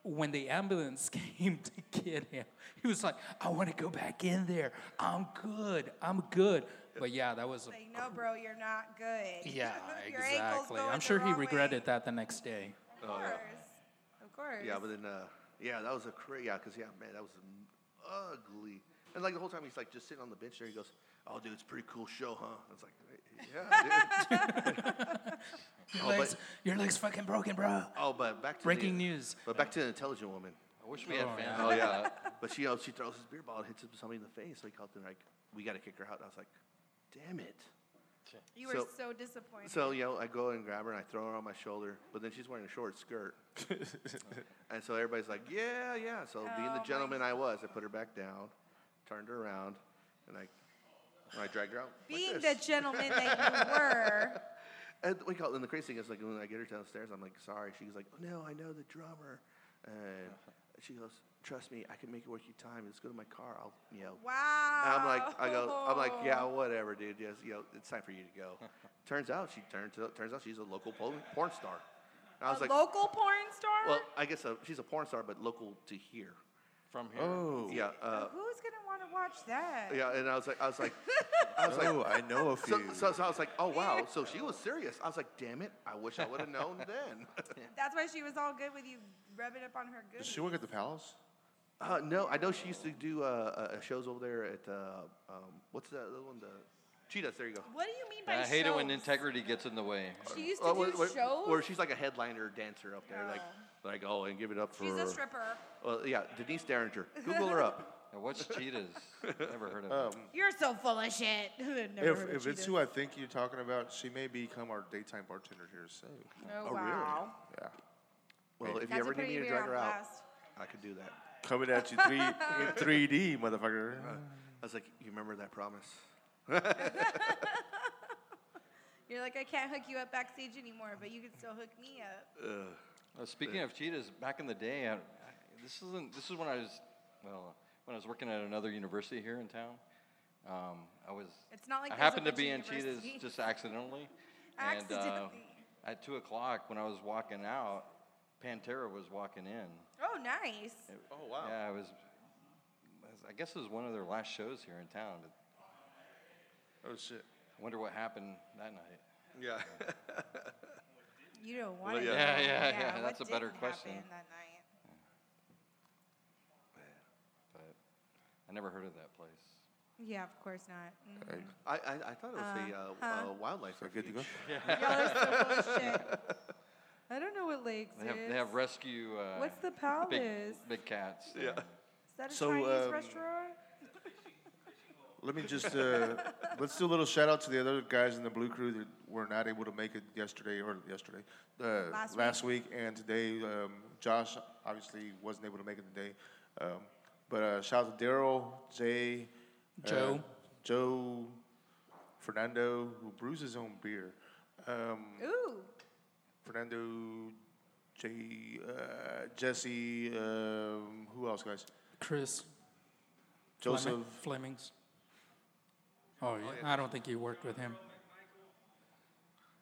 B: when the ambulance [LAUGHS] came to get him, he was like, I want to go back in there. I'm good. I'm good. But yeah, that was,
H: Like, no, bro, you're not good.
C: [LAUGHS]
B: [LAUGHS] yeah,
H: [LAUGHS] Your ankle's
B: exactly.
H: going
B: I'm
H: the
B: sure he
H: wrong way.
B: regretted that the next day.
H: Of course. Of course.
D: yeah, but then uh, yeah, that was a cra- yeah, cause yeah, man, that was ugly. And like the whole time he's like just sitting on the bench there. He goes, "Oh, dude, it's a pretty cool show, huh?" It's like, yeah, dude.
B: [LAUGHS] Your,
D: Oh, but-
B: leg's, your leg's fucking broken, bro.
D: Oh, but back to
B: Breaking
D: the,
B: news.
D: But back to the intelligent woman.
F: I wish we had
B: Oh,
F: fans.
B: yeah.
F: like that.
D: But she, you know, she throws his beer ball and hits somebody in the face. So he called them like, "We gotta kick her out." And I was like, "Damn it."
C: You were
D: So-
C: so, disappointed.
D: So you know, I go and grab her and I throw her on my shoulder, but then she's wearing a short skirt, and so everybody's like, "Yeah, yeah." So being
H: Oh,
D: the gentleman I was, I put her back down, turned her around, and I, and I dragged her out. like
H: Being
D: this.
H: the gentleman that
D: [LAUGHS]
H: you were,
D: And we call and the crazy thing is like when I get her downstairs, I'm like, sorry. She goes like, no, I know the drummer. And she goes, trust me, I can make it work your time. Let's go to my car. I'll you know.
H: wow.
D: And I'm like, I go, I'm like, yeah, whatever, dude. Yes, you know, it's time for you
H: [LAUGHS]
D: to go. turns out she turns turns out she's a local porn, porn star. And I was
H: a
D: like,
H: local porn star?
D: well, I guess uh she's a porn star, but local to here.
F: From here.
D: Yeah, uh,
H: Who's gonna want to watch that?
D: yeah. And I was like, I was like, I was like,
A: Oh, I know a
D: so,
A: few.
D: so, so I was like, oh wow. So she was serious. I was like, damn it, I wish I would
H: [LAUGHS]
D: have known then. [LAUGHS]
H: That's why she was all good with you rubbing up on her good.
A: Does she work at the palace?
D: Uh, no, I know she used to do uh, uh, shows over there at uh, um, what's that other one? The Cheetahs. There you go.
C: what do you mean by
F: I hate it when
C: shows?
F: integrity gets in the way.
C: She used to
D: Uh,
C: do
D: where, where-
C: shows.
D: where she's like a headliner dancer up there, like like oh, and give it up for.
H: She's a stripper.
D: Well, yeah, Denise Derringer. Google her
H: [LAUGHS]
D: up.
F: Now, what's
B: [LAUGHS]
F: cheetahs? Never heard
B: Oh,
F: of it.
C: You're so full of shit.
H: [LAUGHS]
C: Never heard
A: If,
C: of
A: if
C: you
A: it's
C: do-
A: who I think you're talking about, she may become our daytime bartender here soon.
C: oh,
D: really?
C: wow.
A: Yeah.
D: Well, if
H: That's
D: you ever
H: a pretty
D: need me to
H: beer
D: drag
H: on
D: her out,
H: blast.
D: I could do that.
A: Coming at you three in three D, motherfucker.
D: I was like, you remember that promise?
H: You're like, I can't hook you up backstage anymore, but you can still hook me up.
F: Uh, speaking of cheetahs, back in the day, I, I, this isn't. This is when I was, well, when I was working at another university here in town. Um, I was.
H: It's not like
F: I
H: there's a
F: happened to
H: bunch
F: be
H: of
F: in cheetahs
H: universities.
F: just accidentally. And, uh,
H: Accidentally.
F: at two o'clock, when I was walking out, Pantera was walking in.
H: [LAUGHS] Oh, nice.
D: Oh wow.
F: Yeah, I was. I was- I guess it was one of their last shows here in town. But
A: Oh shit.
F: I wonder what happened that night.
D: Yeah.
H: You don't want
D: Well,
H: to
D: yeah.
H: know.
F: Yeah, yeah, yeah,
H: what
F: that's a better
H: didn't
F: question.
H: happen That night?
F: But I never heard of that place.
H: Yeah, of course [LAUGHS] not. Mm.
D: I, I, I thought it was a uh, uh, wildlife.
A: So good to go.
D: refuge.
H: Y'all are so full of Mm, shit. I don't know what lakes
F: They have
H: is.
F: they have rescue. Uh,
H: What's the
F: big,
H: palace?
F: big cats?
D: Yeah.
F: and-
H: Is that a
A: So,
H: Chinese
A: um,
H: restaurant?
A: Let me just uh, let's do a little shout out to the other guys in the blue crew that were not able to make it yesterday or yesterday, uh,
H: Last
A: week. and today. Um, Josh obviously wasn't able to make it today, um, but uh, shout out to Daryl, Jay, uh,
B: Joe.
A: Joe, Fernando who brews his own beer, um,
H: Ooh,
A: Fernando Jay, uh, Jesse, um, who else, guys?
B: Chris Fleming-
A: Joseph.
B: Flemings. Oh, yeah. I don't think you worked with him.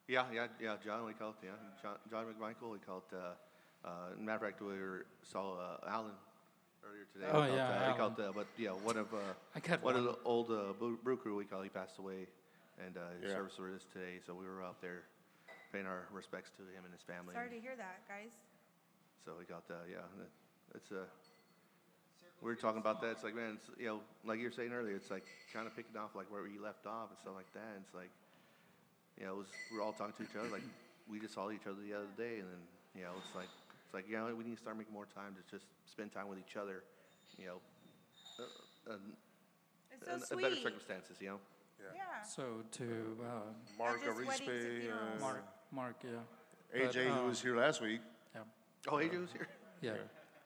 D: Yeah, yeah, yeah. John, we call it yeah. John, John McMichael, we call it. Uh, uh, matter of fact, we were, saw uh, Alan earlier today.
B: Oh,
D: we call
B: yeah,
D: it, uh, we call
B: Alan.
D: it, uh, but yeah, one of uh,
B: I got
D: one,
B: one.
D: of the old uh, brew brew crew. We call he passed away, and uh, his
A: Yeah.
D: service was this today. So we were out there paying our respects to him and his family.
H: Sorry to hear that, guys.
D: So we got uh, yeah, that- it's uh, we were talking about that. It's like man, it's, you know, like you were saying earlier, it's like kind of picking off like where we left off and stuff like that. And it's like, you know, it was we're all talking to each other like we just saw each other the other day, and then you know, it's like it's like you know, we need to start making more time to just spend time with each other, you know, uh, uh,
H: It's so
D: in- in
H: sweet.
D: better circumstances, you know.
H: Yeah.
B: So to uh,
A: Mark
H: just weddings and
A: Arispe, uh,
H: funerals.
B: Mark, Mark, yeah,
A: AJ,
B: But,
A: who
B: um,
A: was here last week.
B: yeah,
D: Oh, AJ was here.
B: yeah.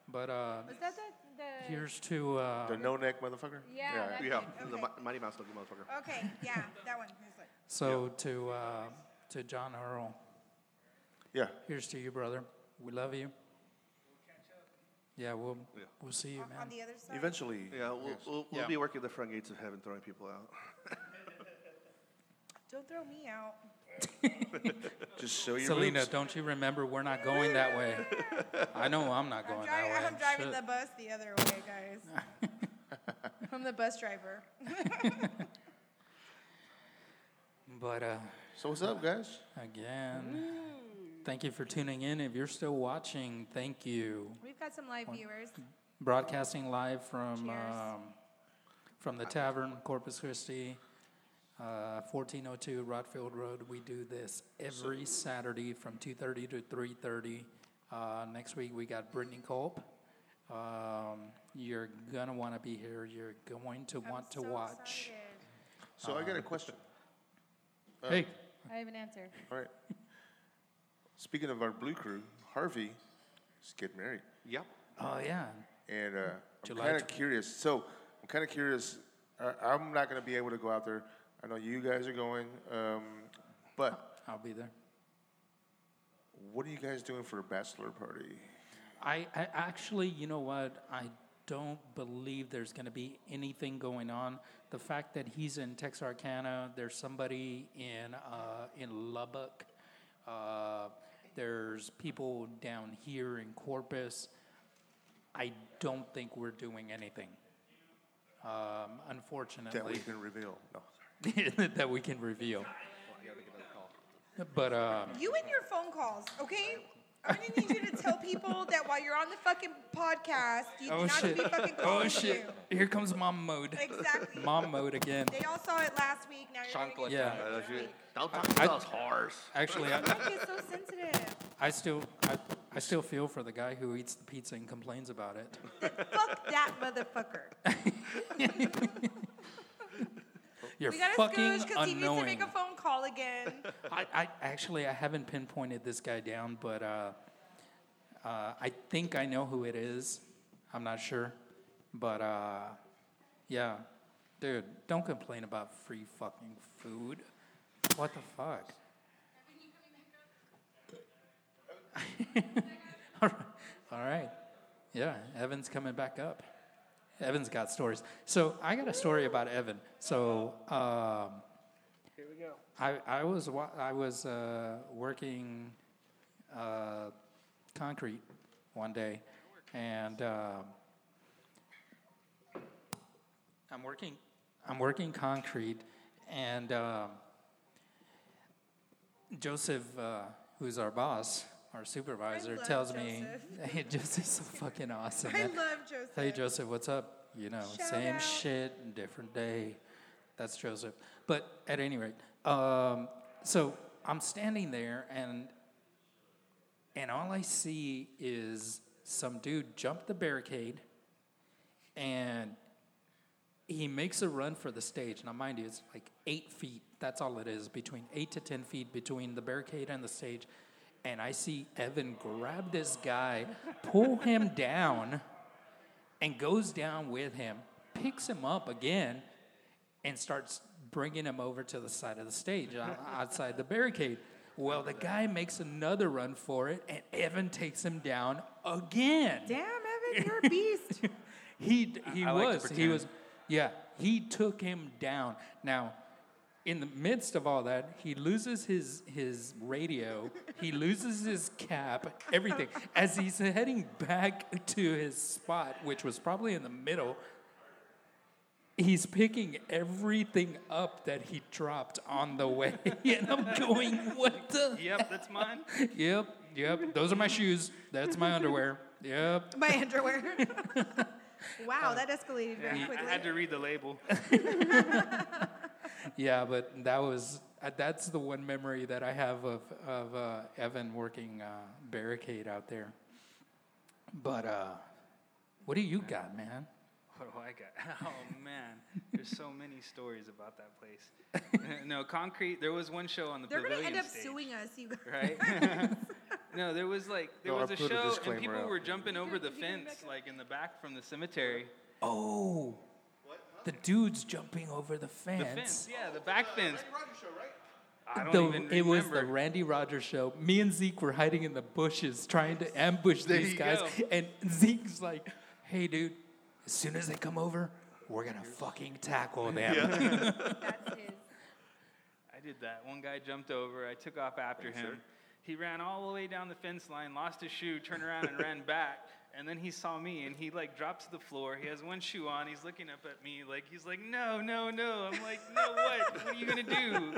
B: But uh,
C: Was that the, the
B: here's to uh,
A: The no neck motherfucker.
C: Yeah, that-
H: [LAUGHS]
D: Yeah,
H: Okay.
D: the Mi- Mighty Mouse looking motherfucker.
H: Okay, yeah, that one. He's like,
B: so to uh, to John Earl.
A: Yeah.
B: Here's to you, brother. We love you. Yeah, we'll
D: Yeah.
B: we'll see you,
H: on- on
B: man.
H: the other side.
A: Eventually.
D: Yeah, we'll, we'll, we'll
B: Yeah.
D: be working the front gates of heaven, throwing people out.
H: Don't throw me out.
A: Just show your
B: Selena,
A: roots.
B: don't you remember we're not going that way? I know I'm not
H: I'm,
B: going
H: driving,
B: that way.
H: I'm driving
B: Shit.
H: the bus the other way, guys.
B: [LAUGHS]
H: I'm the bus driver.
B: But uh,
A: So what's up, guys?
B: again,
H: Mm.
B: thank you for tuning in. If you're still watching, thank you.
C: We've got some live viewers.
B: Broadcasting live from
C: Cheers.
B: um, from the tavern, Corpus Christi, uh, 1402 Rodfield Road. We do this every Saturday from 2:30 to 3:30. Uh, next week we got Brittany Culp. Um, you're gonna want to be here. You're going to want to watch.
A: So I got
B: Uh-huh.
A: a question.
B: Hey,
C: I have an answer.
A: All right. Speaking of our blue crew, Harvey is getting married,
D: Yep.
B: oh yeah,
A: and uh, I'm
B: July
A: kind of
B: tw-
A: curious. So I'm kind of curious. Uh, I'm not going to be able to go out there. I know you guys are going, um, but
B: I'll be there.
A: what are you guys doing for a bachelor party?
B: I, I actually, you know what? I don't believe there's going to be anything going on. The fact that he's in Texarkana, there's somebody in uh, in Lubbock, uh, there's people down here in Corpus. I don't think we're doing anything. Um,
A: That we
B: unfortunately,
A: can reveal. No,
B: [LAUGHS] that we can reveal. But um,
H: You and your phone calls, okay? I'm gonna need you to tell people that while you're on the fucking podcast, you do
B: oh
H: not
B: shit!
H: be fucking calling
B: [LAUGHS] Oh shit!
H: you.
B: Here comes mom mode.
H: Exactly.
B: Mom mode again.
H: They all saw it last week. Now you're gonna get
B: Yeah.
D: Uh,
H: it this
D: she-
H: week.
D: Don't talk about those horrors.
B: Actually, I,
C: Don't get so sensitive.
B: I still, I, I still feel for the guy who eats the pizza and complains about it.
H: Fuck that
B: [LAUGHS]
H: motherfucker.
B: You're
H: We gotta
B: fucking
H: scooch because he needs to
B: annoying.
H: make a phone call again.
B: [LAUGHS] I, I actually, I haven't pinpointed this guy down, but uh, uh, I think I know who it is. I'm not sure, but uh, yeah, dude, don't complain about free fucking food. What the fuck? [LAUGHS] All right. Yeah, Evan's coming back up. Evan's got stories. So I got a story about Evan. So um, I, I was wa- I was uh, working uh, concrete one day, and um I'm working I'm working concrete, and um Joseph, uh, who's our boss, our supervisor,
H: love
B: tells me, "Hey, Joseph's so fucking awesome."
H: I
B: man."
H: love Joseph.
B: Hey Joseph, what's up? You know,
H: Shout
B: same
H: out.
B: shit, different day. That's Joseph. But at any rate, um, so I'm standing there and and all I see is some dude jump the barricade and he makes a run for the stage. Now, mind you, it's like eight feet. That's all it is, between eight to ten feet between the barricade and the stage. And I see Evan grab this guy, pull him [LAUGHS] down, and goes down with him, picks him up again, and starts bringing him over to uh, the side of the stage o- outside the barricade. Well, the guy makes another run for it, and Evan takes him down again.
C: Damn, Evan, you're a
B: [LAUGHS]
C: beast.
B: He he
E: I like to
B: was he
E: pretend.
B: was yeah he took him down. Now, in the midst of all that, he loses his his radio. he loses his cap. Everything as he's heading back to his spot, which was probably in the middle. He's picking everything up that he dropped on the way, [LAUGHS] and I'm going, what the?
E: Yep, that's mine.
C: [LAUGHS]
B: Yep, yep. Those are my shoes. That's my underwear. Yep.
H: My underwear. [LAUGHS]
C: wow, that escalated very
E: Yeah,
C: quickly.
E: I had to read the label.
B: Yeah, but that was uh, that's the one memory that I have of of uh, Evan working uh, barricade out there. But uh, what do you got, man?
E: [LAUGHS] What do I got? Oh man, there's so many stories about that
H: [LAUGHS]
E: place. no, concrete. There was one show on the
H: They're going to
E: pavilion
H: end up
E: stage,
H: suing us,
B: [LAUGHS]
H: you guys.
E: [LAUGHS] right? [LAUGHS] no, there was like there
A: No, I
E: was a
A: put a
E: show
A: disclaimer
E: and people
A: out.
E: were jumping over the fence, like in the back from the cemetery.
B: Oh, the dude's jumping over the fence.
E: The fence, yeah, the
A: Uh,
E: back fence. I
B: The-
E: don't even remember.
B: it was the Randy Rogers show. Me and Zeke were hiding in the bushes trying to ambush
E: There
B: these
E: you
B: guys,
E: go.
B: and Zeke's like, "Hey, dude, as soon as they come over, we're gonna fucking tackle them."
C: That's his.
E: I did that. One guy jumped over. I took off after him. He ran all the way down the fence line, lost his shoe, turned around and ran back. And then he saw me and he like drops to the floor. He has one shoe on. He's looking up at me like he's like, "No, no, no." I'm like, "No, what? What are you going to do?"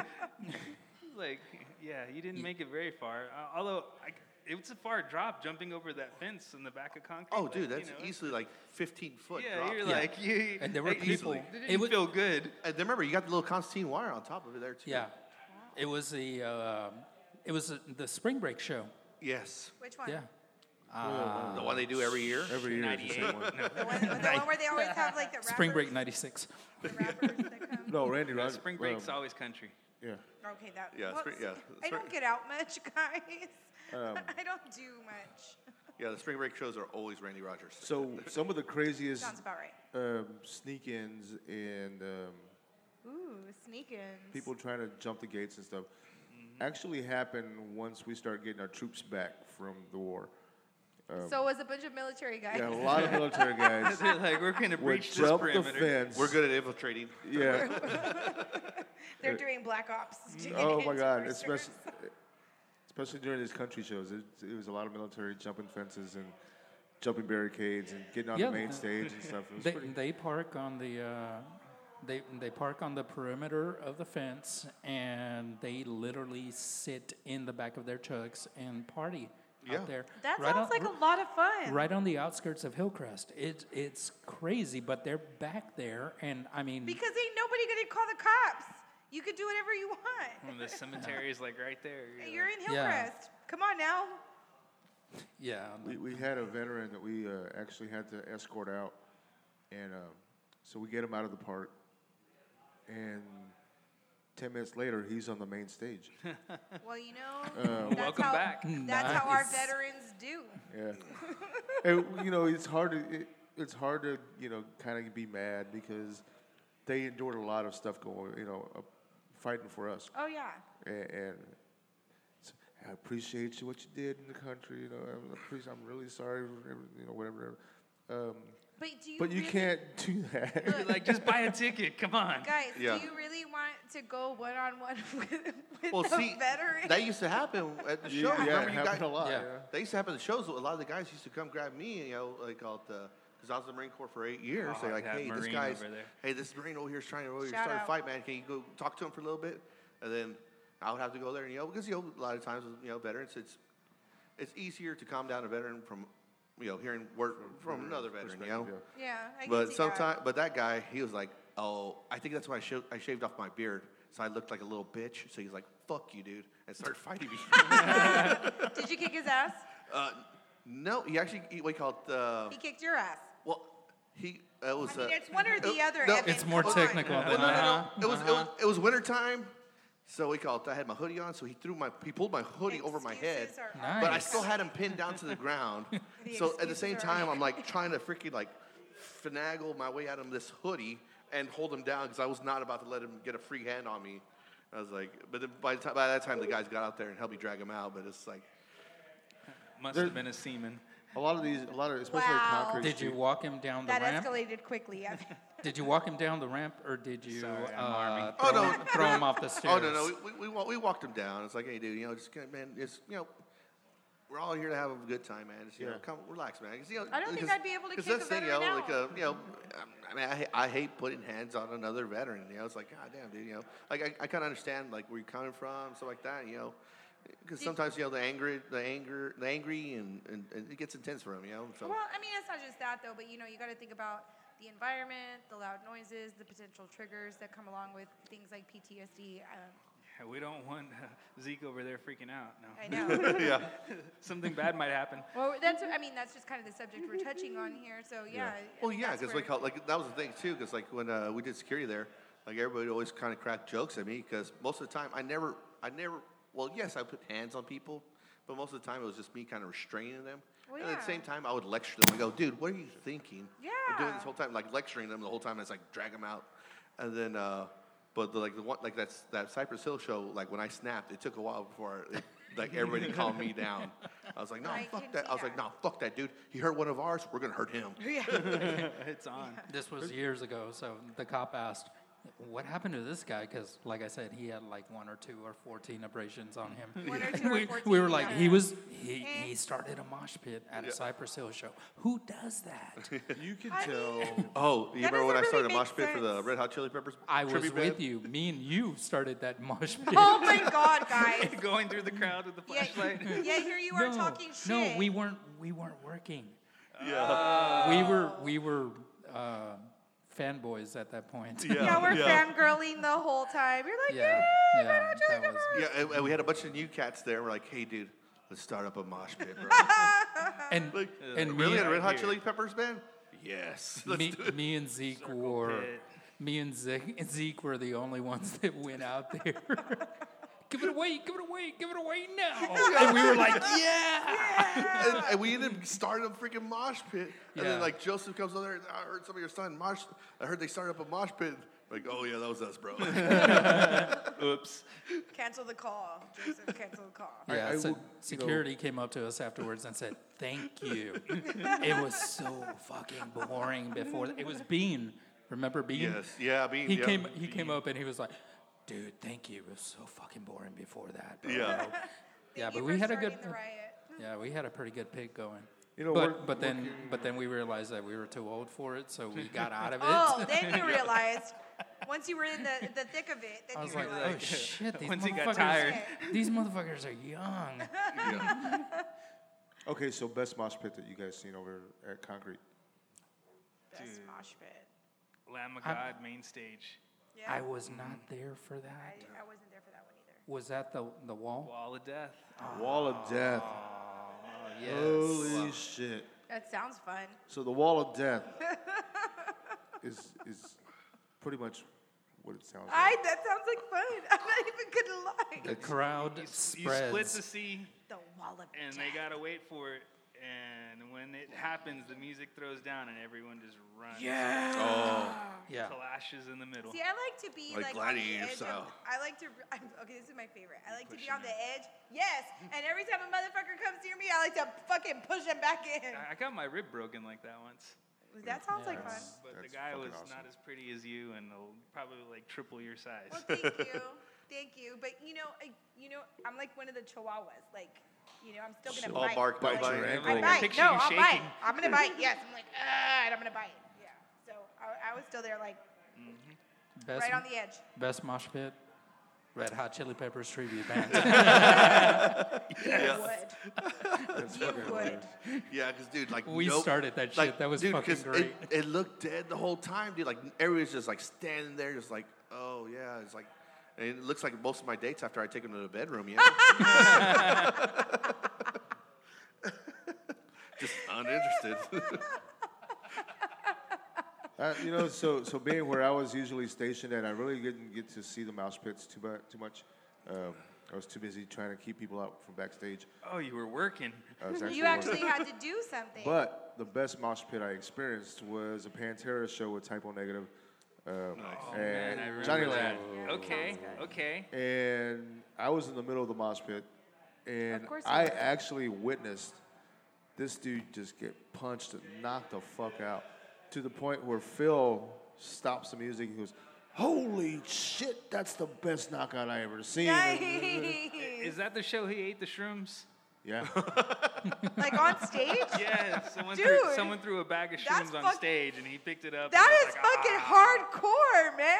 E: [LAUGHS] like, yeah, you didn't make it very far. Uh, although I, it's a far drop jumping over that fence in the back of concrete.
D: Oh,
E: but,
D: dude,
E: you
D: that's
E: know.
D: easily like 15 foot.
E: Yeah,
D: drop.
E: you're
B: Yeah.
E: like, you,
B: And there were
E: it-
B: people-
E: It didn't
B: it was-
E: feel good.
D: And then remember, you got the little Constantine wire on top of it there too.
B: Yeah, it was the uh, it was the, the spring break show.
D: Yes.
H: Which one?
B: Yeah,
D: the one they do every year.
A: Every year, it's the same one.
H: The one, the one where they always have like the rappers,
B: spring break '96.
H: The rappers that come.
A: No,
E: [LAUGHS]
A: Randy
E: No,
A: Rogers.
E: spring
A: well,
E: break's always country.
A: Yeah.
H: Okay, that.
D: Yeah,
H: well,
D: spring- yeah,
H: I
D: spring-
H: don't get out much, [LAUGHS] guys.
A: Um,
H: [LAUGHS] I don't do much.
D: Yeah, the spring break shows are always Randy Rogers.
A: So some of the craziest
H: Sounds about right.
A: um, sneak-ins and um,
C: Ooh, sneak-ins.
A: people trying to jump the gates and stuff actually happen once we start getting our troops back from the war.
C: so it was a bunch of military guys.
A: Yeah, a lot of military guys
E: [LAUGHS] They're like, we're going to
A: would
E: breach this
A: jump the
E: perimeter.
A: fence.
D: We're good at infiltrating.
A: Yeah.
H: They're doing black ops. to
A: Oh
H: get
A: my
H: into
A: God!
H: our
A: Especially,
H: service.
A: especially during these country shows, it, it was a lot of military jumping fences and jumping barricades and getting on
B: Yeah,
A: the main
B: the-
A: stage and stuff. It was
B: They,
A: pretty,
B: they park on the uh, they they park on the perimeter of the fence, and they literally sit in the back of their trucks and party
D: Yeah.
B: out there.
C: That
B: Right
C: sounds
B: on-
C: like a lot of fun.
B: Right on the outskirts of Hillcrest, it, it's crazy, but they're back there, and I mean,
H: Because ain't nobody gonna call the cops. You could do whatever you want.
E: From the cemeteries, like right there. you're
H: You're
E: like-
H: in
B: Yeah.
H: Hillcrest. Come on now.
B: yeah,
A: we, we had a veteran that we uh, actually had to escort out, and uh, so we get him out of the park, and ten minutes later he's on the main stage.
H: Well, you
A: Uh,
H: know. that's
E: Welcome
H: how-
E: back.
H: That's how our
B: Nice.
H: veterans do.
A: Yeah. and, you know, it's hard to it, it's hard to you know kind of be mad because they endured a lot of stuff going you know uh, fighting for us.
H: Oh yeah.
A: and, and s- I appreciate you what you did in the country. You know, I'm, appreci- I'm really sorry. For, every- you know, whatever. whatever. Um,
H: But do you?
A: but you
H: really-
A: can't do that.
E: You're like, just buy a ticket. Come on.
H: Guys,
D: Yeah.
H: do you really want to go one on one
C: [LAUGHS]
H: with with [LAUGHS]
D: Well,
H: a
D: see,
H: veteran?
D: that used to happen at the show.
A: yeah,
D: Remember,
A: it
D: you
A: happened
D: got-
A: a lot.
B: Yeah.
A: Yeah.
D: That used to happen at the shows. A lot of the guys used to come grab me, you know, like out the because I was in the Marine Corps for eight years.
E: Oh,
D: They're like,
E: that
D: hey, this
E: Marine
D: guy's,
E: over there.
D: hey, this Marine over here is trying to over here
H: Shout
D: start a
H: out.
D: fight, man. Can you go talk to him for a little bit? And then I would have to go there and yell because you know a lot of times you know veterans, it's it's easier to calm down a veteran from you know hearing word from, another veteran, you know.
A: Perspective,
H: yeah, I can
D: But
H: see
D: sometimes, but that guy, he was like, "Oh, I think that's why I, sho- I shaved off my beard, so I looked like a little bitch." So he's like, "Fuck you, dude," and started [LAUGHS] fighting me.
H: that. Did you kick his ass?
D: uh, no, he actually, he, what do you call it? Uh,
H: He kicked your ass.
D: well, he that was.
H: I mean,
D: uh,
H: it's one or the
D: uh,
H: other.
D: no,
H: Evan,
B: it's more
H: come on.
B: technical
D: well,
B: than
D: no, no,
B: that. uh-huh.
D: no. It was, it was it was winter time, so we called. I had my hoodie on, so he threw my he pulled my hoodie over my head.
H: Excuses are-
B: Nice.
D: But I still had him pinned down to the ground. so at the
H: excuses
D: same
H: are-
D: time, I'm like trying to freaking like finagle my way out of this hoodie and hold him down because I was not about to let him get a free hand on me. I was like, but then by, the time, by that time, the guys got out there and helped me drag him out. But it's like,
E: Must have been a seaman.
A: A lot of these, a lot of especially
C: Wow.
A: concrete.
B: Did you
A: street-
B: walk him down the
C: That
B: ramp?
C: escalated quickly.
D: [LAUGHS]
C: I mean,
B: Did you walk him down the ramp, or did you
E: Sorry, I'm
B: uh,
E: Army.
B: Throw,
D: Oh, no.
B: him, throw him off
C: [LAUGHS]
B: the stairs?
D: oh no, no, we, we, wa- we walked him down. It's like, hey, dude, you know, just kinda, man, just you know, we're all here to have a good time, man. Just, you know,
A: Yeah.
D: come, relax, man. 'Cause, you know,
I: I don't think
D: because-
I: I'd be able to
D: 'cause
I: kick
D: that's
I: a
D: the thing,
I: veteran
D: you know,
I: out.
D: Like, uh, you know, I mean, I, ha- I hate putting hands on another veteran. You know, it's like, god damn, dude. You know, like I, I kind of understand like where you're coming from, stuff like that. You know. Because sometimes you know the angry, the anger, the angry, and, and, and it gets intense for him, you know. So
C: well, I mean, it's not just that though, but you know, you got to think about the environment, the loud noises, the potential triggers that come along with things like PTSD. Um,
E: Yeah, We don't want uh, Zeke over there freaking out. No,
C: I know.
D: [LAUGHS]
C: [LAUGHS]
E: [LAUGHS] something bad might happen.
C: well, that's I mean, that's just kind of the subject we're touching on here. So yeah.
D: Well, yeah,
C: that's
D: because
C: where-
D: like, how- like that was the thing too. Because like when uh, we did security there, like everybody always kind of cracked jokes at me because most of the time I never, I never. Well, yes, I put hands on people, but most of the time it was just me kind of restraining them.
C: Well,
D: and at
C: yeah.
D: the same time, I would lecture them. I go, dude, what are you thinking? I'm doing
C: Yeah.
D: this whole time, like lecturing them the whole time. It's like drag them out, and then. Uh, but the, like the one, like that's that Cypress Hill show. Like when I snapped, it took a while before it, like everybody calmed me down.
C: [LAUGHS]
D: I was like, no,
C: I can
D: fuck that.
C: see
D: I was like,
C: that.
D: no, fuck that, dude. He hurt one of ours. We're gonna hurt him.
C: [LAUGHS]
D: [LAUGHS]
E: [LAUGHS] It's on.
B: This was years ago, so the cop asked, "What happened to this guy?" Because, like I said, he had like one or two or fourteen abrasions on him. [LAUGHS]
C: One or two or
B: we,
C: 14,
B: we were like,
C: yeah.
B: he was he, he started a mosh pit at a Cypress Hill show. Who
C: [LAUGHS]
B: does that?
A: You can
C: I
A: tell.
C: mean-
D: Oh, you
C: That
D: remember when I
C: doesn't
D: started
C: really
D: a mosh
C: make
D: pit for the
C: sense.
D: Red Hot Chili Peppers?
B: I was
D: tribute
B: with
D: band?
B: you. Me and you
C: [LAUGHS]
B: started that mosh pit.
C: Oh my God, guys.
D: [LAUGHS]
E: Going through the crowd with the
C: Yeah,
E: flashlight.
C: [LAUGHS] yeah, here you are talking shit.
B: No, we weren't. We weren't working.
C: Uh,
B: We were. We were uh, fanboys at that point. Yeah.
C: Yeah, we're fangirling the whole time. You're like,
B: yeah.
C: yeah.
B: that was.
D: Yeah, and, and we had a bunch of new cats there. We're like, hey, dude, let's start up a mosh pit,
C: [LAUGHS]
D: bro.
B: And
D: like,
B: and
D: really,
B: me,
D: at a Red Hot
E: here.
D: Chili Peppers band? Yes. Let's
B: me,
D: do it.
B: me and Zeke were. Me and Zeke, [LAUGHS] Zeke were the only ones that went out there. [LAUGHS] give it away! Give it away! Give it away
D: [LAUGHS]
B: now! and we were like, yeah.
D: And, and we ended up starting a freaking mosh pit. And
B: Yeah.
D: then, like, Joseph comes over there. and, I heard some of your son mosh. I heard they started up a mosh pit. Like, oh, yeah, that was us, bro. [LAUGHS]
E: Oops.
C: Cancel the call. Joseph, cancel the call.
B: Yeah,
A: I
B: so
A: will-
B: security came up to us afterwards and said, "Thank you."
D: [LAUGHS]
B: it was so fucking boring before. It was Bean. Remember Bean?
D: Yes. Yeah, Bean,
B: He
D: yeah.
B: came. He came up and he was like, "Dude, thank you. It was so fucking boring before that." bro."
D: yeah.
B: Yeah,
C: Thank you
B: but we
C: for
B: had a
C: starting
B: good.
C: The
B: [LAUGHS]
C: riot.
B: Yeah, we had a pretty good pick going.
A: You know,
B: but
A: work-
B: but then but then we realized that we were too old for it, so we got
E: [LAUGHS]
B: out of it.
C: Oh, then you realized. Once you were in the, the thick of it, then
B: I was
C: you
B: like,
C: realized.
B: oh
E: [LAUGHS]
B: shit, these
E: Once he got
B: motherfuckers,
E: tired.
B: [LAUGHS] these motherfuckers are
E: [LAUGHS]
B: young.
A: Okay, so best mosh pit that you guys seen over at Concrete.
B: "Oh,
C: Best mosh pit.
E: Lamb of God, main stage.
C: Yeah.
B: I was not there for that.
C: I, I wasn't there for that one either.
B: Was that the the wall?
E: Wall of death.
A: Wall of Death.
B: Ah. yes.
A: Holy shit.
C: That sounds fun.
A: So the Wall of
B: [LAUGHS]
A: Death is is pretty much what it sounds like.
C: I. That sounds like fun. [LAUGHS] I'm not even gonna lie.
B: The crowd
E: You, s- you
B: spreads.
E: split the sea,
C: The wall of
E: and
C: death.
E: they gotta wait for it. And when it happens, the music throws down, and everyone just runs. Yeah.
B: yeah.
E: Clashes in the middle.
C: See, I like to be like,
D: Like
C: on
D: gladiator
C: the edge
D: style.
C: Of, I like to. I'm, okay, this is my favorite. I like to be
E: pushing
C: on the edge. Yes, and every time a motherfucker comes near me, I like to fucking push him back in.
E: I I got my rib broken like that once.
C: That sounds like fun.
A: That's-
E: But the
A: that's
E: guy
A: fucking
E: was
A: awesome.
E: not as pretty as you, and l- probably like triple your size.
C: Well,
E: [LAUGHS]
C: thank you, thank you. But you know, I, you know, I'm like one of the chihuahuas. Like, you know, I'm still gonna
D: All
C: bite.
D: bark,
C: but,
D: bite
C: like,
A: your
C: I
A: ankle.
C: bite.
E: Picture
C: no,
E: you
C: I'll bite.
E: shaking.
C: I'm gonna bite. Yes, I'm like, ah, and I'm gonna bite. Yeah. So I, I was still there, like
B: Best,
C: right on the
E: [LAUGHS]
C: edge.
B: best mosh pit. Red Hot Chili Peppers tribute
E: [LAUGHS]
B: band.
C: You would. You would.
D: Yeah, because dude, like
B: We
D: no-
B: started that shit.
D: like,
B: That was
D: dude,
B: fucking
D: 'cause
B: great.
D: It, it looked dead the whole time, dude. Like everyone's just like standing there, just like, oh yeah, it's like, and it looks like most of my dates after I take them to the bedroom, yeah. [LAUGHS] just uninterested. [LAUGHS]
A: Uh, you know, so so being where I was usually stationed at, I really didn't get to see the mosh pits too much. Too much. Um, I was too busy trying to keep people out from backstage.
E: Oh, you were working.
A: I was actually
C: [LAUGHS] You
A: working.
C: actually had to do [LAUGHS] something.
A: But the best mosh pit I experienced was a Pantera show with Typo Negative um,
E: Oh,
A: and
E: man, I remember
A: Johnny
E: that.
A: Land.
D: Oh,
E: Okay, okay.
A: and I was in the middle of the mosh pit, and
C: Of course you
A: I
C: were.
A: actually witnessed this dude just get punched and knocked the fuck out to the point where Phil stops the music and goes, "Holy shit, that's the best knockout I ever seen."
E: Is that the show he ate the shrooms?
A: Yeah,
C: [LAUGHS] like on stage?
E: Yeah, [LAUGHS] someone threw,
C: Dude,
E: someone threw a bag of
C: that's
E: shrooms on
C: fuck-
E: stage and he picked it up. and
C: That
E: was
C: is
E: like,
C: fucking
E: "Ah."
C: hardcore, man.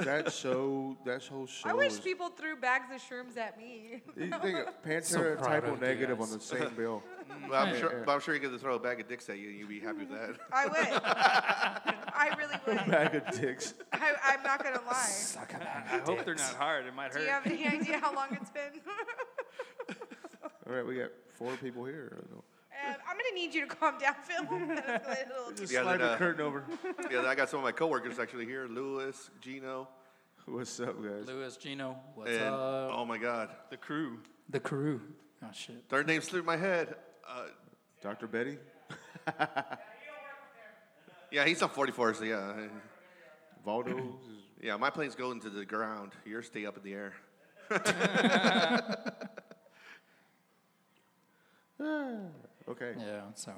A: that show, that whole show.
C: I wish
A: was-
C: people threw bags of shrooms at me. [LAUGHS]
A: You think of Pantera
B: So
A: and
B: proud
A: Typo
B: of you
A: Negative on
B: guys.
A: the same bill.
E: [LAUGHS]
D: Well, I'm sure, but I'm sure you could throw a bag of dicks at you and you'd be happy with that.
C: I would. I really would.
A: Bag of dicks.
C: I, I'm not gonna lie.
E: I hope they're not hard. It might
C: Do you
E: hurt.
C: have any idea how long it's been? [LAUGHS]
A: All right, we got four people here.
C: um, I'm gonna need you to calm down, [LAUGHS] Phil. That's a little too-
A: [LAUGHS] Just
D: Yeah,
A: slide
D: then,
A: the
D: uh,
A: curtain over.
D: [LAUGHS] yeah, I got some of my coworkers actually here: Lewis, Gino,
A: What's up, guys?
B: Louis, Gino, what's
D: and
B: up?
D: oh my God,
E: The crew.
B: The crew. Oh, shit.
D: third name slipped my head. Uh,
A: Dr. Betty?
D: yeah, he's on 44, so yeah,
A: Valdo?
D: yeah. My plane's going to the ground. Yours stay up in the air.
A: okay.
B: Yeah, so.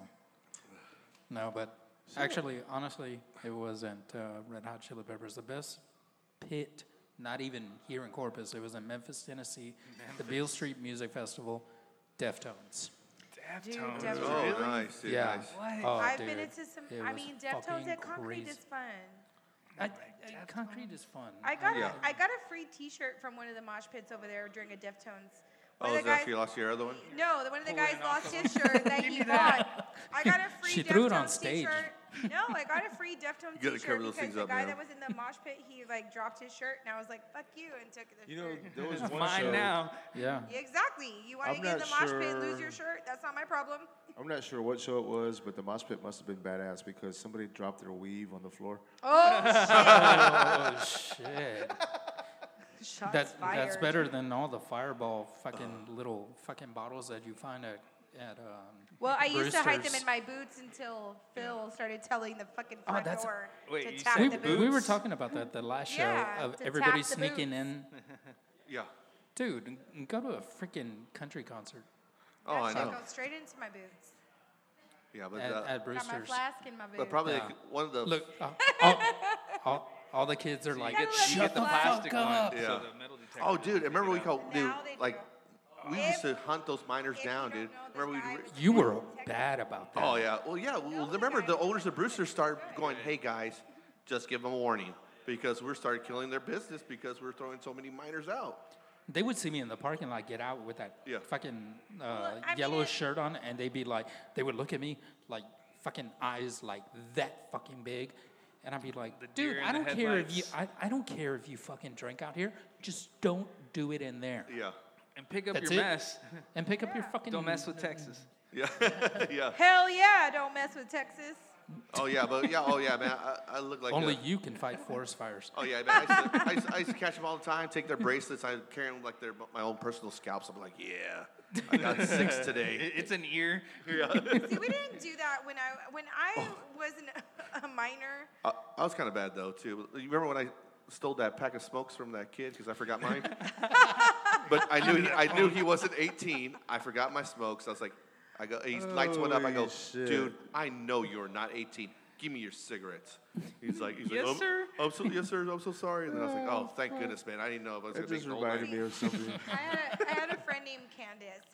B: No, but actually, honestly, it wasn't uh, Red Hot Chili Peppers. The best pit, not even here in Corpus, it was in Memphis, Tennessee, the Beale Street Music Festival, Deftones.
C: Dude,
E: Deftones.
C: Deftones.
D: Oh, nice, dude,
B: yeah.
D: nice.
B: Oh,
C: I've
B: dude.
C: been into some.
B: It
C: I
B: was
C: mean, Deftones
B: fucking
C: at Concrete
B: crazy.
C: is fun.
B: I, I- concrete is fun.
C: I got
D: Yeah.
C: a I got a free T-shirt from one of the mosh pits over there during a Deftones. One of
D: Oh, is
C: the
D: that
C: guys-
D: if you lost your other one?
C: No, the one of the guys
E: it off
C: lost his shirt that he bought. I got [LAUGHS] a free
B: She
C: Deftones
B: threw it on stage.
C: T-shirt. No, I got a free Deftones
D: You gotta
C: T-shirt
D: cover those
C: because
D: things
C: the
D: up,
C: guy
D: man.
C: that was in the mosh pit, he like dropped his shirt, and I was like, "Fuck you," and took the
A: You know,
C: shirt.
A: there was
E: It's
A: one
E: mine
A: show.
E: now.
B: yeah.
C: [LAUGHS] Exactly. You want
A: I'm
C: to get in the
A: not
C: mosh pit, lose
A: sure-
C: your shirt. That's not my problem.
A: I'm not sure what show it was, but the mosh pit must have been badass because somebody dropped their weave on the floor.
C: [LAUGHS] Oh
B: Oh, shit.
C: shit! Shots
B: That,
C: fired.
B: that's better than all the fireball fucking little fucking bottles that you find at. at um,
C: Well, I used to hide them
B: Brewster's.
C: in my boots until Phil started telling the fucking
B: Oh,
C: front
B: that's-
C: door
E: Wait,
C: to
E: you
C: tap
E: said
C: the
B: we,
C: boots.
B: we were talking about that the last show
C: Yeah,
B: of
C: to
B: everybody
C: tap the
B: sneaking
C: boots.
B: in.
D: Yeah.
B: Dude, n- go to a freaking country concert
D: Oh, I
C: That shit
D: know.
C: goes straight into my boots.
D: Yeah, but
B: at,
D: uh,
B: at
C: Got my
B: Brewster's.
C: flask in my boots.
D: but probably
B: Yeah.
D: like one of the
B: Look, uh, all, all, all the kids are
E: You
B: like,
E: get, you
B: shut
E: get
B: the,
E: the plastic
B: fuck up.
E: one.
D: Yeah.
E: So the metal detector
D: Oh,
E: doesn't
D: dude,
E: pick
D: remember
E: it
D: we
E: up.
D: called dude
C: Now they do.
D: like we
C: If-
D: used to hunt those miners
C: if you
D: down,
C: don't
D: dude.
C: know this
D: Remember
C: guy
D: we?
C: with the
B: You were
C: metal detector-
B: bad about that.
D: Oh yeah. Well, yeah. Well,
C: the
D: remember
C: guy
D: the
C: with the
D: owners of
C: metal
D: Brewsters
C: detector.
D: started going, "Hey guys, just give them a warning." Because we started killing their business because we are throwing so many miners out.
B: They would see me in the parking lot get out with that
D: Yeah.
B: fucking uh,
C: I mean,
B: yellow
C: it-
B: shirt on, and they'd be like, they would look at me like fucking eyes like that fucking big, and I'd be like,
E: The deer
B: dude,
E: in
B: I
E: the
B: don't care if you, I,
E: headlights."
B: I don't care if you fucking drink out here, just don't do it in there,
D: Yeah. [LAUGHS]
E: And pick up
B: That's
E: your
B: it.
E: mess. [LAUGHS]
B: and pick up your fucking.
E: Don't mess with Texas.
D: Yeah. yeah.
C: Hell yeah! Don't mess with Texas.
D: Oh yeah. But yeah. Oh yeah, man. I, I look like
B: Only
D: a-
B: you can fight forest fires.
D: Oh yeah, man. I used, to, I, used to, I used to catch them all the time. Take their bracelets. I carry them like they're my own personal scalps. I'm like, yeah, I got
B: [LAUGHS]
D: six today.
E: It- It's an ear.
C: See, we didn't do that when I when I was an, a minor.
D: I, I was kind of bad though too. You remember when I stole that pack of smokes from that kid because I forgot mine? but I knew he, I knew he wasn't 18. I forgot my smokes. I was like, I go. He lights one up. I go,
A: Holy shit.
D: dude. I know you're not 18. Give me your cigarettes. He's like, he's
E: Yes,
D: like, "Um,
E: sir."
D: I'm so, yes, sir. I'm so sorry. And then I was like, oh, thank goodness, man. I didn't know if I was
A: That
D: gonna
A: just
D: be old. like
A: reminded me of something.
C: I had a, I had a friend named Candace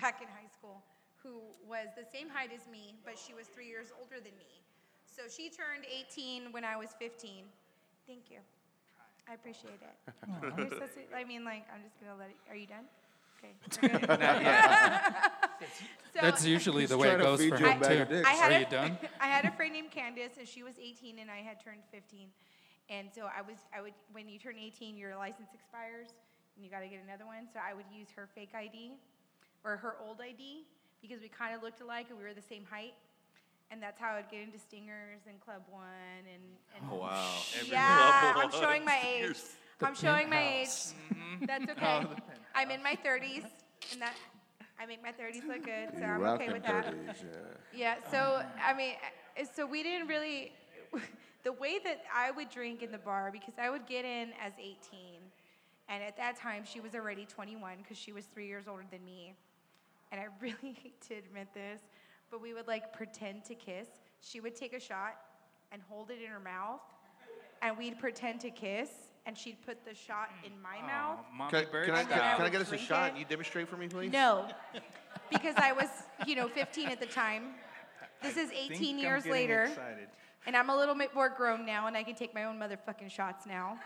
C: back in high school who was the same height as me, but she was three years older than me. So she turned 18 when I was 15. Thank you. I appreciate it. You're so sweet. I mean, like, I'm just gonna let it. Are you done? Okay. We're good. [LAUGHS] [LAUGHS] So-
B: That's usually the way
A: trying
B: it
A: to
B: goes
A: feed
B: for
A: you a
B: him
A: bag of
B: too.
A: dicks.
C: I had
B: Are
C: a-
B: you
C: [LAUGHS]
B: done?
C: I had a friend named Candace, and she was 18, and I had turned 15. And so I was, I would, when you turn 18, your license expires, and you got to get another one. So I would use her fake ID, or her old ID, because we kind of looked alike and we were the same height. And that's how I would get into Stingers and Club One and, and
B: Oh,
D: wow.
C: yeah, I'm showing
B: [LAUGHS]
C: my age.
B: The
C: I'm showing my age.
B: penthouse. [LAUGHS]
C: That's okay. I'm in my 30s, and that I make my 30s look good, so [LAUGHS] I'm okay
A: Rockin'
C: with that.
A: Dirties, yeah.
C: eh, Yeah, so I mean, uh, so we didn't really. [LAUGHS] the way that I would drink in the bar, because I would get in as 18, and at that time she was already 21 because she was three years older than me. And I [LAUGHS] really hate to admit this, but we would like pretend to kiss. She would take a shot and hold it in her mouth, and we'd pretend to kiss, and she'd put the shot in my mouth.
E: Mommy
D: Can,
E: bird
D: can I,
E: style.
D: can,
C: I
D: I
C: would
D: get us a
C: drink
D: shot?
C: it.
D: You demonstrate for me, please.
C: No, because I was, you know, 15 at the time. This is
E: Think
C: 18
E: I'm
C: years
E: getting
C: later,
E: excited.
C: and I'm a little bit more grown now, and I can take my own motherfucking shots now.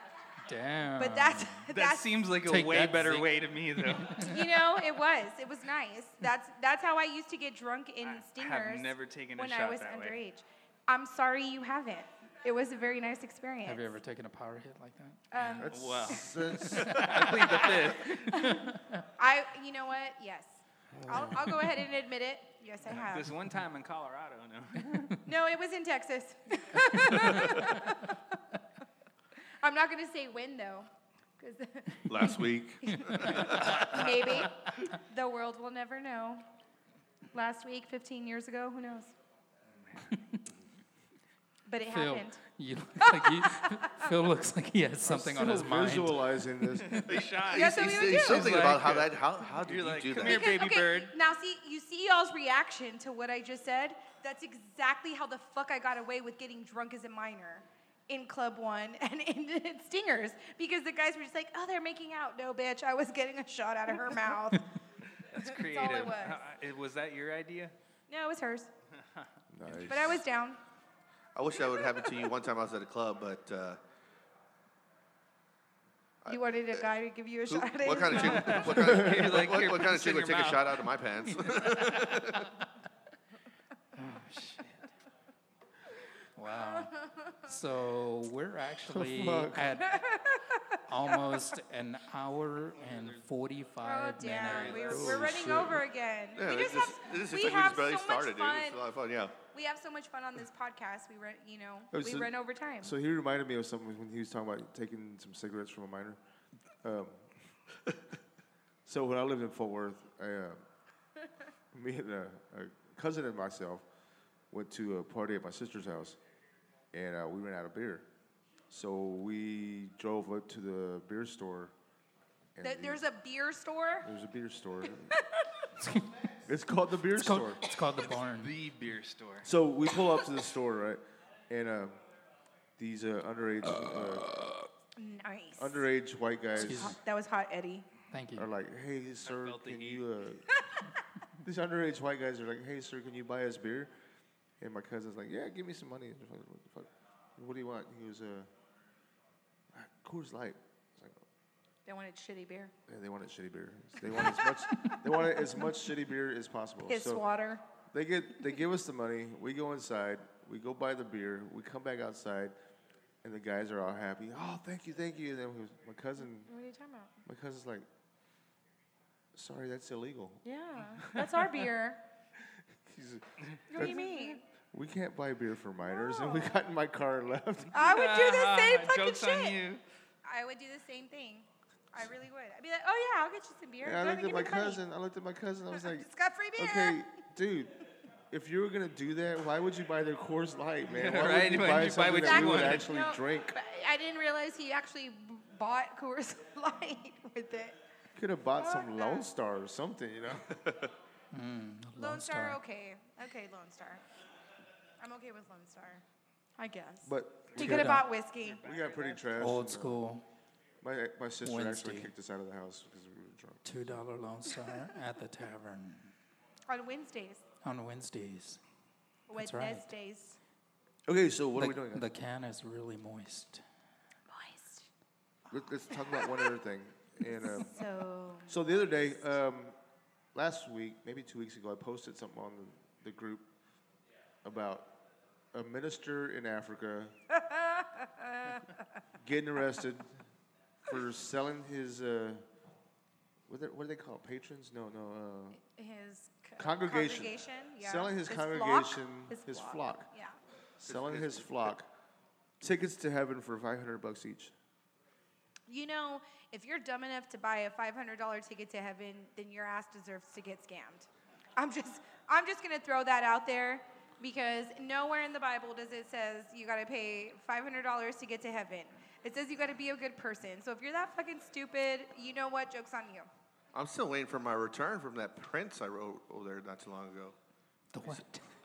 B: Damn.
C: But that's
E: That
C: that's
E: seems like a
B: Take
E: way
B: that,
E: better
B: Zeke.
E: way to
D: [LAUGHS]
E: me, though.
C: you know, it was it was nice. That's that's how I used to get drunk in
E: I have
C: stingers.
E: never taken a
C: when I
E: shot
C: was
E: that way.
C: underage. I'm sorry you haven't. It was a very nice experience.
B: Have you ever taken a power hit like that?
C: Um,
E: wow.
C: I you know what? Yes, I'll, I'll go ahead and admit it. Yes, I have.
E: [LAUGHS] This one time in Colorado, no.
C: [LAUGHS] No, it was in
E: [LAUGHS]
C: Texas. [LAUGHS] I'm not going to say when though, [LAUGHS] because
D: Last week.
C: maybe the world will never know. Last week, 15 years ago, who knows? but it
B: Phil,
C: happened. [LAUGHS]
B: you look like you, Phil looks like he has something on
A: Still
B: his mind.
A: Visualizing this.
B: [LAUGHS]
E: The shot.
C: That's what we would do.
D: something
E: It's
D: about how
E: like,
D: that. How how did
E: you're
D: you
E: like,
D: do
E: "Come
D: that?
E: here,
C: Because-
E: baby bird.
C: Now, see, you see y'all's reaction to what I just said. That's exactly how the fuck I got away with getting drunk as a minor in Club One [LAUGHS] and in at Stingers because the guys were just like, "Oh, they're making out." No, bitch, I was getting a shot out of her mouth.
E: [LAUGHS] That's
C: all it
E: creative.
C: was.
E: Uh, it- was that your idea?
D: [LAUGHS]
C: no, it was hers,
A: Nice.
C: but I was down.
D: I wish that would happen to you. One time I was at a club, but uh,
C: You wanted a guy to give you a
D: who,
C: shot. at
D: what
C: his
D: kind of
C: [LAUGHS]
D: chick?
C: mouth?
D: What
A: [LAUGHS]
D: kind of,
E: You're like,
D: what-
E: "Here,
D: what
E: put
D: kind of chick
E: this in
D: would
E: your
D: take a
E: mouth."
D: shot out of my pants? [LAUGHS]
B: Wow. So [LAUGHS] we're actually
A: Fuck.
B: [LAUGHS] at almost an hour and
C: Oh
B: 45
C: damn,
B: minutes.
C: we're, we're running over again.
D: Yeah,
C: we
D: it's
C: just, have,
D: it's
C: we
D: like
C: have
D: just barely
C: so
D: started,
C: much fun.
D: dude. It's a lot of fun. Yeah.
C: We have so much fun on this podcast. We run, you know,
A: Oh,
C: we
A: so-
C: run over time.
A: So he reminded me of something when he was talking about taking some cigarettes from a minor. Um, [LAUGHS] so when I lived in Fort Worth, I, uh, [LAUGHS] me and a, a cousin and myself went to a party at my sister's house, and uh, we ran out of beer. So we drove up to the beer store. And
C: Th-
A: we-
C: there's a beer store.
A: [LAUGHS] there's a beer store. it's called the beer
B: It's
A: store.
B: called, it's called the barn.
E: [LAUGHS] The beer store.
A: So we pull up to the store, right? And uh, these uh, underage uh,
C: Nice.
A: underage white guys
B: Excuse-
C: that was hot, Eddie.
B: Thank you.
A: are like, "Hey, sir,
E: felt the
A: can
E: heat.
A: you?" Uh, these underage white guys are like, "Hey, sir, can you buy us beer?" And my cousin's like, "Yeah, give me some money." And I'm like, What, the fuck? What do you want? He was uh, Coors Light. It's like,
C: They wanted shitty beer.
A: "Yeah, they wanted shitty beer. They wanted as much. They wanted as much shitty beer as possible.
C: Piss
A: Oh, So-
C: water.
A: they get they give us the money. We go inside. We go buy the beer. We come back outside, and the guys are all happy. Oh, thank you, thank you. And then we- my cousin,
C: What are you talking about?
A: my cousin's like, "Sorry, that's illegal.
C: [LAUGHS] Yeah, that's our beer.
A: He's,
C: What do you mean?
A: we can't buy beer for minors." And we got in my car and left.
C: I would do the same fucking
E: Ah, Jokes
C: shit.
E: on you.
C: I would do the same thing. I really would. I'd be like, oh yeah, I'll get you some beer.
A: And I
C: Go
A: looked at
C: ahead give
A: my
C: me the money.
A: cousin. I looked at my cousin. I was like,
C: Just got free beer.
A: "Okay, dude." If you were gonna do that, why would you buy their Coors Light, man?
E: Yeah,
A: Why
E: right?
A: would you
E: Why
A: buy
E: did you buy
A: something
E: what
A: that
E: you
A: we would
E: wanted?
A: actually
C: No,
A: drink?
C: but I didn't realize he actually b- bought Coors [LAUGHS] Light with it.
A: Could have bought some
C: Fuck
A: Lone
C: that.
A: Star or something, you know?
C: Lone, Star.
B: Star.
C: okay. Okay, Lone Star. I'm okay with Lone Star. I guess.
A: But
C: he could have bought whiskey.
A: We got pretty trash.
B: Old
A: and, uh,
B: school,
A: My my sister
B: Wednesday.
A: actually kicked us out of the house because we were drunk.
B: $2 Lone Star at the tavern
C: On Wednesdays.
B: on Wednesdays. That's right.
C: Wednesdays.
A: Okay, so what
B: the,
A: are we doing?
B: the can is really moist.
C: Moist.
A: [LAUGHS] Let, us talk about one other thing. And um,
C: So
A: so the other day, um, last week, maybe two weeks ago, I posted something on the, the group about a minister in Africa getting arrested for selling his uh, what, they, what do they call it? patrons? No, no. Uh,
C: his c-
A: Congregation.
C: congregation yeah.
A: Selling his
C: flock,
A: congregation, his flock.
C: Yeah.
A: selling his flock tickets to heaven for 500 bucks each.
C: You know, if you're dumb enough to buy a $500 ticket to heaven, then your ass deserves to get scammed. I'm just, I'm just gonna throw that out there. because nowhere in the Bible does it says you got to pay $500 to get to heaven. It says you got to be a good person. So if you're that fucking stupid, you know what? Joke's on you.
D: I'm still waiting for my return from that prince I wrote over there not too long ago.
B: The what?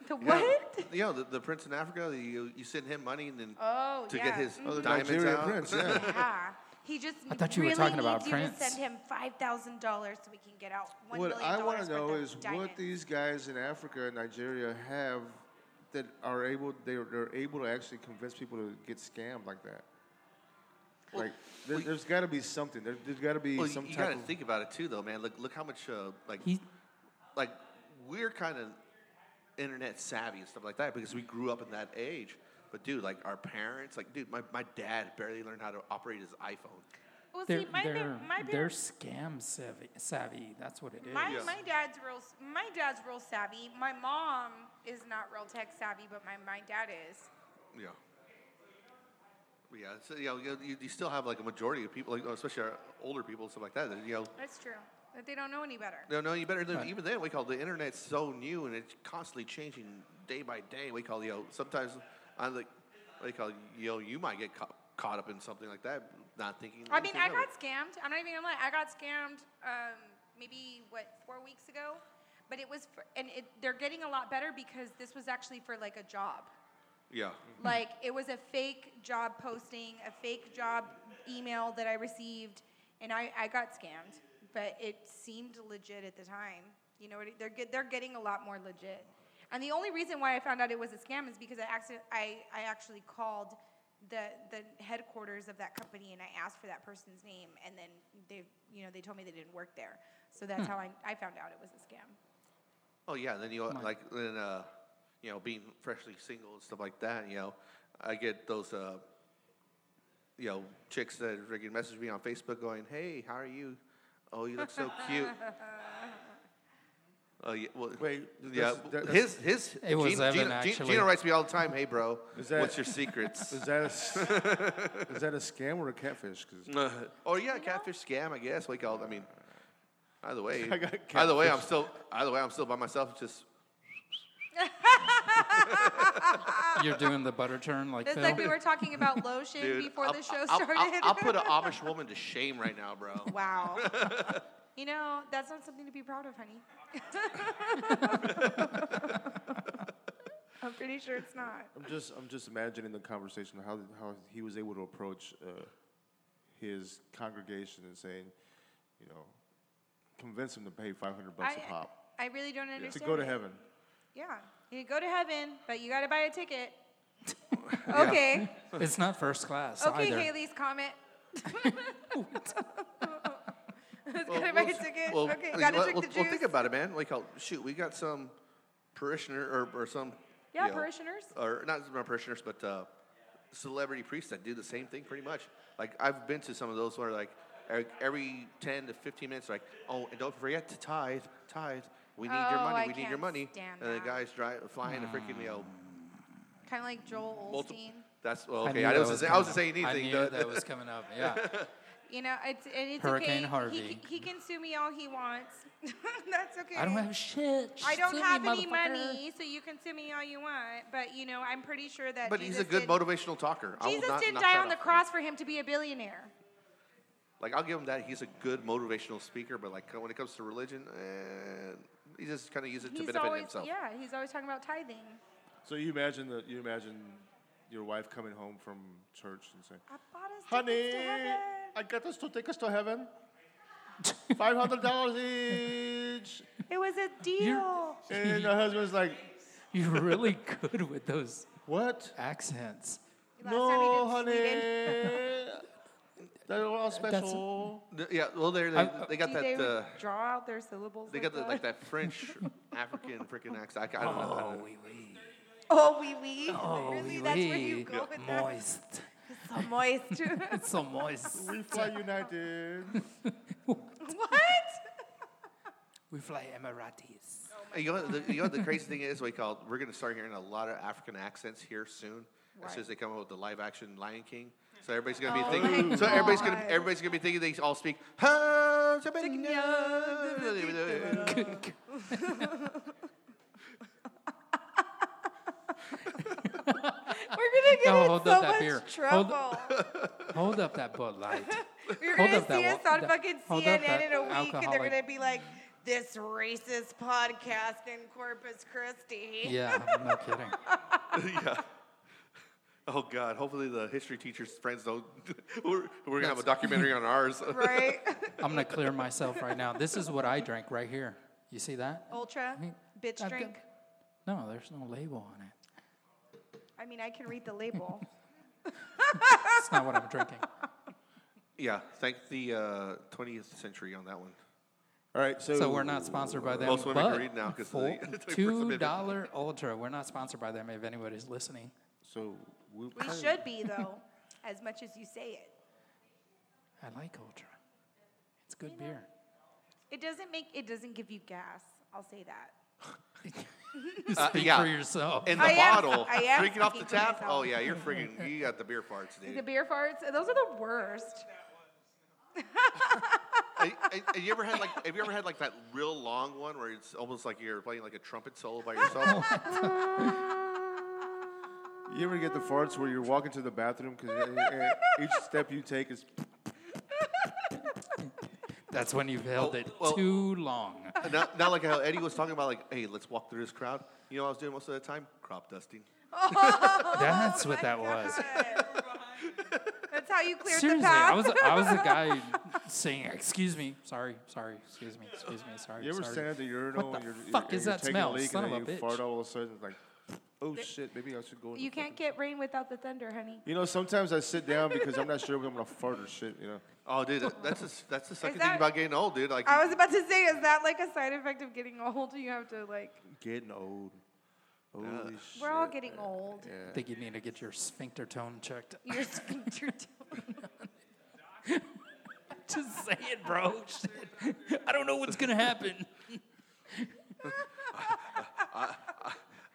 C: The
D: You know-
C: what?
D: You know, the, the prince in Africa, the- you, you send him money and then
C: Oh,
D: to
C: yeah.
D: get his
C: Mhm.
D: diamonds
A: Nigerian
D: out.
A: prince, yeah.
C: yeah. He just
B: I thought you were
C: really
B: talking about
C: needs you to
B: Prince.
C: send him five thousand dollars so we can get out one
A: What
C: million
A: I
C: dollars
A: want to
C: worth
A: know
C: of
A: is
C: diamonds.
A: what these guys in Africa and Nigeria have that are able they're, they're able to actually convince people to get scammed like that. like there,
D: well,
A: there's got to be something. There, there's got to be
D: Well, you,
A: some
D: you
A: type
D: got to
A: of
D: think about it too, though, man. Look, look how much uh, like
B: He-
D: like we're kind of internet savvy and stuff like that because we grew up in that age. But dude, like our parents, like dude, my, my dad barely learned how to operate his iPhone.
C: Well,
B: They're,
C: see, my, par-
B: they're,
C: my, par-
B: they're scam savvy, savvy. That's what it is.
C: my,
D: Yeah.
C: my dad's real. s- My dad's real savvy. My mom is not real tech savvy, but my, my dad is.
D: Yeah. But yeah, so you know, you, you- you still have like a majority of people, like especially our older people and stuff like that. that, You know,
C: That's true. That they don't know any better.
D: no, no, you better than even then. We call the internet's so new and it's constantly changing day by day. We call you know sometimes I like we call you know you might get caught, caught up in something like that, not thinking.
C: I mean,
D: anything
C: I
D: of it.
C: got scammed. I'm not even gonna lie. I got scammed um, maybe what four weeks ago, but it was for, and it, they're getting a lot better because this was actually for like a job.
D: Yeah.
C: Like it was a fake job posting, a fake job email that I received, and I, I got scammed. But it seemed legit at the time. You know, what it- they're get, they're getting a lot more legit. And the only reason why I found out it was a scam is because I accident, I, I actually called the the headquarters of that company and I asked for that person's name, and then they you know they told me they didn't work there. So that's how I, I found out it was a scam.
D: Oh yeah, then you like then uh, you know being freshly single and stuff like that. You know, I get those uh, you know chicks that freaking message me on Facebook going, "Hey, how are you? Oh, you look so
B: [LAUGHS]
D: cute." Oh yeah, well,
A: Wait,
D: yeah.
A: that's- that-
D: his his
B: It was
D: Gina,
B: Evan,
D: Gina, Gina-
B: actually.
D: Gina writes me all the time. Hey, bro,
A: [LAUGHS] Is that-
D: what's
A: [LAUGHS]
D: your secrets?
A: Is that a, s- is that a scam or a catfish? 'Cause
D: oh yeah, catfish scam. I guess we call. it- I mean, either way,
A: [LAUGHS] I got
D: either way, I'm still either way, I'm still by myself. Just
B: You're doing the butter turn like
C: That's
B: Phil.
C: like we were talking about lotion
D: [LAUGHS] dude,
C: before
D: I'll-
C: the show
D: I'll-
C: started.
D: I'll,
C: [LAUGHS]
D: I'll put an Amish woman to shame right now, [LAUGHS] bro.
C: Wow. [LAUGHS] you know, that's not something to be proud of, honey. I'm pretty sure it's not.
A: I'm just I'm just imagining the conversation how how he was able to approach uh, his congregation and saying, you know, convince them to pay 500 bucks a
C: I,
A: pop
C: I really don't understand.
A: to go to
C: it.
A: heaven.
C: Yeah. You go to heaven, but you got to buy a ticket. okay.
B: it's not first class
C: Okay,
B: either.
C: Haley's comment. [LAUGHS] Let's gotta buy a ticket.
D: well,
C: okay,
D: well,
C: gotta
D: well,
C: drink
D: well,
C: the juice.
D: well, think about it, man. Like, how, shoot, we got some parishioner or, or some
C: Yeah,
D: you know,
C: parishioners.
D: or not my parishioners, but uh, celebrity priests that do the same thing pretty much. Like, I've been to some of those where like e- every ten to fifteen minutes, like, oh, and don't forget to tithe, tithe. We need your
C: Oh,
D: money.
C: I
D: we need your
C: can't
D: money.
C: stand
D: and
C: that. Mm.
D: the guys dry, flying a freaking you know
C: kind of like Joel Olstein.
D: multiple. That's well,
B: I
D: okay.
B: knew
D: I,
B: that
D: was
B: was
D: just- I was
B: coming
D: just saying
B: up.
D: anything.
B: I
D: though.
B: knew that was coming up.
D: [LAUGHS]
B: Yeah.
C: You know, it's and it's
B: Hurricane
C: okay. He,
B: Harvey.
C: c- he can sue me all he wants. [LAUGHS] That's okay.
B: I don't have shit.
C: I
B: Sue
C: don't
B: me,
C: have any
B: motherfucker.
C: money, so you can sue me all you want. But you know, I'm pretty sure that.
D: but
C: Jesus
D: he's a good
C: did,
D: motivational talker. I will
C: Jesus
D: not
C: didn't
D: knock
C: die
D: that
C: on the
D: off.
C: cross for him to be a billionaire.
D: Like I'll give him that. He's a good motivational speaker, but like when it comes to religion, eh, he just kind of uses it to
C: He's
D: benefit
C: always
D: himself.
C: yeah. He's always talking about tithing.
A: So you imagine that you imagine your wife coming home from church and saying,
C: I bought us
A: "Honey,
C: tickets to heaven.
A: I got us two tickets to heaven, five hundred dollars each."
C: It was a deal.
A: And
B: [LAUGHS]
A: her husband's like,
B: You're really good with those
A: "What?
B: accents.
C: Last time he
A: no,
C: did
A: honey,
C: Sweden.
A: they're all
C: [LAUGHS]
A: special."
D: Th- Yeah, well, they they,
B: I-
D: they got
C: Do they
D: that uh,
C: draw out their syllables.
D: they
C: like
D: got the,
C: that?
D: like that French African freaking accent. I, I don't know. I don't know.
C: [LAUGHS] Oh, wee wee.
B: Oh,
C: really?
B: we
C: That's where you
B: leave.
C: go with that.
B: moist.
C: So moist. [LAUGHS]
B: It's so moist.
A: We fly United.
B: [LAUGHS]
C: what?
B: we fly Emiratis.
D: And you know, what the, you know what the crazy thing is? We call we're going to start hearing a lot of African accents here soon. As soon as they come out with the live action Lion King, so everybody's going to be thinking. So everybody's going to
C: God.
D: everybody's going to be thinking they all speak. "Ha-ja-ba-nya."
C: get
B: Oh,
C: in
B: hold
C: so
B: up that
C: much
B: beer. Hold-
C: trouble.
B: Hold up that Bud Light.
C: You're
B: Hold
C: gonna
B: up that
C: see
B: wa-
C: us on
B: that-
C: fucking
B: hold up that
C: CNN in a week, and they're
B: alcoholic-
C: gonna be like, "This racist podcast in Corpus Christi."
B: [LAUGHS] Yeah, no kidding.
D: yeah. Oh God! Hopefully the history teacher's friends don't. [LAUGHS] we're we're gonna have a documentary on ours.
C: [LAUGHS]
B: [LAUGHS]
C: Right?
B: I'm gonna clear myself right now. This is what I drank right here. You see that?
C: Ultra
B: Hey,
C: bitch
B: I've got-
C: drink.
B: No, there's no label on it.
C: I mean, I can read the
B: [LAUGHS]
C: label.
B: That's not what I'm drinking.
D: yeah. Thank the uh, twentieth century on that one.
A: All right, so,
B: So we're not sponsored by them.
D: Most women can
B: but
D: read now 'cause
B: full-
D: they- [LAUGHS] they first
B: two
D: submitted.
B: dollar ultra. We're not sponsored by them. If anybody's listening,
A: So we
C: We should be though, as much as you say it.
B: I like ultra. It's good beer.
J: It doesn't make it doesn't give you gas. I'll say that.
D: Uh,
B: Speak
D: yeah.
B: for yourself.
D: In the
C: I am-
D: bottle,
C: I am
D: drinking off the
C: speaking for
D: tap.
C: myself.
D: Oh yeah,
C: [LAUGHS]
D: you're friggin' you got the beer farts,
J: The
D: dude.
J: beer farts, those are the worst.
D: I, I, have you ever had like Have you ever had like that real long one where it's almost like you're playing like a trumpet solo by yourself?
C: [LAUGHS]
A: You ever get the farts where you're walking to the bathroom
C: [LAUGHS]
A: because each step you take is
B: That's when you've held
D: Well,
B: it
D: well-
B: too
D: [LAUGHS]
B: long.
D: not, not like how Eddie was talking about like, hey, let's walk through this crowd. You know what I was doing most of the time? Crop dusting.
B: That's what that was.
C: Oh
B: [LAUGHS]
C: That's how you cleared
B: Seriously,
C: the path.
B: I was I was the guy saying, "Excuse me, sorry, sorry, excuse me, excuse me, sorry."
A: You ever
B: sorry.
A: stand at the urinal
B: What the
A: and you're,
B: fuck
A: you're,
B: is
A: you're
B: that
A: taking
B: smell?
A: a leak
B: Son
A: and
B: of
A: then
B: a
A: you
B: bitch.
A: fart all of a sudden? It's like, oh shit, maybe I should go.
C: [LAUGHS]
A: in
J: You
A: the
J: can't
A: fucking-
J: get rain without the thunder,
B: [LAUGHS]
J: honey.
A: You know, sometimes I sit down because I'm not sure if I'm gonna fart or shit. You know,
D: Oh, dude, that- that's just, that's the second thing
C: that-
D: about getting old, dude. Like,
C: I was about to say, is that like a side effect of getting old? You have to like.
A: getting old. Holy shit.
C: We're all getting old. [LAUGHS]
B: I think you need to get your sphincter tone checked. [LAUGHS]
C: Your sphincter. tone.
B: Just say it, bro. [LAUGHS] Shit. I don't know what's gonna
C: [LAUGHS]
B: happen.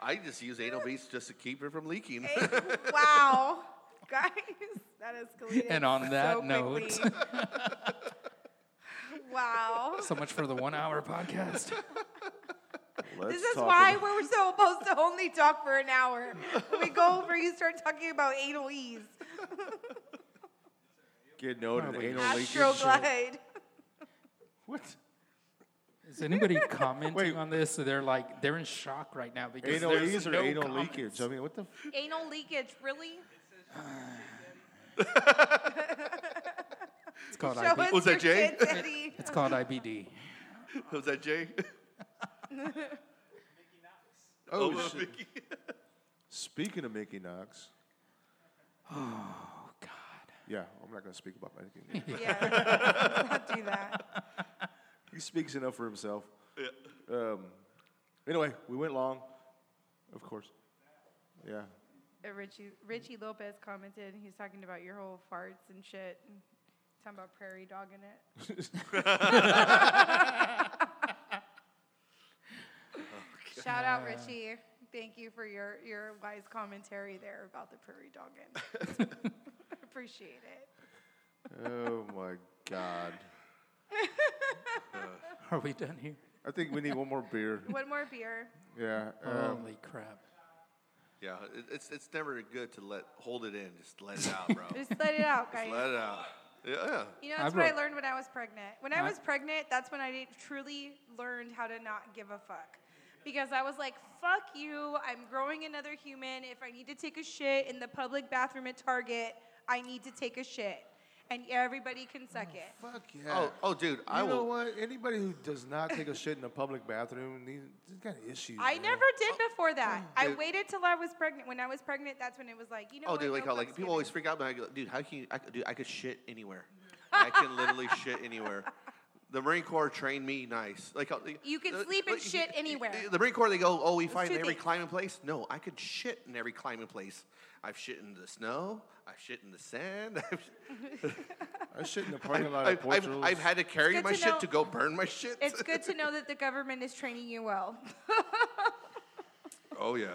D: I just use anal beads just to keep it from leaking.
C: wow, guys, that escalated.
B: And on that
C: so
B: note. [LAUGHS]
C: quickly. [LAUGHS] wow.
B: So much for the one-hour podcast.
A: Let's
C: This is
A: talk
C: why
A: about-
C: we're supposed to only talk for an hour. When we go over, you start talking about anal ease,
A: getting old and
B: Probably.
A: anal leakage.
C: astroglide.
A: What?
B: Is
C: [LAUGHS]
B: anybody commenting
A: Wait.
B: on this? So they're like they're in shock right now because
A: Anal
C: E.
B: there's
A: ease or
B: no
A: anal
B: comments.
A: leakage? I mean, what the? F-
C: Anal leakage, really?
B: It's
C: [LAUGHS]
B: called
C: Show
B: IB.
C: us
D: Was that
C: your
D: Jay?
C: kids,
B: [LAUGHS]
C: Eddie.
B: It's called IBD.
D: was that [LAUGHS] Jay?
A: oh
D: uh,
A: shit. Speaking of Mickey Knox,
B: Oh God.
A: yeah, I'm not gonna speak about Mickey. Knox.
C: Yeah, let's not do that.
A: he speaks enough for himself. Um, anyway, we went long, of course. Yeah.
J: Uh, Richie Richie Lopez commented, he's talking about your whole farts and shit. And talking about prairie dog in it.
C: Shout out Richie. Thank you for your, your wise commentary there about the prairie dogging. [LAUGHS]
J: Appreciate it.
A: Oh my God.
B: Are we done here?
A: I think we need one more beer.
C: One more beer.
A: Yeah. Um,
B: Holy crap.
D: yeah, it, it's it's never good to let hold it in. Just let it out,
C: [LAUGHS]
D: bro. just
C: Just let it out, guys.
D: let it out. Yeah, yeah.
C: You know,
B: I
C: that's what I
B: wrote-
C: learned when I was pregnant. When I was pregnant, that's when I didn't- truly learned how to not give a fuck. Because I was like, fuck you, I'm growing another human. If I need to take a shit in the public bathroom at Target, I need to take a shit. And everybody can suck it.
A: fuck yeah.
D: Oh, oh, dude,
A: you
D: I
A: know
D: will.
A: what? Anybody who does not take a shit in a public bathroom, these these got issues.
C: I
A: man.
C: never did before that. I
D: Oh, dude.
C: waited till I was pregnant. When I was pregnant, that's when it was like, you know
D: Oh,
C: what?
D: dude, like
C: no
D: how like
C: fucks
D: people always
C: given.
D: freak out. But I go, dude, how can you? I, c- dude, I could shit
C: [LAUGHS]
D: anywhere. I can literally shit anywhere. The Marine Corps trained me nice. Like how-
C: You can
D: uh,
C: sleep and
D: like,
C: shit
D: y- y-
C: anywhere.
D: The Marine Corps, they go, oh, we fight
C: two
D: in every
C: things.
D: climbing place. No, I could shit in every climbing place. I've shit in the snow. I've shit in the sand. [LAUGHS] I've,
A: I shit in the parking lot of
D: I've, I've,
A: Portugal's.
D: I've had to carry
C: good
D: my
C: to
D: shit
C: know-
D: to go burn my shit.
C: [LAUGHS] It's good to know that the government is training you
D: [LAUGHS]
C: well.
D: oh yeah.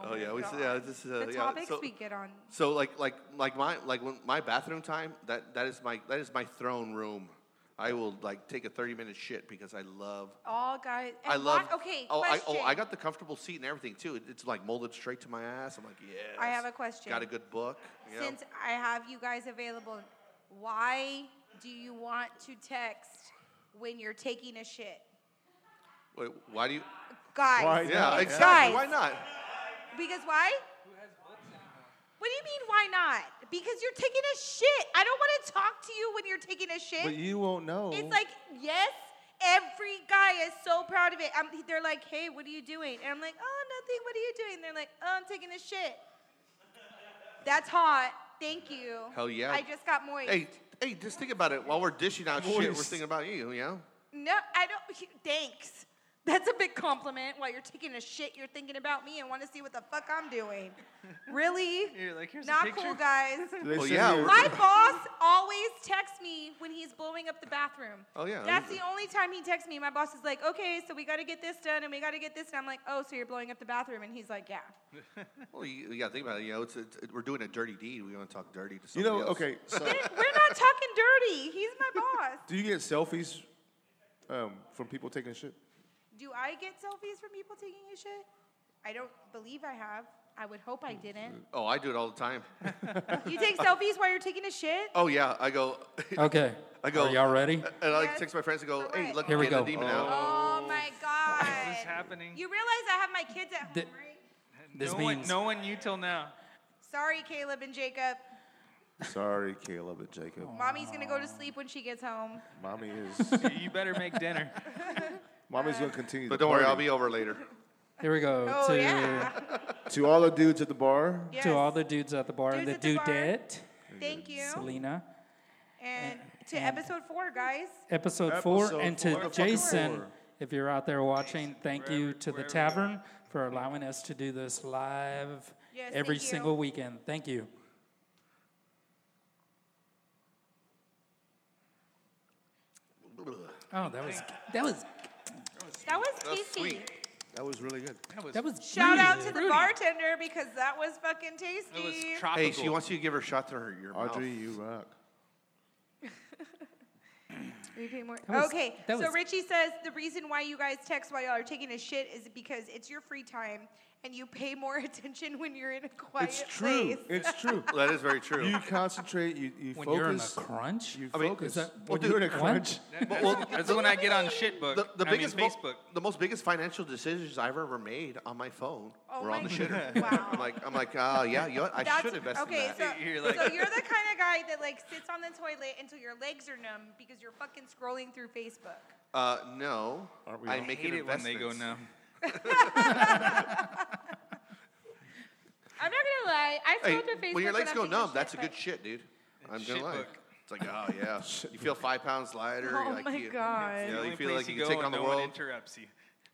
D: Oh, yeah,
C: my
D: we s-
C: God.
D: yeah, this is uh,
C: the
D: yeah,
C: topics
D: so-
C: we get on.
D: So like like like my like when my bathroom time that that is my that is my throne room. I will like take a 30 minute shit because I love.
C: All guys.
D: I
C: and
D: love.
C: why- okay,
D: Oh, I, oh,
C: question.
D: I got the comfortable seat and everything too. It- It's like molded straight to my ass. I'm like, yes.
C: I have a question.
D: Got a good book. you know?
C: Since I have you guys available, why do you want to text when you're taking a shit?
D: Wait, why do you?
C: Guys.
A: Why
D: Yeah,
A: not?
D: exactly.
C: Guys.
D: Why not?
C: Because why? What do you mean, why not? Because you're taking a shit. I don't want to talk to you when you're taking a shit.
A: But you won't know.
C: It's like, yes, every guy is so proud of it. I'm, they're like, hey, what are you doing? And I'm like, oh, nothing. What are you doing? They're like, oh, I'm taking a shit. That's hot. Thank you.
D: Hell yeah.
C: I just got moist.
D: Hey, hey, just think about it. While we're dishing out shit, we're
A: Moist.
D: thinking about you. You know.
C: No, I don't. Thanks. That's a big compliment. While you're taking a shit, you're thinking about me and want to see what the fuck I'm
E: [LAUGHS]
C: doing. Really?
E: You're like, "Here's a
C: Not
E: picture."
C: cool,
E: [LAUGHS]
C: guys.
A: Do they
D: Well,
A: send
D: yeah,
A: you-
D: we're-
C: My boss always texts me when he's blowing up the bathroom.
D: Oh, yeah.
C: That's the only time he texts me. My boss is like, okay, so we got to get this done and we got to get this. And I'm like, oh, so you're blowing up the bathroom. And he's
E: [LAUGHS]
C: like, yeah.
D: Well, you, you gotta think about it. You know, it's, it's, it- we're doing a dirty deed. We want to talk dirty to
A: you
D: somebody
A: know,
D: else.
A: okay. So,
C: We're not talking dirty. He's my boss.
A: do you get selfies um, from people taking shit?
C: Do I get selfies from people taking a shit? I don't believe I have. I would hope I didn't.
D: Oh, I do it all
A: [LAUGHS]
D: the time.
C: You take selfies while you're taking a shit?
D: Oh yeah, I go. [LAUGHS]
B: Okay.
D: I go-
B: Are y'all ready?
C: Uh,
D: And I
C: Yes.
D: text my friends and go, "Hey,
C: Alright.
D: look,
B: Here we
D: get the
B: go.
D: demon out."
C: Oh my god.
E: Is this happening?
C: You realize I have my kids at
B: Th-
C: home, right?
B: This
E: no
B: means-
E: one, no one you till now.
C: Sorry, Caleb and Jacob.
A: [LAUGHS] Sorry, Caleb and Jacob.
C: Mommy's gonna go to sleep when she gets home.
A: Mommy [LAUGHS] is.
E: You- You better make
D: [LAUGHS]
E: dinner.
A: Mommy's gonna continue.
D: But
A: the
D: don't worry, I'll
A: party.
D: be over later.
A: [LAUGHS]
B: Here we go.
C: Oh
B: to,
C: yeah.
A: To all the dudes at the bar,
C: Yes.
B: to all the dudes at the bar,
C: Dudes
B: the
C: at the bar.
B: dudette,
C: Thank you.
B: Selena.
C: And to episode four, guys.
B: episode, four,
A: Episode
B: and
A: four.
B: to
A: Motherfucker
B: Jason,
A: four.
B: if you're out there watching, thank you
E: wherever-
B: to the
E: wherever you
B: tavern for allowing us to do this live
C: Yes,
B: every
C: thank you.
B: single weekend. Thank you. Oh, that was that was
C: That was
D: That's
C: tasty.
D: sweet.
A: that was really good.
B: that was
C: Shout out
B: really
C: to
B: good.
C: the bartender because that was fucking
E: It was
C: tasty.
E: tropical.
D: Hey, she wants you to give her a shot to her your
A: Audrey,
D: mouth.
A: you rock.
C: We pay more.
B: That was-
C: okay,
B: that
C: so
B: was-
C: Richie says the reason why you guys text while y'all are taking a shit is because it's your free time and you pay more [LAUGHS] attention when you're in a quiet
A: It's true.
C: place.
A: It's
C: [LAUGHS]
A: true.
D: That is very true.
A: You concentrate. You you
B: When you're in a
A: focus.
B: crunch,
A: you
D: mean,
A: focus.
D: is
B: that-
A: when
D: Well,
A: you're in a
B: dude,
A: crunch,
E: That's, that's when I get on shitbook.
D: the, the
E: I mean,
D: biggest, mo-
E: Facebook.
D: the most biggest financial decisions I've ever made on my phone
C: Oh
D: were on
C: my
D: the
C: [LAUGHS]
D: shitter.
C: Wow.
D: I'm like, I'm like, ah, yeah, you know what? I
C: That's-
D: should invest
C: okay,
D: in that. [LAUGHS]
C: So,
E: You're
C: you're
E: like-
C: so you're the kind of guy that like sits on the toilet until your legs are numb because you're fucking scrolling through Facebook.
D: uh, no,
A: Aren't we
D: I
A: all-
D: make
E: hate
D: an
E: it when they go
D: investments.
E: numb.
C: I'm not gonna lie, I
D: Hey,
C: scroll through Facebook.
D: when your legs
C: I'm
D: go
C: taking a
D: numb, that's a
C: shit,
D: good
C: but-
D: shit, dude. I'm gonna
E: shit
D: lie.
E: book.
D: It's like, oh
C: [LAUGHS]
D: yeah, you feel five pounds lighter.
C: Oh
D: like
C: my
D: you,
C: God.
D: You,
E: The
D: know,
E: only
D: you feel
E: place
D: like you
E: go
D: can take
E: when
D: on the
E: no
D: world.
E: one interrupts you.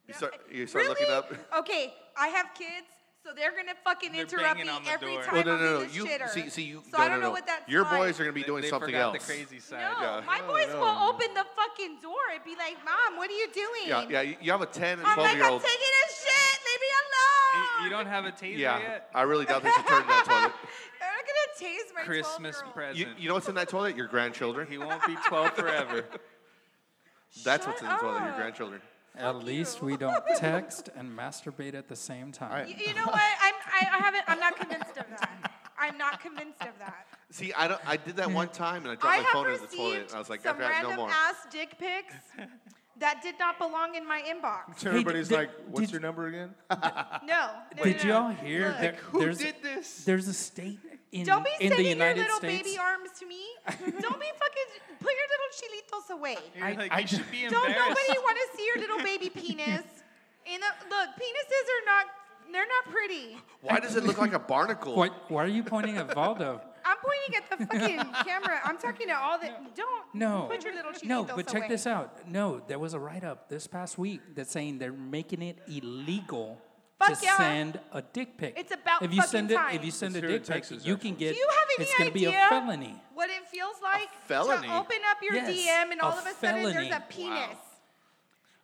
D: you start, you start
C: really?
D: looking up.
C: Okay, I have kids, so they're gonna fucking
E: They're
C: interrupt
E: banging
C: me
E: on the
C: every
E: door.
C: time
D: Well, Oh, no,
C: I'm
D: no,
C: in
D: no.
C: the
D: You
C: shitter.
D: see, see, you.
C: So
D: no,
C: I don't know
D: no, no.
C: what that's
D: Your
C: like.
D: boys are gonna be
E: They-
D: doing
E: they
D: something
E: forgot
D: else.
E: The crazy side.
C: No,
D: Yeah.
C: my boys will open the fucking door and be like, "Mom, what are you doing?"
D: Yeah, yeah. You you have a ten and
C: I'm
D: twelve
C: like,
D: year
C: "I'm
D: old.
C: taking a shit. Leave me
E: You,
C: alone."
E: you don't have a taser
D: Yeah,
E: yet.
D: I really doubt they should
C: [LAUGHS]
D: turn that
C: They're not gonna tase my
E: Christmas
C: 12-year-old.
D: toilet.
E: present.
D: You, you know what's in that toilet? Your grandchildren.
E: he won't be 12 forever.
D: That's what's in the
C: Shut
D: toilet. Your
C: up.
D: grandchildren.
B: At least we don't
C: [LAUGHS]
B: text and masturbate at the same time.
C: You, you know what? I'm, I, I haven't. I'm not convinced of that. I'm not convinced of that.
D: See, I don't. I did that one time and I
C: Hmm. I
D: dropped my
C: have
D: phone in the
C: received
D: toilet. And I was like,
C: some
D: okay, no
C: random
D: more.
C: ass dick pics that did not belong in my inbox.
A: so everybody's
B: did-
A: like, "What's
B: did-
A: your number again?"
D: [LAUGHS]
C: No. no
B: Did
C: no, no.
B: y'all hear
C: Look,
B: that
E: [LAUGHS] Who
B: there's
E: did this?
B: there's a state in,
C: Don't be
B: in the
C: sending your
B: United
C: little
B: States.
C: baby arms to me. Don't be fucking. Put your little chilitos away.
E: [LAUGHS] You're
B: I-
E: like,
B: I
E: you should be
C: Don't
E: embarrassed.
C: nobody want to see your little
E: [LAUGHS]
C: baby penis. In the, look, penises are not. They're not pretty.
D: Why does it
C: [LAUGHS]
D: look like a barnacle?
B: Why, why are you pointing at Valdo?
C: I'm pointing at the fucking camera. I'm talking to all the. Don't.
B: No.
C: Put your little chilitos
B: No, but check
C: away.
B: this out. No, there was a write up this past week that's saying they're making it illegal
C: Fuck
B: to
C: yeah.
B: send a dick pic.
C: It's about
B: if you
C: fucking
B: send it,
C: time.
B: If you send
A: It's
B: a
A: here in
B: dick pic,
A: Texas,
B: you can get
C: Do you have any
B: it's going to be a
C: idea
B: felony.
C: What it feels like
D: felony?
C: to open up your
B: Yes,
C: DM and
B: a
C: all of a sudden there's
B: felony.
C: a penis.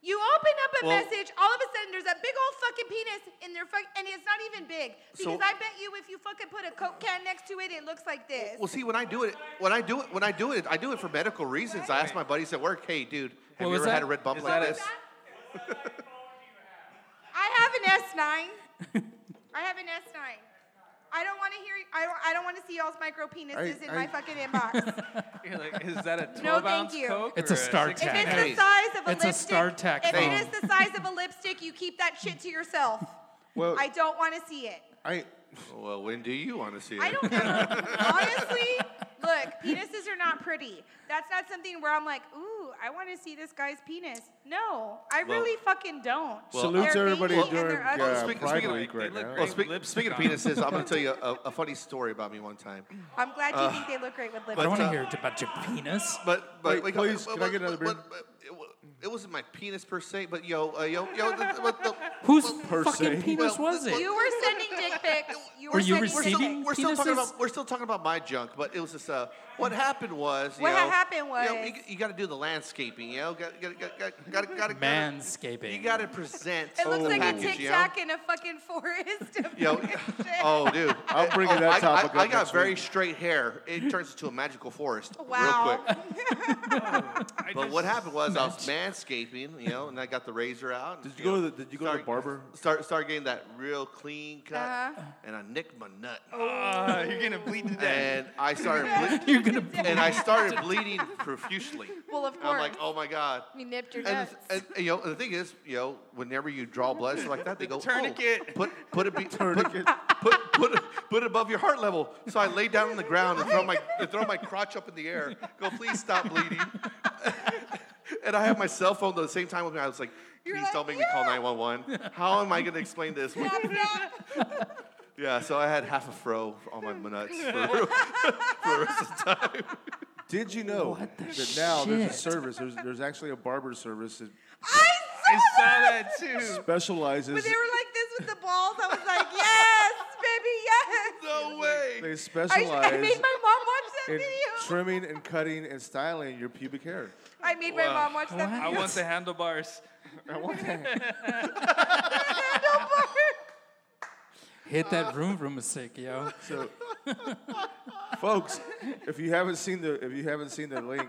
C: You open up a
D: Well-
C: message, all of a sudden there's a big old fucking penis in their fuck, and it's not even big because
D: So-
C: I bet you if you fucking put a coke can next to it, it looks like this.
D: Well, see, when I do it, when I do it, when I do it, I do it for medical reasons. I ask my buddies at work, "Hey, dude,
B: What
D: have you
B: was
D: ever had
B: that?
D: a red bump
F: Is
D: like
F: that a-
D: this?"
C: I have an S9. I have an S9. I don't want to hear. I don't. I don't want to see y'all's micro penises
A: I-
C: in
A: I-
C: my fucking inbox.
E: You're like, is that a 12
C: No,
E: ounce
C: thank you.
E: Coke?
B: It's a
E: or
B: star
E: six
C: If
E: pack?
C: it's
D: Hey.
C: the size of a
B: It's a
C: lipstick,
B: StarTAC
C: if
B: phone.
C: it is the size of a lipstick, you keep that shit to yourself.
A: Well,
C: I don't want to see it.
A: I
D: Well, when do you want to see it?
C: I don't know. Honestly, look, penises are not pretty. That's not something where I'm like, ooh, I want to see this guy's penis. No, I
D: Well-
C: really fucking don't.
A: salute
C: They're
A: to everybody
C: baby and
A: during
C: they're
A: uh,
C: ugly.
D: Speak-
A: Pride
D: speaking of
A: Week
E: they
A: right
E: look
A: now.
E: great.
D: Well, speak,
E: Lipstick
D: speaking of
E: on.
D: penises,
A: [LAUGHS]
D: I'm going to tell you a, a funny story about me
A: [CLEARS THROAT]
D: one time.
C: I'm glad you think they look great with
B: I
C: lipstick.
B: want to
D: uh,
B: hear it about your penis.
D: But but
A: Wait,
D: wait,
A: please,
D: but-
A: can I
D: but-
A: get another
D: but-
A: beer?
D: but- It, wa- it wasn't my penis per se, but yo, uh, yo, yo. The,
A: [LAUGHS]
D: what the,
B: Whose
A: per
B: fucking
A: se.
B: penis
D: Well,
B: was it?
C: You were sending dick pics. You were,
B: Were you
C: sending
D: we're
C: dick
B: receiving
C: pics.
D: still, we're still
B: penises?
D: talking about we're still talking about my junk, but it was just uh, what happened was you
C: What
D: know,
C: happened
D: you, know,
C: was-
D: you, got to do the landscaping, you know, got got got got got got
B: Manscaping.
D: You got to present.
C: It looks
D: the
C: like a
D: package,
C: Tic
D: you know?
C: Tac in a fucking forest. Of
D: Oh, Yo,
C: fucking [LAUGHS] shit.
D: [LAUGHS] oh, dude.
A: I'll bring you
D: Oh,
A: that
D: I-
A: topic
D: I, I,
A: up
D: got
A: next
D: very
A: week.
D: straight hair. It turns into a magical forest real
C: Wow.
D: quick.
E: I
D: But
E: just-
D: what happened was I was manscaping, you know, and I got the razor out.
A: Did you go to the- did you go to the barber?
D: Start start getting that real clean cut,
C: Uh-huh.
D: and I nicked my nut,
E: Ah, you're gonna bleed to
D: and
E: death.
D: I started
C: [LAUGHS]
D: ble-
B: You're [LAUGHS] gonna bleed.
D: and I started bleeding profusely.
C: Well, of
D: I'm
C: course.
D: like, oh my god.
C: we nipped your
D: And,
C: nuts.
D: the- and, you know, the thing is, you know, whenever you
C: [LAUGHS]
D: draw blood shit like that, they go oh,
E: Tourniquet.
D: put put [LAUGHS] it be, put, put put it- put it above your heart level. So I lay down on the ground and throw
C: [LAUGHS]
D: my and throw my crotch up in the air. Go, please stop bleeding. [LAUGHS] and I have my cell phone at the same time with me. I was like,
C: You're
D: please
C: like,
D: don't make me call
C: "Yeah."
D: 911. How am I going to explain this?
C: Snap, snap.
D: yeah. So I had half a fro on my nuts
C: [LAUGHS]
D: for, for the rest of the time.
A: Did you know that now there's a
B: shit?
A: service? There's, there's actually a barber service that
C: I
E: I
C: saw
E: [LAUGHS] saw
C: that.
E: that
C: [LAUGHS]
E: too.
A: specializes.
C: But they were like this with the balls. I was like, yes, baby, yes.
D: No way.
A: they
C: I, sh- I
A: specialize
C: made my mom watch that
A: in
C: video.
A: trimming and cutting and styling your pubic hair.
C: I made my
E: Wow.
C: mom watch that
E: I
C: video.
E: want the handlebars. [LAUGHS]
B: Hit that room room sick, yo.
A: So, folks, if you haven't seen the if you haven't seen the link,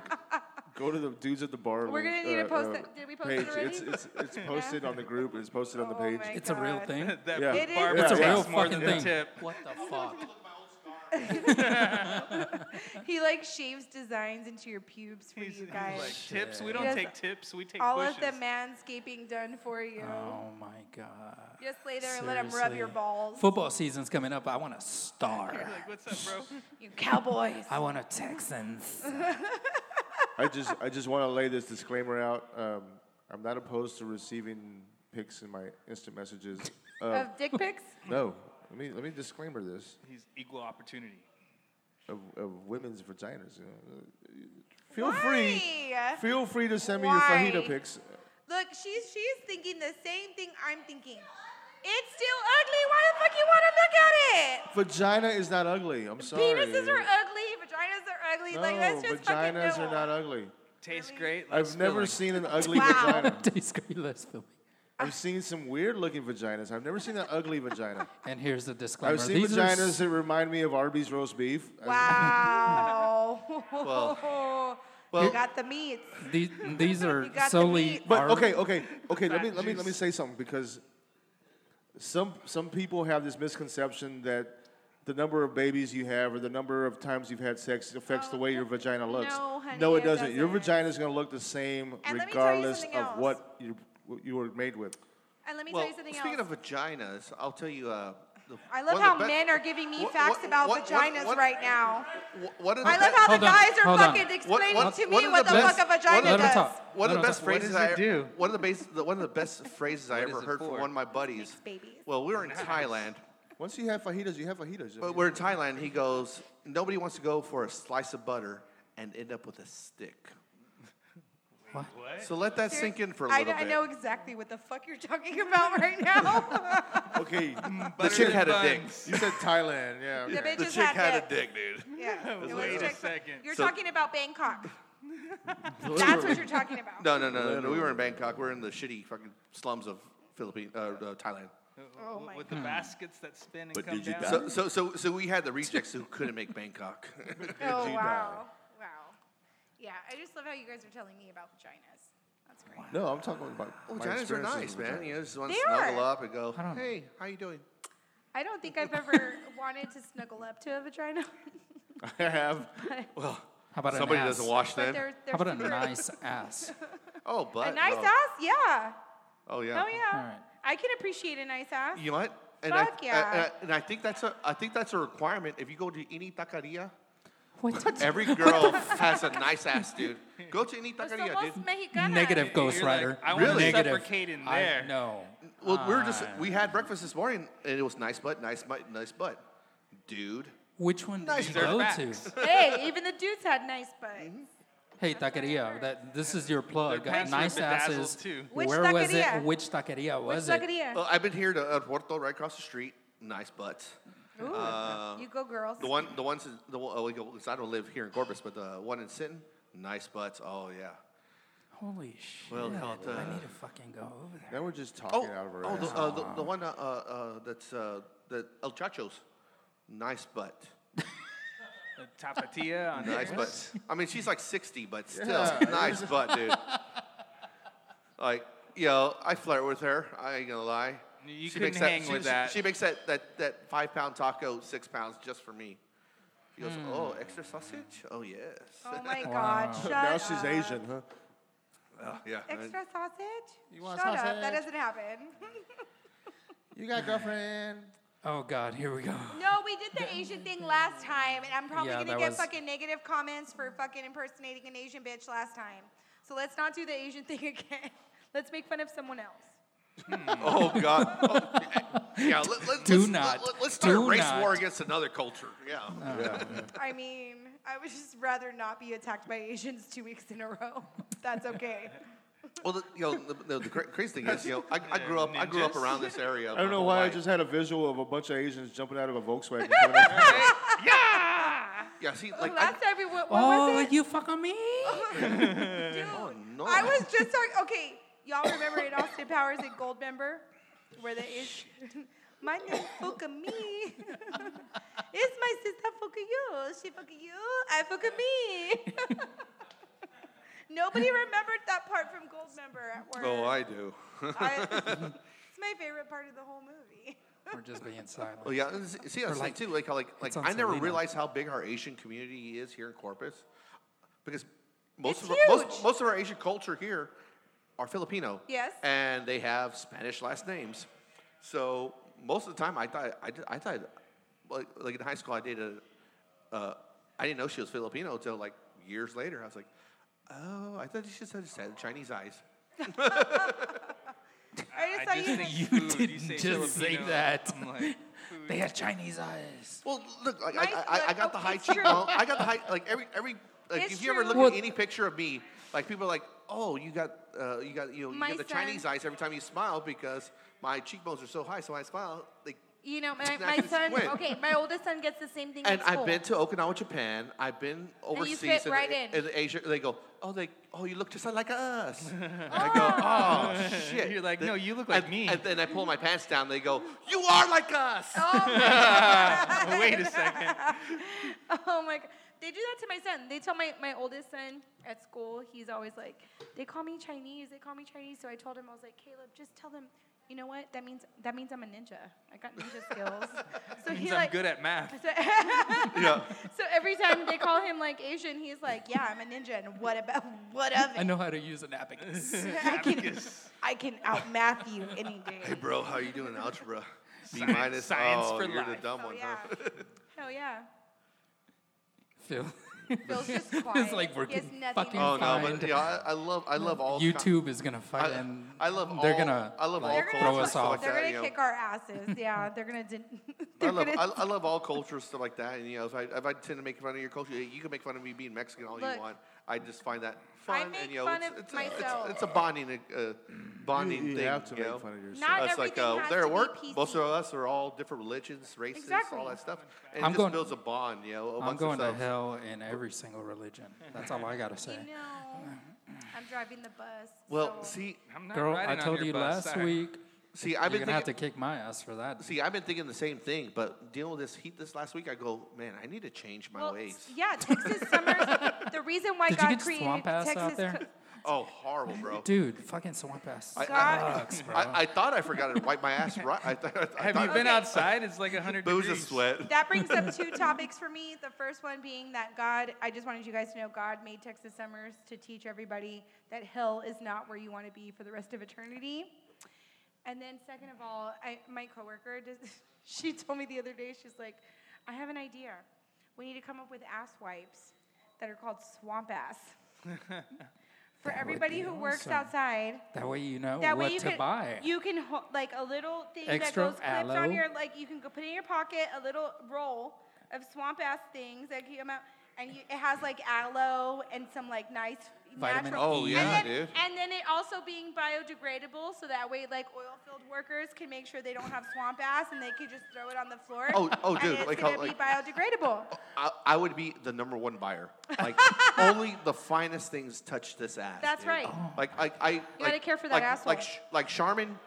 A: go to the dudes at the bar.
C: We're
A: link,
C: gonna need to
A: uh,
C: post
A: uh,
C: that. Did we post it
A: page.
C: already?
A: It's, it's, it's posted on the group. It's posted on the
C: Oh
A: page.
C: my
B: It's a real
C: God.
B: thing.
E: That
A: Yeah.
C: It is
E: barber
A: Yeah,
B: It's a
A: yeah.
B: real
E: takes more
B: fucking
E: than the
B: thing.
E: tip.
B: What the fuck?
C: He like shaves designs into your pubes for
E: He's,
C: you
E: he's
C: guys.
E: like tips. We don't
C: Yes.
E: take tips. We take
C: All
E: bushes.
C: of the manscaping done for you.
B: Oh my god.
C: Just lay there and let him rub your
B: Seriously.
C: balls.
B: Football season's coming up. I want a star.
E: like, what's up,
C: [LAUGHS]
E: bro?
C: You
B: [LAUGHS]
C: cowboys.
B: I want a Texans. [LAUGHS]
A: I just I just want to lay this disclaimer out. Um, I'm not opposed to receiving pics in my instant messages. Uh,
C: Of dick pics?
A: no, let me let me disclaimer this
E: He's equal opportunity.
A: of, of women's vaginas. You know. uh, Feel free,
C: Why?
A: feel free to send me your
C: Why?
A: fajita pics.
C: Look, she's she's thinking the same thing I'm thinking. It's still ugly. Why the fuck you want to look at it?
A: Vagina is not ugly. I'm sorry.
C: Penises are ugly. Vaginas are ugly.
A: No,
C: like that's just fucking
A: vaginas
C: no.
A: are not ugly.
E: Tastes
C: Really?
E: great.
A: I've never
E: seen.
A: seen an ugly
C: Wow. [LAUGHS]
A: vagina.
B: Tastes great, let's film it.
A: I've seen some weird looking vaginas. I've never seen an ugly
B: [LAUGHS]
A: vagina.
B: And here's the disclaimer.
A: I've seen
B: These are
A: vaginas
B: s-
A: that remind me of Arby's roast beef. I-
C: Wow. [LAUGHS]
D: well-
C: you got the meats.
B: these, these
C: [LAUGHS]
B: are
C: You got the
B: solely.
C: meat.
A: But
B: our-
A: okay, okay, okay. Let
E: Fat
A: me let me let me
E: juice.
A: say something because some some people have this misconception that the number of babies you have or the number of times you've had sex affects
C: Oh,
A: the way your
C: no,
A: vagina looks.
C: honey,
A: no, it,
C: it
A: doesn't. Your
C: doesn't.
A: vagina is going to look the same
C: And let me tell you
A: regardless
C: something
A: of
C: else.
A: what you what you were made with.
C: And let me
D: Well,
C: tell you something
D: speaking
C: else.
D: of vaginas, I'll tell you. Uh, the,
C: I love
D: one of
C: how
D: the be-
C: men are giving me
D: What-
C: facts
D: what-
C: about
D: what- what-
C: vaginas
D: what-
C: right now.
D: Wh- What are the
C: I love
D: be-
C: how
B: Hold
C: the
B: on,
C: guys are
B: hold on.
C: fucking
D: What-
C: explaining
D: what-
C: to me
D: what are
C: what
D: the
C: the,
D: best-
C: fuck a vagina
D: what are
B: the
C: does.
B: best- talk.
D: One
B: Let
D: of the
B: him
D: best
B: talk. What
D: phrases
E: does it
D: I
E: do?
D: one of the base, the, one of the best phrases I
E: What
D: ever
E: is it
D: heard from
E: for?
D: one of my buddies.
C: Makes babies.
D: Well, we were in Thailand,
A: Once you have fajitas, you have fajitas.
D: but we're in Thailand. He goes, nobody wants to go for a slice of butter and end up with a stick.
E: What?
D: So let that sink in for a
C: I,
D: little
C: I
D: bit.
C: know exactly what the fuck you're talking [LAUGHS] about right
D: [LAUGHS]
C: now.
A: okay, [LAUGHS]
D: The
E: Butter
D: chick
E: and
D: had a dick.
E: buns.
A: you said Thailand. Yeah.
C: the
A: okay.
C: bitches
D: The chick
C: have
D: had a
C: dicks.
D: dick, dude.
C: Yeah. it was
E: Wait a
C: Czech-
E: second.
C: You're
D: So- [LAUGHS]
C: talking about Bangkok. That's what you're talking about.
D: No, no, no, no, no. We were in Bangkok. We're in the shitty fucking slums of Philippines, uh, uh, Thailand.
C: Oh my
E: with the baskets that spin and
A: But
E: come
A: did you
E: down.
A: die?
D: So, so, so, so we had the rejects who couldn't make Bangkok.
C: Oh,
A: Gina.
C: wow. Wow. Yeah, I just love how you guys are telling me about vaginas. That's great.
A: No, I'm talking about
D: Oh,
A: my
D: vaginas are
A: experiences
D: nice,
A: with
D: man.
A: vaginas.
D: You know, just want to
C: They
D: snuggle
C: are.
D: up and go,
B: I don't know.
D: hey, how you doing?
C: I don't think I've
D: [LAUGHS]
C: ever wanted to snuggle up to a vagina.
A: [LAUGHS]
C: [LAUGHS]
A: I have.
B: How about
D: Somebody
B: an ass?
D: doesn't wash
C: But
D: then.
C: they're, they're
B: How about a
C: super-
B: nice ass?
D: Oh,
C: [LAUGHS]
D: but
C: A nice
D: oh.
C: ass? Yeah.
D: Oh yeah.
C: Oh, yeah.
B: All right.
C: I can appreciate a nice ass.
D: You know what? And I,
C: Fuck
D: and
C: yeah.
D: I- and I, and I think that's a I think that's a requirement. If you go to any taqueria,
B: What?
D: every girl [LAUGHS] has a nice ass, dude. Go to any
C: Pues
D: taqueria,
C: somos
D: dude.
C: mexicanas.
D: [LAUGHS]
B: Negative Ghost
E: You're like,
B: Rider.
E: I wanna
B: Really? Negative.
E: suffocate in
B: I-
E: there.
B: no.
D: Well, we were
B: Uh,
D: just we had breakfast this morning, and it was nice butt, nice butt, nice butt, dude.
B: Which one did you
E: These are
B: go to?
E: facts.
C: Hey, even the dudes had nice butts.
D: Mm-hmm.
B: Hey, taqueria. That this is your plug. Uh,
E: Their pants were
B: nice
E: bedazzled,
B: asses.
E: too.
C: Which
B: Where was it?
C: taqueria?
B: Which taqueria
C: Which
B: was it?
C: taqueria?
D: Well, I've been here to El Puerto, right across the street. Nice butts.
C: Ooh. you go, girls.
D: The one, the ones, in- the one, oh, we go, 'cause I don't live here in Corpus, but the one in Sinton, nice butts. Oh yeah.
B: Holy shit!
D: Well, hell,
B: I
D: uh,
B: need to fucking go over there.
A: Now we're just
D: Oh,
A: talking out of our
D: oh,
A: ass.
D: the, uh, the, the one uh, uh, uh, that's uh, the El Chacho's, nice butt.
E: The Tapatia on
D: Nice
E: there.
D: butt. I mean, she's like 60, but still, nice butt, dude. Like, you know, I flirt with her. I ain't gonna lie.
E: You
D: she makes
E: couldn't
D: that,
E: hang
D: she,
E: with
D: she-
E: that.
D: She makes that, that, that five pound taco six pounds just for me. She goes, oh, extra sausage? Oh yes.
C: Oh
B: [LAUGHS]
C: my God!
D: [LAUGHS]
C: Shut
A: now
C: up.
A: she's Asian, huh?
D: yeah.
C: Extra sausage?
A: You want
C: Shut up! That
A: sausage?
C: doesn't happen.
A: You got girlfriend.
B: Oh god, here we go.
C: no, we did the Asian thing last time, and I'm probably
B: Yeah,
C: gonna
B: that
C: get
B: was-
C: fucking negative comments for fucking impersonating an Asian bitch last time. So let's not do the Asian thing [LAUGHS] again. let's make fun of someone else.
D: [LAUGHS] Oh God. Oh, yeah. Let, let,
B: Do
D: let's,
B: not.
D: Let, us start a
B: Do
D: race
B: not.
D: war against another culture. Yeah.
C: I mean, I would just rather not be attacked by Asians two weeks in a row. [LAUGHS] That's okay.
D: Well, the, you know, the, the, the cra- crazy thing is, you know, I, I grew up. I grew up
E: Ninjas.
D: around this area.
A: I don't
D: my
A: know
D: whole
A: why I
D: life.
A: just had a visual of a bunch of Asians jumping out of a [LAUGHS] Volkswagen. coming up.
D: Yeah. See, like. I,
C: last time we what, what
B: oh,
C: was it?
B: you fuck on me?
C: [LAUGHS] Dude,
D: no.
C: I was just
E: [LAUGHS]
C: talking. Okay, y'all remember in Austin Powers and Goldmember, where the is [LAUGHS] my name fuck
E: [LAUGHS]
C: me. it's my sister fuck you. She fuck you. I fuck me. [LAUGHS] Nobody remembered that part from Goldmember at work.
D: Oh, I do.
C: I-
D: [LAUGHS]
C: it's my favorite part of the whole movie.
B: We're just being silent.
D: Well, yeah. and s- See, that's like,
B: like-
D: too. Like, how, like, like
B: on
D: I never
B: Selena.
D: realized how big our Asian community is here in Corpus, because
C: It's
D: most of our, most,
C: huge.
D: most of our Asian culture here are Filipino.
C: Yes.
D: And they have Spanish last names, so most of the time I thought I, d- I thought like, like in high school I dated. a- Uh, I didn't know she was Filipino until like years later. I was like, oh, I thought she just had sad Chinese eyes.
C: I just
E: I
C: thought
E: just
C: you
E: think
B: You [LAUGHS]
E: food,
B: didn't
E: say
B: just say
D: [LAUGHS]
E: Filipino,
B: that.
E: I'm like,
B: They have Chinese eyes.
D: Well, look, like,
C: Nice
D: I, I, I
C: look.
D: got the
C: Oh,
D: high
C: it's true.
D: cheekbone. I got the high, like every every. Like,
C: It's
D: if you ever look
C: true.
D: at any picture of me, like people are like, oh, you got, uh, you got, you know, you
C: My
D: got the
C: son-
D: Chinese eyes every time you smile because my cheekbones are so high. So when I smile, like.
C: [LAUGHS] You know, my,
D: Snacks
C: my
D: and
C: son.
D: squid.
C: Okay, my oldest son gets the same thing.
D: And
C: in
D: I've
C: school.
D: been to Okinawa, Japan. I've been
C: you
D: overseas
C: fit right in.
D: in Asia. They go, oh, they, oh, you look just like
E: [LAUGHS]
D: us. I go, oh shit.
E: You're like,
D: Then-
E: "No, you look like
D: and-
E: me." Oh.
D: And then I pull my pants down. They go, you are like us.
E: [LAUGHS] Wait a second.
C: Oh my god. They do that to my son. They tell my, my oldest son at school, he's always like, they call me Chinese, they call me Chinese. So I told him, I was like, Caleb, just tell them, you know what? That means that means I'm a ninja. I got ninja skills.
E: [LAUGHS]
C: So
E: Means
C: he's
E: I'm
C: like
E: good at math.
C: [LAUGHS] so,
D: Yeah.
C: [LAUGHS] so every time they call him like Asian, he's like, Yeah, I'm a ninja and what about what of
B: [LAUGHS] I
C: it?
B: know how to use an abacus.
C: I can I can outmath you any day.
D: Hey, bro, how you doing in
E: [LAUGHS]
D: algebra? B
E: Science-
D: minus.
E: science
D: oh,
E: for
D: you're the
E: life.
D: dumb
C: Hell
D: one,
C: yeah.
D: huh?
C: Hell yeah.
B: [LAUGHS] Phil.
C: Bill's
B: [LAUGHS]
C: just
B: it's
C: quiet.
B: like we're
C: He has
B: getting
C: nothing
B: fucking
C: to
D: Oh no,
B: fined.
D: but yeah, I, I love I love all ki-
B: YouTube is gonna
D: I,
B: fight and
D: I love
B: they're
D: all,
B: gonna
D: I love
B: like,
D: all
C: They're gonna
B: throw
C: have
B: us
C: to-
D: cultures
B: off.
D: like
C: They're
D: that,
C: gonna
D: you know.
C: kick our asses.
B: [LAUGHS]
C: Yeah, they're gonna. [LAUGHS] din
D: I
C: they're
D: love
C: gonna
D: I, I love all cultures stuff like that. And you know, if I if I tend to make fun of your culture, you can make fun of me being Mexican all
C: Look.
D: you want. I just find that fun.
C: make
D: and, you know,
C: fun
D: it's,
C: of
D: it's, a- it's a-
C: myself.
D: It's, a bonding, uh, bonding
A: you
D: thing.
A: have to
D: you
A: make
D: know?
A: fun of yourself.
K: Not
D: It's like
K: everything
D: uh,
K: has
D: they're
K: to
D: at
K: be
D: work.
K: PC.
D: Most of us are all different religions, races,
K: Exactly.
D: all that stuff, and
B: I'm
D: it just
B: going-
D: builds a bond. You know,
B: I'm
D: amongst
B: going
D: ourselves.
B: to hell in every single religion. That's all I
D: [LAUGHS]
B: gotta say.
C: You know, I'm driving the bus.
D: Well,
C: so-
D: see,
E: I'm not
B: Girl, I
E: riding on
B: told
E: your
B: you
E: bus,
B: last
E: sorry.
B: week.
D: see,
B: You're
D: I've been
B: gonna have to
D: thinking,
B: kick my ass for that.
D: see, I've been thinking the same thing, but dealing with this heat this last week, I go, man, I need to change my
C: well,
D: ways.
C: s- yeah, Texas summers.
D: [LAUGHS]
C: the reason why
B: Did you
C: God
B: get
C: created
B: swamp ass
C: Texas.
B: out there?
C: co-
D: Oh, horrible, bro.
B: Dude, fucking swamp ass
D: I-
C: God-
B: sucks, bro.
D: [LAUGHS] I, I thought I forgot to wipe my ass right. I th- I
E: [LAUGHS] Have
D: thought,
E: you been
C: Okay.
E: outside? It's like 100
D: But it was
E: degrees.
D: a sweat.
C: that brings up two topics for me. The first one being that God, I just wanted you guys to know God made Texas summers to teach everybody that hell is not where you want to be for the rest of eternity. And then, second of all, I, my coworker, does, [LAUGHS] she told me the other day, she's like, I have an idea. We need to come up with ass wipes that are called swamp ass. for everybody
B: be
C: who works
B: awesome.
C: outside,
B: that way you
D: Oh,
B: know
C: that
B: what
C: way you
B: to
C: can
B: buy.
C: you can hold like a little thing
B: Extra
C: that goes clipped
B: aloe.
C: on your like you can go put in your pocket a little roll of swamp ass things that can come out and you, it has like aloe and some like nice
B: Vitamin
C: natural.
B: Oh, E.
D: yeah,
C: and then,
D: dude.
C: And then it also being biodegradable, so that way like oil field workers can make sure they don't have swamp ass and they could just throw it on the floor.
D: Oh- oh,
C: and
D: dude,
C: it's
D: like how,
C: gonna be
D: like-
C: biodegradable.
D: I, I would be the number one
C: [LAUGHS]
D: buyer. Like only the finest things touch this ass.
C: That's
D: dude.
C: right.
E: Oh
D: Like I, I you
C: gotta care for that
D: like,
C: asshole.
D: Like Sh- like Charmin,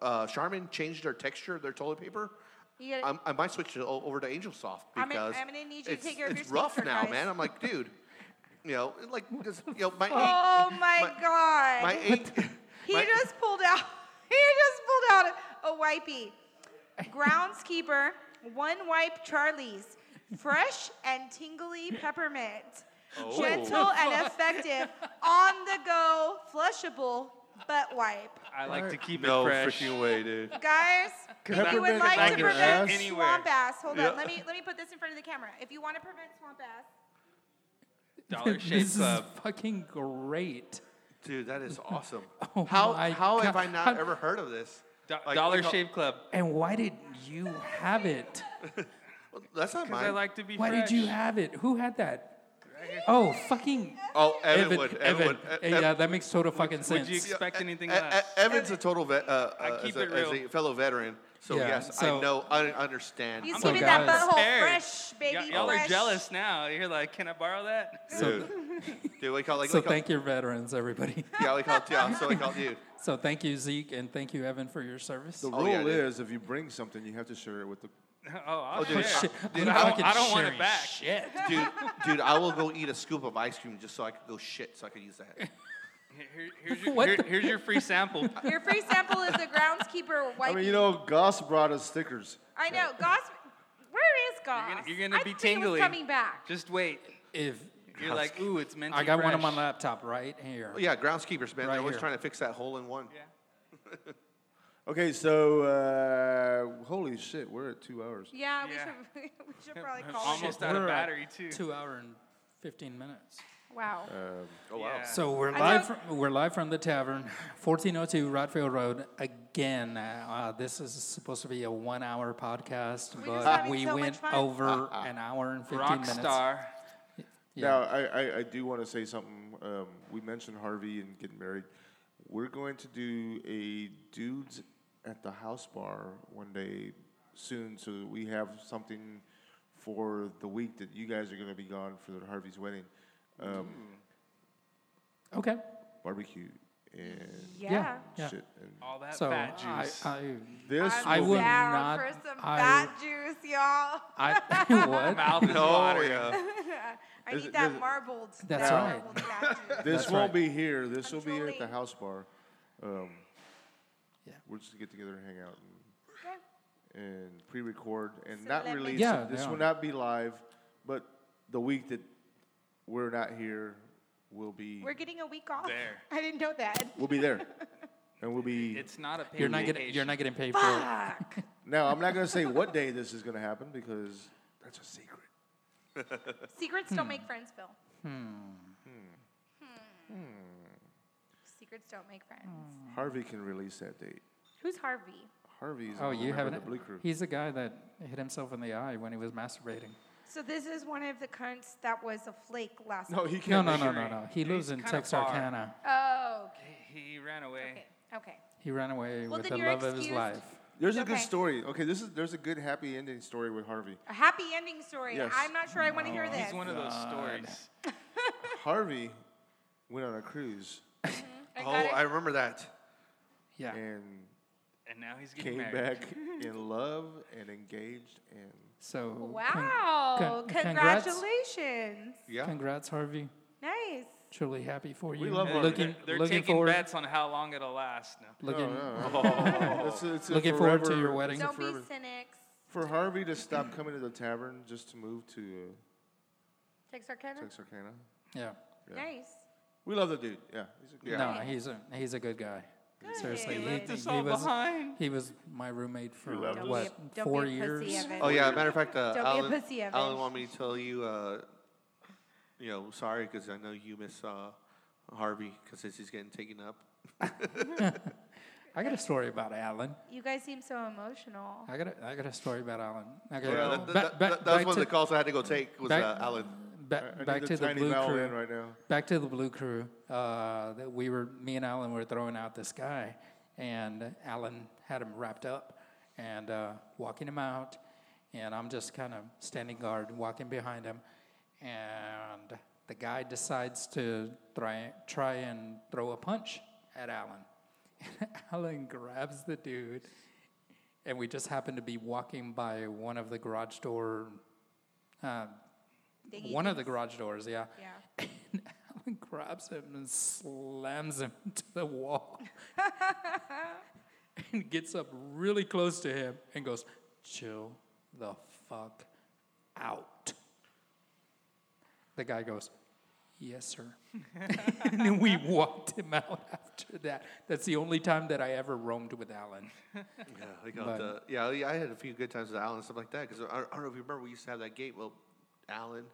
D: uh, Charmin changed their texture of their toilet paper.
C: You gotta-
D: I'm, I might switch it o- over to Angel Soft
C: I'm gonna-
D: because
C: I'm gonna need you to
D: it's,
C: take care of
D: it's
C: your
D: rough
C: sneaker,
D: now,
C: guys.
D: man. I'm like,
C: [LAUGHS]
D: dude, you know, like just, you know, my [LAUGHS]
C: oh my,
D: my-
C: god!
D: eight, my eight.
E: [LAUGHS]
C: He
D: my-
C: just pulled out. [LAUGHS] He just pulled out a, a wipey. Groundskeeper, one wipe Charlie's, fresh and tingly peppermint,
E: Oh.
C: gentle and effective, on the go, flushable butt wipe.
E: I like to keep
D: no
E: it fresh.
D: freaking way, dude.
C: Guys, if you
A: Peppermint
C: would like to
A: on your
C: prevent
E: ass?
C: swamp ass, hold
D: Yeah.
C: on. Let me let me put this in front of the camera. If you want to prevent swamp ass,
E: Dollar
B: [LAUGHS]
E: Shave
B: this is
E: Club.
B: fucking great.
D: Dude, that is awesome.
B: Oh
D: how
B: my
D: how have
B: God.
D: I not ever heard of this?
E: Do-
D: Like,
E: Dollar
D: you know-
E: Shave Club.
B: And why did you have it?
D: Well, That's not
E: Because
D: mine.
E: I like to be
B: Why
E: fresh.
B: did you have it? Who had that? Oh, fucking
D: oh, Evan,
B: Evan.
D: would. e-,
B: Evan.
D: Evan, would.
B: Hey, yeah, that makes total fucking
E: Would
B: sense.
E: you expect anything
D: E-
E: less?
D: E- Evan's a total vet, uh, uh, as,
E: keep
D: a,
E: it
D: as
E: real.
D: a fellow veteran, so
B: Yeah,
D: yes,
B: so-
D: I know, I understand.
C: he's
B: so
C: giving
B: guys-
C: that butthole
E: Scared.
C: fresh, baby.
E: Y- y'all
C: fresh.
E: are jealous now. You're like, can I borrow that?
B: so,
D: Dude, we call like,
B: so
D: we call,
B: thank your veterans, everybody.
D: yeah, we call yeah, so we call dude.
B: So thank you, Zeke, and thank you, Evan, for your service. [LAUGHS]
A: The
D: Oh,
A: rule
D: yeah, dude.
A: is if you bring something, you have to share it with the.
E: [LAUGHS] oh, I'll
D: dude,
E: share.
D: shit.
B: I'm
E: I
B: not
E: don't-
B: fucking
E: I don't want
B: sharing
E: it back.
B: Shit.
D: dude, dude, I will go eat a scoop of ice cream just so I could go shit, so I could use that.
E: Here-
B: [LAUGHS]
E: here's, your,
B: What
E: here-
B: the-
E: here's your
B: [LAUGHS]
E: free sample.
C: Your free sample is a groundskeeper
A: [LAUGHS]
C: wipe.
A: I mean, you know, Goss brought us stickers.
C: I
E: [LAUGHS]
C: know. Goss, where is Goss?
E: gonna- you're gonna
C: I
E: be
C: think he was
E: tingly.
C: coming back.
E: Just wait.
B: If
E: You're like, ooh, it's meant to
B: I got one on my
E: fresh."
B: laptop right here.
D: Oh, yeah, groundskeepers, man,
B: Right
D: they're always
B: here.
D: trying to fix that hole in one.
E: Yeah.
A: Okay, so uh, holy shit, we're at two hours.
C: Yeah,
E: Yeah.
C: We, should, [LAUGHS] we should
E: [LAUGHS]
C: probably call
E: Almost
B: Shit,
E: out
B: we're at
E: of battery, too.
B: Two hour and fifteen minutes.
C: it. Wow.
B: Uh,
D: Oh wow.
E: Yeah.
B: So we're
C: I
B: live.
C: know-
B: From, we're live from the tavern, fourteen oh two Rodfield Road. Again, uh, this is supposed to be a one-hour podcast,
C: just
B: but
C: having
B: we
C: so much
B: went
C: fun.
B: over an hour and fifteen minutes.
E: Rockstar.
B: Yeah.
A: Now, I, I, I do want to say something. Um, we mentioned Harvey and getting married. We're going to do a dudes at the house bar one day soon, so that we have something for the week that you guys are going to be gone for the Harvey's wedding. Um,
B: Okay.
A: barbecue and
C: Yeah.
B: Yeah. Yeah.
A: shit. And
E: All that
B: So [LAUGHS]
E: fat juice.
B: I,
A: this
C: I'm
B: I
A: will
B: would
C: down
B: not-
C: for some
B: I-
C: fat juice, y'all.
B: I, I [LAUGHS] what?
E: [LAUGHS] Mouth is
D: Oh
E: watering.
D: yeah.
E: [LAUGHS]
C: I
A: Is
C: need
A: it-
C: that
A: is it-
C: marbled. that
B: That's right.
C: marbled fat
E: [LAUGHS]
C: juice.
A: This
B: That's
A: won't
B: right.
A: be here. This will be at the
C: Controlling.
A: house bar. Um,
B: Yeah.
A: We're just to get together and hang out and,
C: Yeah.
A: and pre-record and
C: So
A: not
C: let me-
A: release.
B: Yeah,
A: it. this
B: yeah.
A: will not be live, but the week that we're not here, we'll be
C: We're getting a week off.
E: There.
C: I didn't know that.
A: we'll be
C: [LAUGHS]
A: there, and we'll be.
E: It's not a paid
B: You're not getting.
E: vacation.
B: You're not getting paid for it.
C: Fuck.
A: now I'm not going to say what day this is going to happen because that's a secret.
C: Secrets don't make friends, Phil. Hmm.
E: Hmm.
C: Secrets don't make friends.
B: Hmm.
A: Harvey can release that date.
C: Who's Harvey?
A: Harvey's.
B: Oh,
A: a
B: you
A: member of
B: haven't.
A: The Blue Crew.
B: He's the guy that hit himself in the eye when he was masturbating.
C: So this is one of the cunts that was a flake last
A: No,
C: week.
A: he
B: No,
A: can't.
B: no,
A: make
B: no,
A: it.
B: no, no. He
E: He's
B: lives in
E: kinda far.
B: Texarkana.
C: Oh,
E: He, he ran away.
C: okay. Okay.
B: He ran away
C: Well,
B: with the
C: then you're
B: love of his
C: excused.
B: life.
A: There's a good
C: Okay.
A: story. Okay, this is there's a good happy ending story with Harvey.
C: A happy ending story.
A: Yes.
C: I'm not sure I want to hear this.
E: He's one of those stories.
A: Harvey went on a cruise
C: I
D: oh,
C: got it.
D: I remember that.
B: Yeah.
A: and
E: And now he's
A: came
E: getting married. [LAUGHS]
A: back in love and engaged and
B: So
D: Oh,
B: con-
C: wow.
B: con- congrats.
C: Congratulations.
D: Yeah.
B: Congrats, Harvey.
C: Nice.
B: Truly happy for you.
A: We love
E: And
A: Harvey.
B: looking,
E: they're
B: looking
E: taking
B: forward,
E: bets on how long it'll last now.
B: looking,
A: Oh,
B: [LAUGHS]
A: It's a- it's a
B: looking forward to
A: forever-
B: your wedding.
A: it's a
C: Don't be
A: forever-
C: cynics.
A: For Harvey to stop coming to the tavern just to move to uh,
C: Texarkana.
A: Texarkana.
B: Yeah.
C: Nice.
A: We love the dude. Yeah, he's a good
B: No, he's a he's a good guy. Seriously, he,
E: left us
B: he
E: all
B: was
E: behind.
B: he was my roommate for
A: left us?
C: Don't
B: what
C: be a
B: four
C: pussy,
B: years.
C: Evan.
D: Oh yeah. Matter of fact, uh,
C: Don't be a
D: Alan,
C: pussy, Evan.
D: Alan wanted me to tell you, uh, you know, sorry because I know you miss uh, Harvey because he's getting taken up.
B: I got a story about Alan.
C: You guys seem so emotional.
B: I got a, I got a story about Alan. Okay,
D: Yeah,
B: well,
D: that, that,
B: ba-
D: that,
B: ba-
D: that,
B: back
D: that's one
B: to-
D: of the calls I had to go take was
B: back-
D: uh, Alan.
B: ba-
A: I- I need
B: back
A: the
B: to the
A: tiny
B: blue
A: vowel
B: crew.
A: in right now.
B: Back to the blue crew. Uh, that we were me and Alan were throwing out this guy, and Alan had him wrapped up and uh, walking him out, and I'm just kind of standing guard, walking behind him, and the guy decides to try try and throw a punch at Alan. [LAUGHS] Alan grabs the dude, and we just happened to be walking by one of the garage door. Uh,
C: Dingy
B: one of the garage doors, yeah.
C: Yeah.
B: And Alan grabs him and slams him to the wall [LAUGHS] and gets up really close to him and goes, chill the fuck out. The guy goes, yes, sir. [LAUGHS] and then we walked him out after that. That's the only time that I ever roamed with Alan.
D: [LAUGHS] Yeah, they got
B: But-
D: the- uh, yeah, yeah, I had a few good times with Alan and stuff like that. Because I, I don't know if you remember, we used to have that gate. Well, Alan,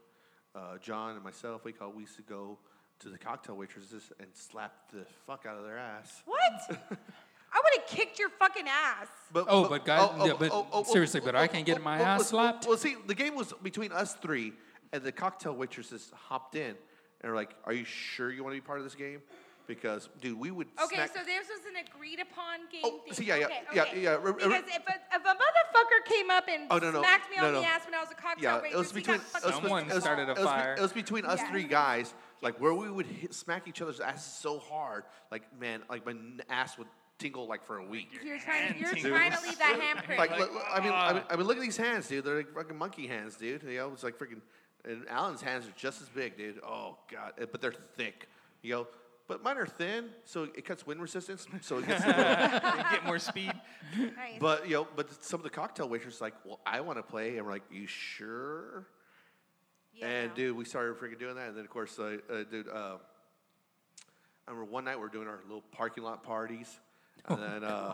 D: uh, John, and myself, we call. We used to go to the cocktail waitresses and slap the fuck out of their ass.
C: What?
D: [LAUGHS]
C: I would have kicked your fucking ass.
B: Oh, but guys- yeah, but
D: oh,
B: seriously, but I can't get my ass
D: well,
B: slapped.
D: oh, Well, see, the game was between us three, and the cocktail waitresses hopped in and were like, "Are you sure you want to be part of this game?" Because, dude, we would.
C: Okay,
D: snack-
C: so this was an agreed upon game
D: Oh,
C: thing.
D: see, yeah, yeah,
C: okay,
D: yeah,
C: okay.
D: yeah, re- re-
C: Because if a, if a motherfucker came up and
D: Oh, no, no,
C: smacked me
D: no,
C: on
D: no.
C: the ass when I was a cocktail
D: Yeah, it
C: waitress,
D: was
C: he
D: between
C: got
D: it
C: fucking
D: was-
E: Someone
D: it was-
E: started a
D: it was be-
E: fire.
D: It was between us
C: Yeah.
D: three guys, like where we would hit, smack each other's asses so hard, like man, like my n- ass would tingle like for a week.
C: You're trying, you're
E: Dude.
C: trying to leave that handprint.
D: Like, look- look- I, mean, I mean, I mean, look at these hands, dude. They're like fucking monkey hands, dude. You know, it's like freaking. And Alan's hands are just as big, dude. Oh god, Uh, but they're thick. You know, but mine are thin, so it cuts wind resistance, so it gets.
C: [LAUGHS]
E: Get more speed.
C: Nice.
D: But you know, but some of the cocktail waitresses like, well, I want to play, and we're like, you sure?
C: Yeah,
D: and
C: no.
D: dude, we started freaking doing that, and then of course, uh, uh, dude, uh, I remember one night we were doing our little parking lot parties, and then, uh,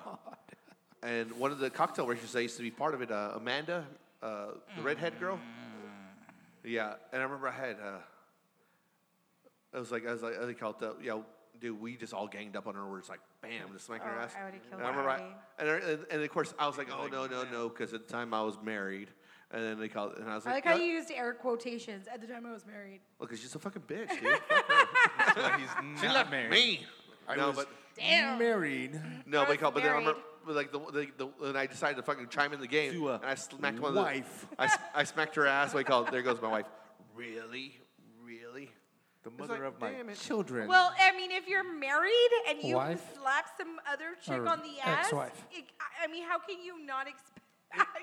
D: and one of the cocktail waitresses I used to be part of it, uh, Amanda, uh, the redhead
C: Mm.
D: girl. Yeah, and I remember I had. Uh, I was like, I was like, I think called up. Yeah, dude, we just all ganged up on her. We're just like, bam, just smacking her
C: Oh,
D: ass.
C: I would've killed
D: and I remember, I,
C: Harvey.
D: and, I- and, and of course, I was like, oh no, no, no, because at the time I was married. And then they called, and I was
C: I
D: like,
C: like how
D: "Yeah,
C: you used air quotations at the time I was married.
D: look, she's a fucking bitch, dude.
E: That's why
B: [LAUGHS]
E: he's not married.
D: Me. no, but
C: Damn.
A: married.
C: I
D: no, but,
C: was
D: call, but then I
C: married.
D: remember, but like the, the, the, and I decided to fucking chime in the game,
A: To a
D: and I smacked one of the,
A: wife.
D: I, s- I smacked her ass. What I call, there goes my wife. Really, really.
A: The
D: It's
A: mother
D: like,
A: of my
D: damn it.
A: children.
C: Well, I mean, if you're married and you
B: Wife?
C: slap some other chick
B: Or
C: on the ass,
B: ex-wife.
C: it, I- I mean, how can you not expect?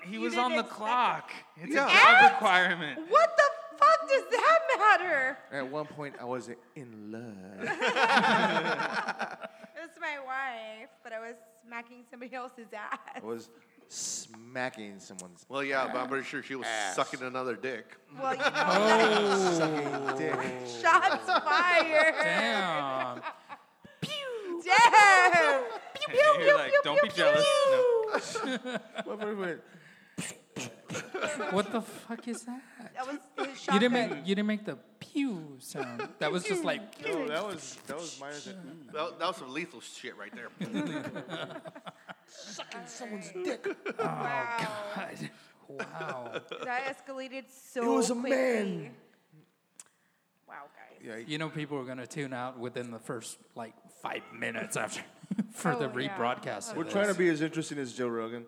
E: He
C: you
E: was
C: didn't
E: on the
C: expect-
E: clock. It's
D: Yeah.
E: a job
C: Out!
E: requirement.
C: What the fuck does that matter?
A: At one point, I was in love.
C: It's my wife, but I was smacking somebody else's ass.
A: I was smacking someone's
D: Well, yeah, but I'm pretty sure she was sucking another dick.
C: Well,
A: sucking dick.
D: oh.
C: [LAUGHS]
E: Oh.
C: shots fired.
B: Damn.
C: Damn.
E: [LAUGHS]
C: Pew, pew,
E: You're
C: pew,
E: like,
C: pew,
E: don't
C: pew,
E: be jealous. No.
C: pew.
A: Motherfucker
C: [LAUGHS]
A: went,
B: what the fuck is that?
C: That was his
B: You
C: shotgun.
B: didn't make you didn't make the pew sound. That was just like
A: No, Oh, that was that was minor than ooh,
D: That, that was some lethal shit right
A: [LAUGHS]
D: there.
C: wow.
E: Oh,
B: God. Wow.
C: That escalated so.
A: It was a
C: quickly.
A: man.
C: Wow, guys.
A: Yeah,
B: you know, people are going to tune out within the first like five minutes after [LAUGHS] for the
C: Oh, yeah.
B: rebroadcast. of
A: we're
B: this.
A: trying to be as interesting as Joe Rogan.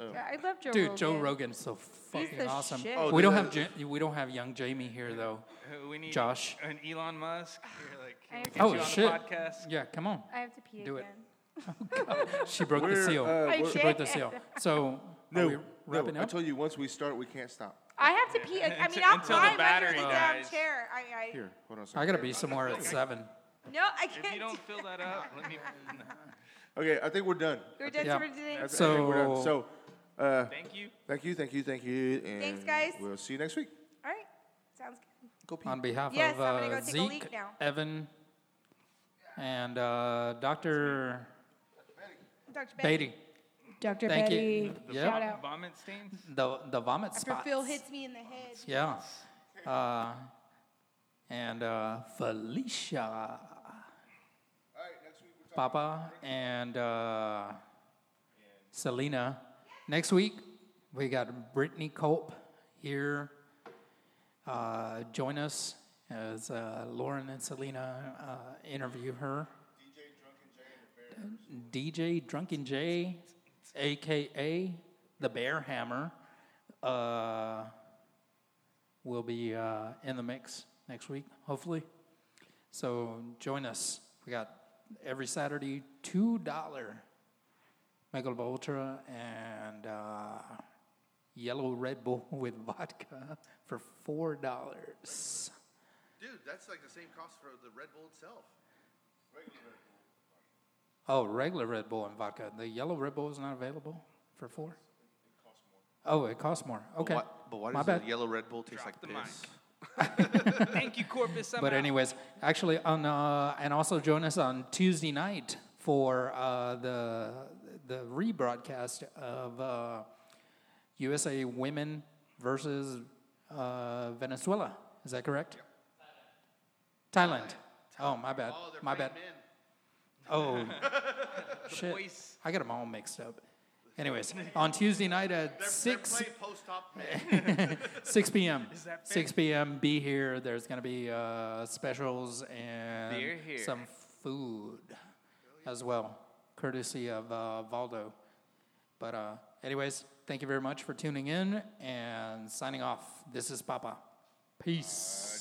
C: Yeah, I love Joe
B: Dude,
C: Rogan.
B: Joe Rogan's so fucking
C: the
B: awesome.
C: shit. Oh,
B: we
D: dude,
B: don't have ja- we don't have young Jamie here though.
E: Uh, We need
B: Josh.
E: an Elon Musk. You're like,
C: I have
E: can we get
C: to
B: Oh
E: you on
B: shit!
E: the podcast?
B: Yeah, come on.
C: I have to pee
B: Do it.
C: again.
B: She broke the
A: We're,
B: seal.
A: uh,
C: I
A: we're-
B: she broke the seal. So
A: No,
B: are we wrapping
A: no, I
B: up?
A: told you once we start, we can't stop.
C: I have to pee. ag- I mean,
E: Until-
C: I'm
E: until the
C: fine under
E: battery
C: the damn
E: dies.
C: chair. I, I,
A: Here, hold on a second.
B: I gotta be somewhere at seven.
C: no, I
E: If
C: can't.
E: you don't fill that up, let
C: [LAUGHS]
E: me.
A: Okay, I think we're done.
C: We're done
B: Yeah.
C: for today.
A: I th- I think we're done.
B: So-
A: So, uh,
E: Thank you.
A: thank you, thank you, thank you. And
C: Thanks, guys.
A: We'll see you next week.
C: All right, sounds good.
A: Go pee.
B: On behalf
C: Yes,
B: of
C: I'm gonna
B: uh,
C: go take a leak
B: Zeke,
C: now.
B: Evan, and uh, Doctor
C: Dr. Betty.
B: Beatty.
C: Dr.
B: Thank you.
C: Betty.
E: The
B: Yeah.
C: Shout
E: vom-
C: out.
E: vomit stains.
B: The the vomit
C: After
B: spot.
C: Phil hits me in the head.
B: Yeah. Uh, and uh, Felicia. Papa and uh, Selena. Next week, we got Brittany Culp here. Uh, join us as uh, Lauren and Selena uh, interview her. DJ Drunken Jay, aka the Bear Hammer, uh, will be uh, in the mix next week, hopefully. So join us. We got every Saturday two dollar Michelob Ultra and uh, Yellow Red Bull [LAUGHS] with vodka for four dollars.
D: Dude, that's like the same cost for the Red Bull itself.
B: Oh, regular Red Bull and vodka. The yellow Red Bull is not available for four. Oh, it costs more. Okay.
D: But why
B: My
D: does
B: bad.
D: the yellow Red Bull taste
E: Drop
D: like
E: the
D: piss?
E: mic. Thank you, Corpus. I'm
B: But
E: out.
B: anyways, actually, on uh, and also join us on Tuesday night for uh, the the rebroadcast of uh, USA Women versus uh, Venezuela. Is that correct? Thailand. Oh, my bad.
D: Oh, they're
B: my bad.
D: playing men.
B: Oh,
D: [LAUGHS]
B: shit.
E: voice.
B: I got them all mixed up. Anyways, on Tuesday night at
D: They're,
B: 6
D: they're playing post-op men.
B: 6 p.m.
E: Is that fair?
B: 6 p.m. Be here. There's gonna be uh, specials and
E: Beer here.
B: some food as well, courtesy of uh, Valdo. But uh, anyways, thank you very much for tuning in and signing off. This is Papa. Peace.